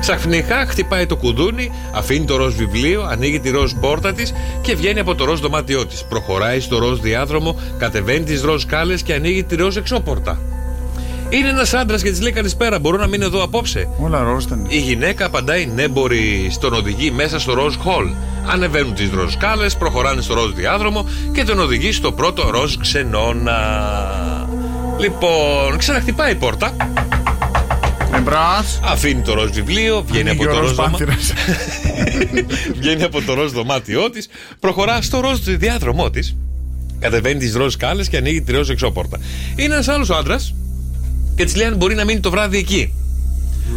Ξαφνικά χτυπάει το κουδούνι, αφήνει το ροζ βιβλίο, ανοίγει τη ροζ πόρτα της και βγαίνει από το ροζ δωμάτιό της. Προχωράει στο ροζ διάδρομο, κατεβαίνει τις ροζ κάλε και ανοίγει τη ροζ εξώπορτα. Είναι ένας άντρας και της λέει καλησπέρα, μπορώ να μείνω εδώ απόψε. Όλα ρώσταν. Η γυναίκα απαντάει ναι, μπορεί στον οδηγεί μέσα στο ροζ χολ. Ανεβαίνουν τις ροζ κάλε, προχωράνε στο ροζ διάδρομο και τον οδηγεί στο πρώτο ροζ ξενώνα. Λοιπόν, ξαναχτυπάει η πόρτα. Εμπρός. Αφήνει το ροζ βιβλίο, βγαίνει από Ανοίγει το ο ροζ ροζ δωμα... πάνθυρας. βγαίνει από το ροζ δωμάτιό της, προχωρά στο ροζ διάδρομό της, κατεβαίνει τις ροζ κάλε και ανοίγει τη ροζ εξώπορτα. Είναι ένας άλλος άντρας και της λέει αν μπορεί να μείνει το βράδυ εκεί.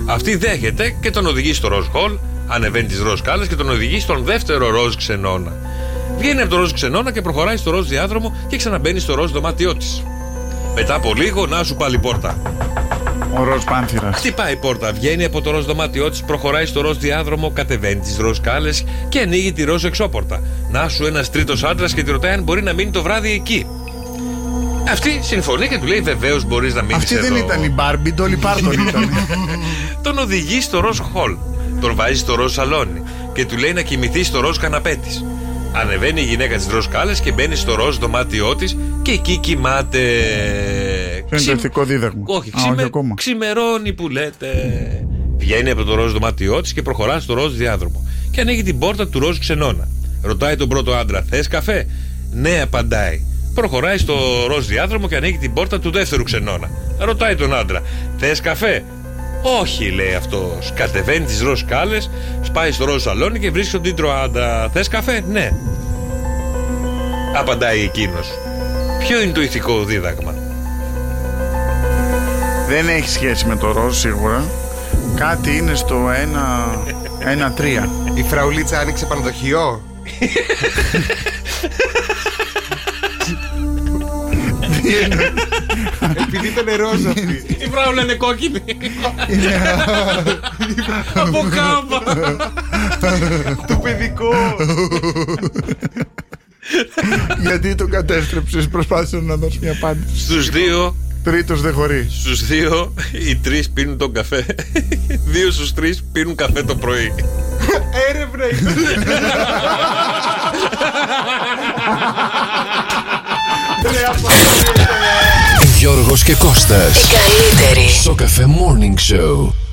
Αυτή δέχεται και τον οδηγεί στο ροζ χολ, ανεβαίνει τις ροζ κάλε και τον οδηγεί στον δεύτερο ροζ ξενώνα. Βγαίνει από το ροζ ξενώνα και προχωράει στο ροζ διάδρομο και ξαναμπαίνει στο ροζ δωμάτιό της. Μετά από λίγο, να σου πάλι η πόρτα. Ο ροζ πάνθυρας. Χτυπάει η πόρτα, βγαίνει από το ροζ δωμάτιό της, προχωράει στο ροζ διάδρομο, κατεβαίνει τις ροζ κάλες και ανοίγει τη ροζ εξώπορτα. Να σου ένας τρίτος άντρας και τη ρωτάει αν μπορεί να μείνει το βράδυ εκεί. Αυτή συμφωνεί και του λέει: Βεβαίως μπορείς να μείνεις Αυτή δεν ήταν η Μπάρμπι, Ντόλι Πάρτον ήταν. Τον οδηγεί στο ροζ χολ. Τον βάζει στο ροζ σαλόνι και του λέει να κοιμηθεί στο ροζ καναπέ τη. Ανεβαίνει η γυναίκα της ροζ κάλες και μπαίνει στο ροζ δωμάτιό της και εκεί κοιμάται. Ποιο είναι το Ξυ- ηθικό δίδαγμα. όχι, Α, ξημε... ακόμα. ξημερώνει που λέτε. Βγαίνει από το ροζ δωμάτιό της και προχωρά στο ροζ διάδρομο. Και ανοίγει την πόρτα του ροζ ξενώνα. Ρωτάει τον πρώτο άντρα, θες καφέ. Ναι, απαντάει. Προχωράει στο ροζ διάδρομο και ανοίγει την πόρτα του δεύτερου ξενώνα. Ρωτάει τον άντρα, θες καφέ. Όχι, λέει αυτός. Κατεβαίνει τις ροζ κάλε, σπάει στο ροζ σαλόνι και βρίσκει τον τίτρο άντρα. Θες καφέ, ναι. Απαντάει εκείνος. Ποιο είναι το ηθικό δίδαγμα. Δεν έχει σχέση με το ροζ σίγουρα. Κάτι είναι στο 1-3. Η φραουλίτσα άνοιξε πανδοχείο. Επειδή ήταν ροζ αυτή. Η φράουλα είναι κόκκινη. Από κάμπα. Το παιδικό. Γιατί το κατέστρεψες, προσπάθησα να δώσω μια απάντηση. Στους δύο, Τρίτος δεν χωρί. στους δύο, οι τρεις πίνουν τον καφέ. Δύο στους τρεις πίνουν καφέ το πρωί. Έρευνα. Γιώργο Γιώργος και Κώστας. Οι καλύτεροι. Στο Cafe Morning Show.